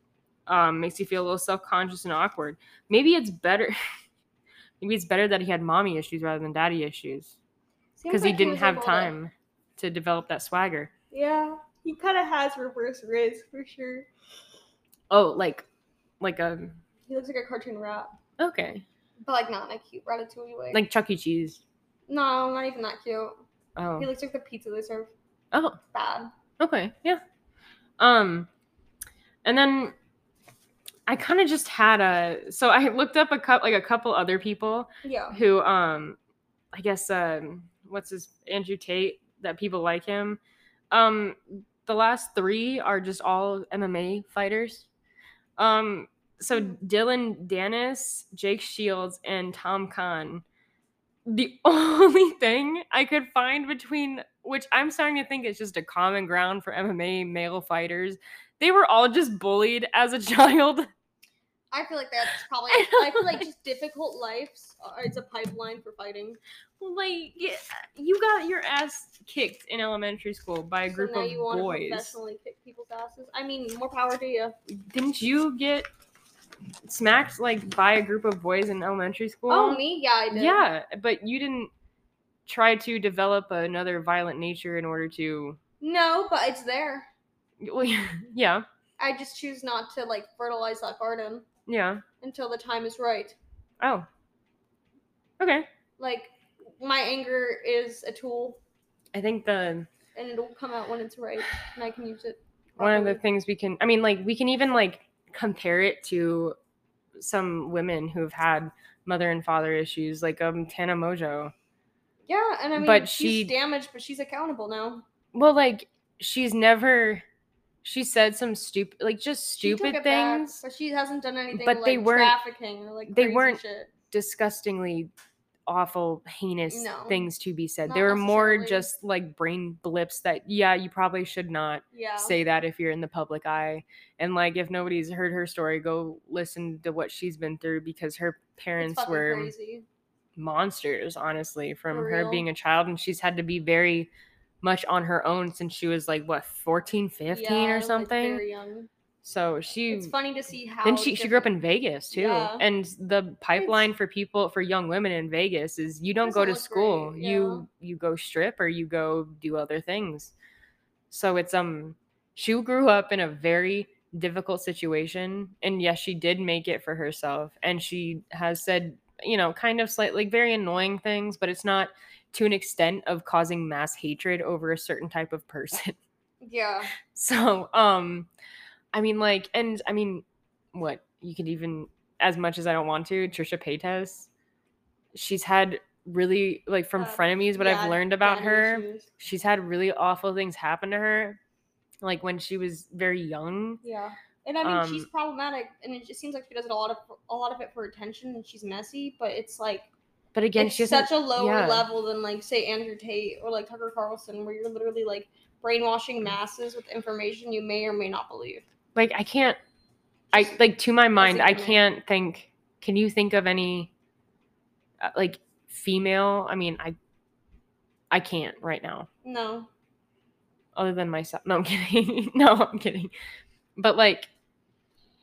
B: um, makes you feel a little self-conscious and awkward maybe it's better maybe it's better that he had mommy issues rather than daddy issues
C: Seems
B: because he
C: like
B: didn't
C: was
B: have
C: able to-
B: time to develop that swagger
C: Yeah. He kind of has reverse Riz for sure.
B: oh like like a
C: He looks like a cartoon rat.
B: okay
C: But like not in a cute ratatouille way.
B: like chuck e cheese
C: no, not even that cute.
B: oh
C: He looks like the pizza they serve.
B: oh
C: Bad.
B: Okay, yeah. Um, and then I kind of just had a so I looked up a couple like a couple other people
C: Yeah.
B: who um I guess um what's his Andrew Tate that people like him. Um the last 3 are just all MMA fighters. Um so Dylan Dennis, Jake Shields and Tom Khan. The only thing I could find between which I'm starting to think is just a common ground for MMA male fighters, they were all just bullied as a child.
C: I feel like that's probably.
B: I know,
C: I feel like
B: like-
C: just difficult lives. are It's a pipeline for fighting.
B: like yeah, you got your ass kicked in elementary school by a group
C: so now
B: of
C: you want to
B: boys.
C: professionally kick people's asses. I mean, more power to you.
B: Didn't you get smacked like by a group of boys in elementary school?
C: oh me, yeah, I did.
B: yeah, but you didn't try to develop another violent nature in order to.
C: No, but it's there.
B: Well, yeah,
C: I just choose not to like fertilize that garden
B: yeah.
C: until the time is right.
B: Oh, okay.
C: Like my anger is a tool,
B: I think the
C: and it'll come out when it's right, and I can use it.
B: one of the
C: properly.
B: things we can i mean like we can even like compare it to some women who've had mother and father issues like um tana mojo
C: Yeah, and I mean,
B: but
C: she's
B: she-
C: damaged, but she's accountable now.
B: well like she's never she said some stupid like just
C: She took
B: stupid
C: it back,
B: things
C: but she hasn't done anything.
B: but
C: like,
B: they weren't-
C: trafficking or like
B: they
C: crazy
B: weren't
C: shit.
B: disgustingly awful heinous
C: No.
B: things to be said
C: Not
B: they were more
C: necessarily.
B: just like brain blips that yeah you probably should not
C: Yeah,
B: say that if you're in the public eye. And like, if nobody's heard her story, go listen to what she's been through because her
C: it's
B: parents
C: fucking
B: were
C: crazy.
B: monsters, honestly, from
C: For
B: her
C: real.
B: being a child. And she's had to be very much on her own since she was like, what, 14, 15
C: Yeah,
B: or
C: like,
B: something?
C: very young.
B: so she.
C: It's funny to see how.
B: Then she, she grew up
C: different-
B: in Vegas too.
C: Yeah.
B: And the pipeline for people for young women in Vegas is you don't go
C: Doesn't
B: to
C: look
B: school.
C: great,
B: You you go strip or you go do other things. So it's um she grew up in a very difficult situation and yes she did make it for herself and she has said you know kind of slightly very annoying things but it's not to an extent of causing mass hatred over a certain type of person
C: Yeah,
B: so, um, I mean, like, and I mean, what you could even, as much as I don't want to, Trisha Paytas, she's had really like from
C: Uh,
B: frenemies. What
C: yeah,
B: I've learned about
C: daddy
B: her,
C: issues.
B: she's had really awful things happen to her, like when she was very young.
C: Yeah, and I mean
B: Um,
C: she's problematic, and it just seems like she does it a lot of a lot of it for attention, and she's messy. But it's like
B: But again,
C: it's
B: she doesn't.
C: such a lower
B: yeah.
C: level than like say Andrew Tate or like Tucker Carlson, where you're literally like brainwashing masses with information you may or may not believe.
B: like I can't. I like to my mind, I
C: ignorant.
B: can't think. Can you think of any uh, like female? I mean, I I can't right now.
C: No,
B: other than myself. No, I'm kidding. no, I'm kidding. But like,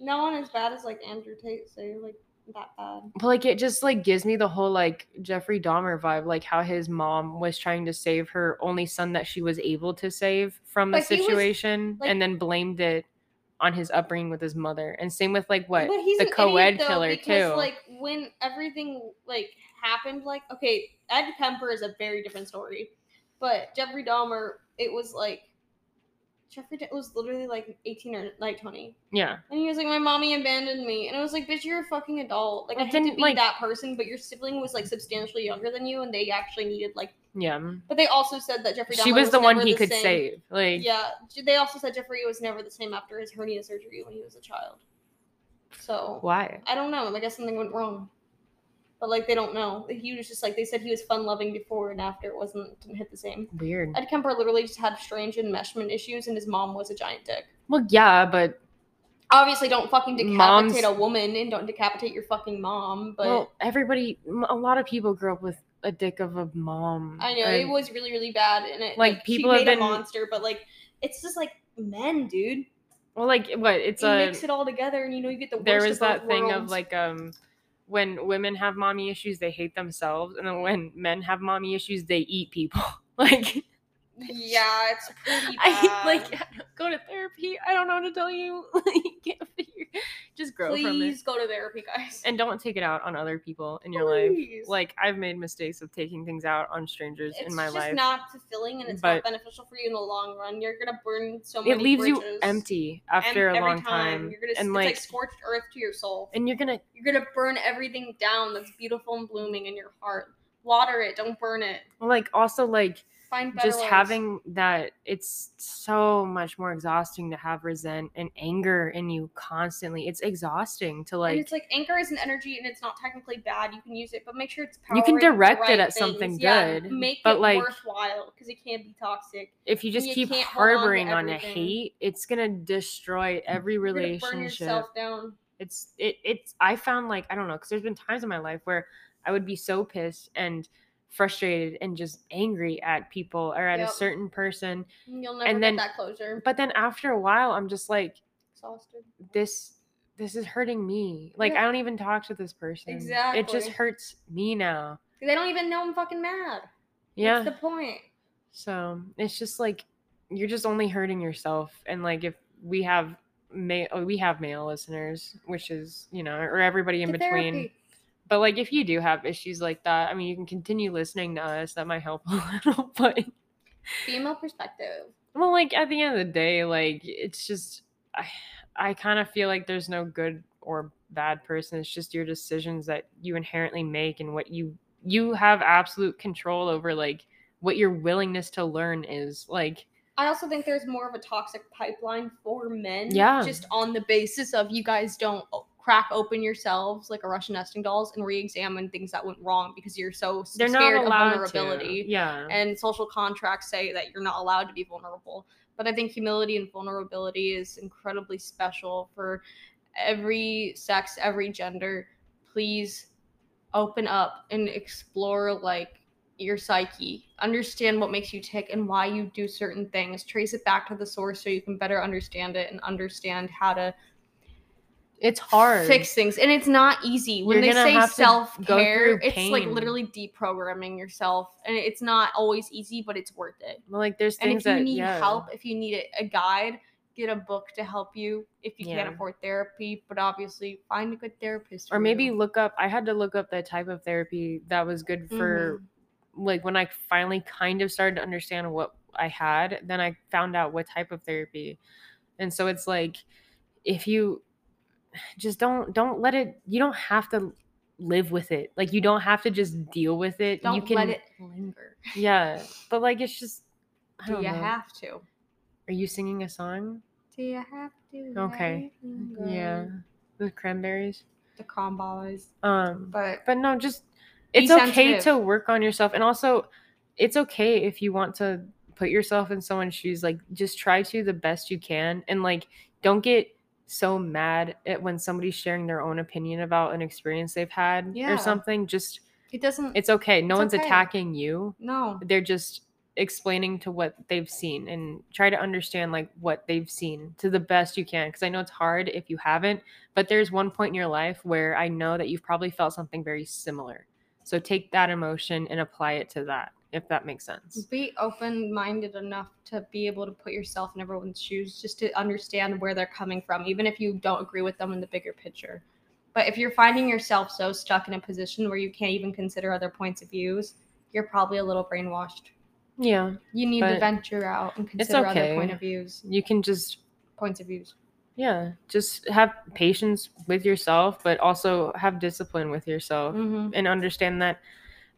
C: no one as bad as like Andrew Tate. So you're like that bad.
B: but like, it just like gives me the whole like Jeffrey Dahmer vibe, like how his mom was trying to save her only son that she was able to save from the
C: But he was,
B: situation,
C: like-
B: and then blamed it on his upbringing with his mother. And same with like what
C: But he's
B: the
C: an
B: co-ed
C: idiot, though,
B: killer
C: because,
B: too.
C: Like when everything like happened, like okay, Ed Kemper is a very different story, but Jeffrey Dahmer, it was like Jeffrey Da- was literally like eighteen or like twenty,
B: yeah,
C: and he was like, "My mommy abandoned me," and I was like, "Bitch, you're a fucking adult. Like I
B: It
C: hate to
B: didn't,
C: be
B: like-
C: that person, but your sibling was like substantially younger than you, and they actually needed like."
B: yeah.
C: But they also said that Jeffrey.
B: She
C: Dahmer
B: was, the one
C: never
B: he could
C: same.
B: save. Like,
C: Yeah, they also said Jeffrey was never the same after his hernia surgery when he was a child. So
B: why?
C: I don't know. I guess something went wrong. But like they don't know. He was just like they said he was fun loving before and after it wasn't didn't hit the same.
B: Weird.
C: Ed Kemper literally just had strange enmeshment issues and his mom was a giant dick.
B: Well, yeah, but
C: Obviously don't fucking decapitate
B: Moms-
C: a woman and don't decapitate your fucking mom, but
B: well, everybody, m- a lot of people grew up with a dick of a mom.
C: I know it
B: or-
C: was really, really bad and it
B: like,
C: she
B: people have
C: made
B: been-
C: a monster, but like it's just like men, dude.
B: Well, like what? It's
C: you
B: a
C: mix it all together and you know you get the worst
B: there
C: of
B: was that
C: both
B: thing of
C: worlds.
B: like um when women have mommy issues they hate themselves and then when men have mommy issues they eat people like
C: Yeah, it's pretty bad.
B: i like I don't- go to therapy i don't know what to tell you Like, can't figure- just grow from it
C: Please go to therapy, guys.
B: and don't take it out on other people in your
C: Please.
B: life. Like I've made mistakes of taking things out on strangers
C: it's
B: in my
C: just
B: life.
C: not fulfilling and it's not
B: But-
C: beneficial for you in the long run. You're gonna burn so many.
B: it leaves you
C: bridges.
B: empty
C: Em-
B: after a
C: every
B: long time,
C: You're gonna,
B: and
C: it's
B: like,
C: like scorched earth to your soul.
B: and you're gonna
C: You're gonna burn everything down that's beautiful and blooming in your heart. Water it. Don't burn it.
B: like also like
C: Find better
B: just
C: ways.
B: having that. It's so much more exhausting to have resent and anger in you constantly. It's exhausting to
C: and
B: like.
C: it's like anger is an energy and it's not technically bad. You can use it, but make sure it's powered.
B: You can
C: with the
B: direct it
C: right
B: at something
C: things. Yeah,
B: good,
C: make
B: but,
C: it
B: like-
C: worthwhile because it can be toxic.
B: if you just
C: you
B: keep
C: can't hold on to
B: harboring on, a
C: everything.
B: hate, it's gonna destroy every
C: You're gonna Burn
B: relationship.
C: yourself down.
B: it's it it's i found like i don't know because there's been times in my life where i would be so pissed and frustrated and just angry at people or at
C: Yep.
B: a certain person
C: and Mm, You'll never
B: And
C: get
B: then-
C: that closure.
B: but then after a while i'm just like
C: Exhausted.
B: this this is hurting me like
C: Yeah.
B: i don't even talk to this person it just
C: Exactly.
B: hurts me now
C: They don't even know I'm fucking mad.
B: yeah
C: What's the point?
B: so it's just like you're just only hurting yourself and like if we have male we have male listeners which is you know or everybody in
C: To
B: between
C: therapy.
B: But like, if you do have issues like that, I mean, you can continue listening to us. That might help a little. But
C: Female perspective.
B: well, like at the end of the day, like it's just I, I kind of feel like there's no good or bad person. It's just your decisions that you inherently make and what you you have absolute control over, like what your willingness to learn is. Like
C: I also think there's more of a toxic pipeline for men.
B: Yeah.
C: Just on the basis of you guys don't o- crack open yourselves like a Russian nesting dolls and re-examine things that went wrong because you're so s-
B: they're
C: scared
B: not
C: of
B: allowed
C: vulnerability.
B: to. Yeah.
C: And social contracts say that you're not allowed to be vulnerable. But I think humility and vulnerability is incredibly special for every sex, every gender. Please open up and explore like your psyche. Understand what makes you tick and why you do certain things. Trace it back to the source so you can better understand it and understand how to
B: it's hard.
C: fix things. And it's not easy. When
B: You're
C: they
B: gonna
C: say
B: have to
C: self
B: go through
C: care, it's like
B: pain.
C: literally deprogramming yourself. And it's not always easy, but it's worth it.
B: Well, like there's
C: And
B: things
C: if you
B: that
C: need
B: yeah.
C: help, if you need a, a guide, get a book to help you if you can't
B: Yeah.
C: afford therapy. But obviously, find a good therapist.
B: or
C: for
B: maybe
C: you.
B: look up i had to look up the type of therapy that was good for
C: Mm-hmm.
B: like when i finally kind of started to understand what i had then i found out what type of therapy and so it's like if you just don't don't let it you don't have to live with it like you don't have to just deal with it
C: don't
B: you can
C: let it linger.
B: yeah but like it's just I
C: Do
B: don't
C: you
B: know.
C: have to?
B: are you singing a song
C: Do you have to?
B: Okay.
C: let it linger?
B: yeah the cranberries
C: The combos,
B: um
C: but
B: but no just
C: Be
B: it's okay to
C: sensitive.
B: work on yourself and also it's okay if you want to put yourself in someone's shoes like just try to the best you can and like don't get so mad at when somebody's sharing their own opinion about an experience they've had
C: Yeah.
B: or something just
C: it doesn't.
B: it's okay no
C: It's
B: one's
C: okay.
B: attacking you
C: no.
B: they're just explaining to what they've seen and try to understand like what they've seen to the best you can because i know it's hard if you haven't but there's one point in your life where i know that you've probably felt something very similar so take that emotion and apply it to that if that makes sense
C: Be open minded enough to be able to put yourself in everyone's shoes just to understand where they're coming from, even if you don't agree with them in the bigger picture. But if you're finding yourself so stuck in a position where you can't even consider other points of views, you're probably a little brainwashed.
B: yeah
C: You need to
B: But
C: venture out and consider other
B: okay.
C: point of views.
B: you can just
C: Points of views.
B: yeah just have patience with yourself but also have discipline with yourself
C: Mhm.
B: and understand that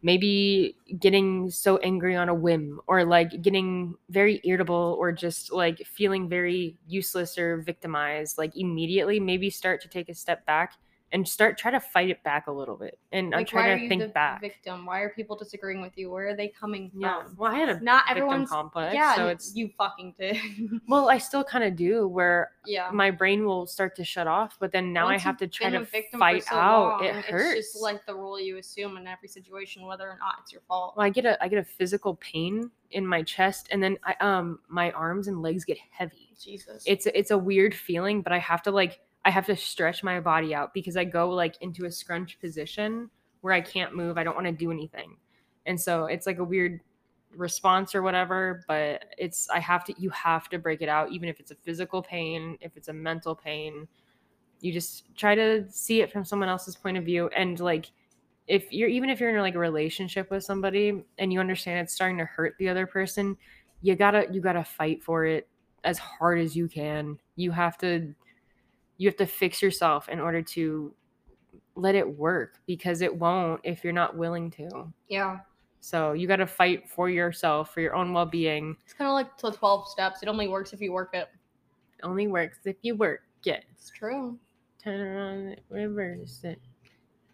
B: maybe getting so angry on a whim or like getting very irritable or just like feeling very useless or victimized like immediately maybe start to take a step back and start try to fight it back a little bit and i'm
C: Like, why are
B: trying to
C: you
B: think
C: the
B: back
C: victim? Why are people disagreeing with you? Where are they coming from?
B: yeah well i had a
C: Not
B: victim
C: everyone's.
B: complex
C: Yeah,
B: so it's
C: you fucking did.
B: well i still kind of do where
C: yeah.
B: my brain will start to shut off but then now
C: Once
B: i have
C: you've
B: to try
C: been
B: to
C: a victim for
B: fight
C: so
B: out it
C: long,
B: hurts
C: It's just like the rule you assume in every situation, whether or not it's your fault.
B: well, I get a I get a physical pain in my chest, and then I um my arms and legs get heavy.
C: Jesus.
B: It's a, it's a weird feeling, but I have to like I have to stretch my body out because I go like into a scrunch position where I can't move. I don't want to do anything, and so it's like a weird response or whatever. But it's I have to you have to break it out, even if it's a physical pain, if it's a mental pain. you just try to see it from someone else's point of view and like if you're even if you're in like a relationship with somebody and you understand it's starting to hurt the other person you gotta you gotta fight for it as hard as you can you have to you have to fix yourself in order to let it work because it won't if you're not willing to
C: Yeah.
B: so you gotta fight for yourself for your own well-being
C: It's kind of like the 12 steps. It only works if you work it.
B: It only works if you work it
C: It's true.
B: turn around reverse it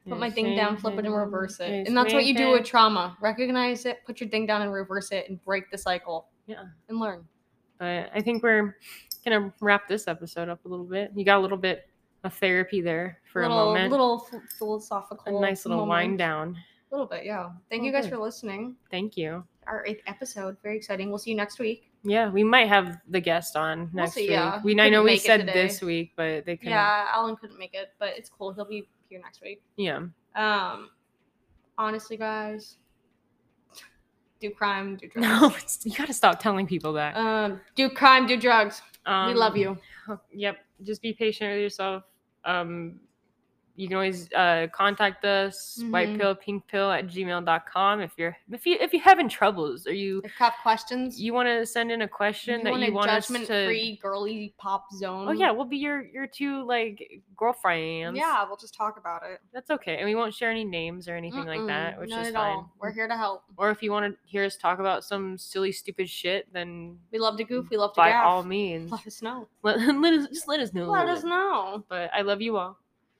C: Put my thing down, flip it, and reverse it. And that's what you do with trauma. Recognize it, put your thing down, and reverse it, and break the cycle.
B: Yeah.
C: And learn.
B: but I think we're gonna wrap this episode up a little bit. You got a little bit of therapy there for
C: little,
B: a moment,
C: Little ph-
B: a
C: philosophical.
B: nice little
C: moment.
B: wind down.
C: A little bit, yeah. Thank you
B: Little
C: guys
B: bit.
C: for listening.
B: Thank you.
C: Our eighth episode. Very exciting. We'll see you next week.
B: Yeah, we might have the guest on next
C: see,
B: week.
C: yeah.
B: We I know
C: Couldn't
B: we
C: make it
B: said
C: today.
B: this week, but they couldn't. Yeah.
C: Yeah, Alan couldn't make it, but it's cool. He'll be here next week.
B: yeah.
C: Um, honestly, guys, do crime, do drugs.
B: No, it's, you gotta stop telling people that.
C: Um, do crime, do drugs. we
B: Um,
C: love you.
B: Yep. Just be patient with yourself. Um, you can always uh, contact us, white
C: Mhm.
B: pill, pink pill at gmail.com if you're if you if you're having troubles or you
C: If you have questions,
B: you want to send in a question
C: you
B: that
C: want
B: you
C: a
B: want us to
C: judgment-free girly pop zone.
B: oh yeah we'll be your your two like girlfriends
C: yeah. We'll just talk about it.
B: that's okay and we won't share any names or anything like
C: Mm-mm,
B: that which
C: none
B: is
C: at
B: fine
C: all. We're here to help.
B: or if you want to hear us talk about some silly stupid shit then
C: We love to goof. We love to
B: by
C: gaff.
B: all means
C: let us know.
B: let, let us just let us know a
C: Let
B: little
C: us
B: bit.
C: know.
B: but i love you all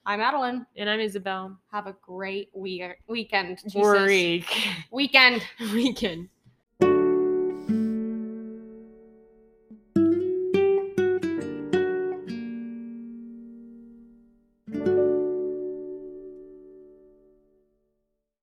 C: I'm Adeline.
B: and i'm isabel
C: Have a great week- weekend. Jesus.
B: Warwick.
C: Weekend.
B: weekend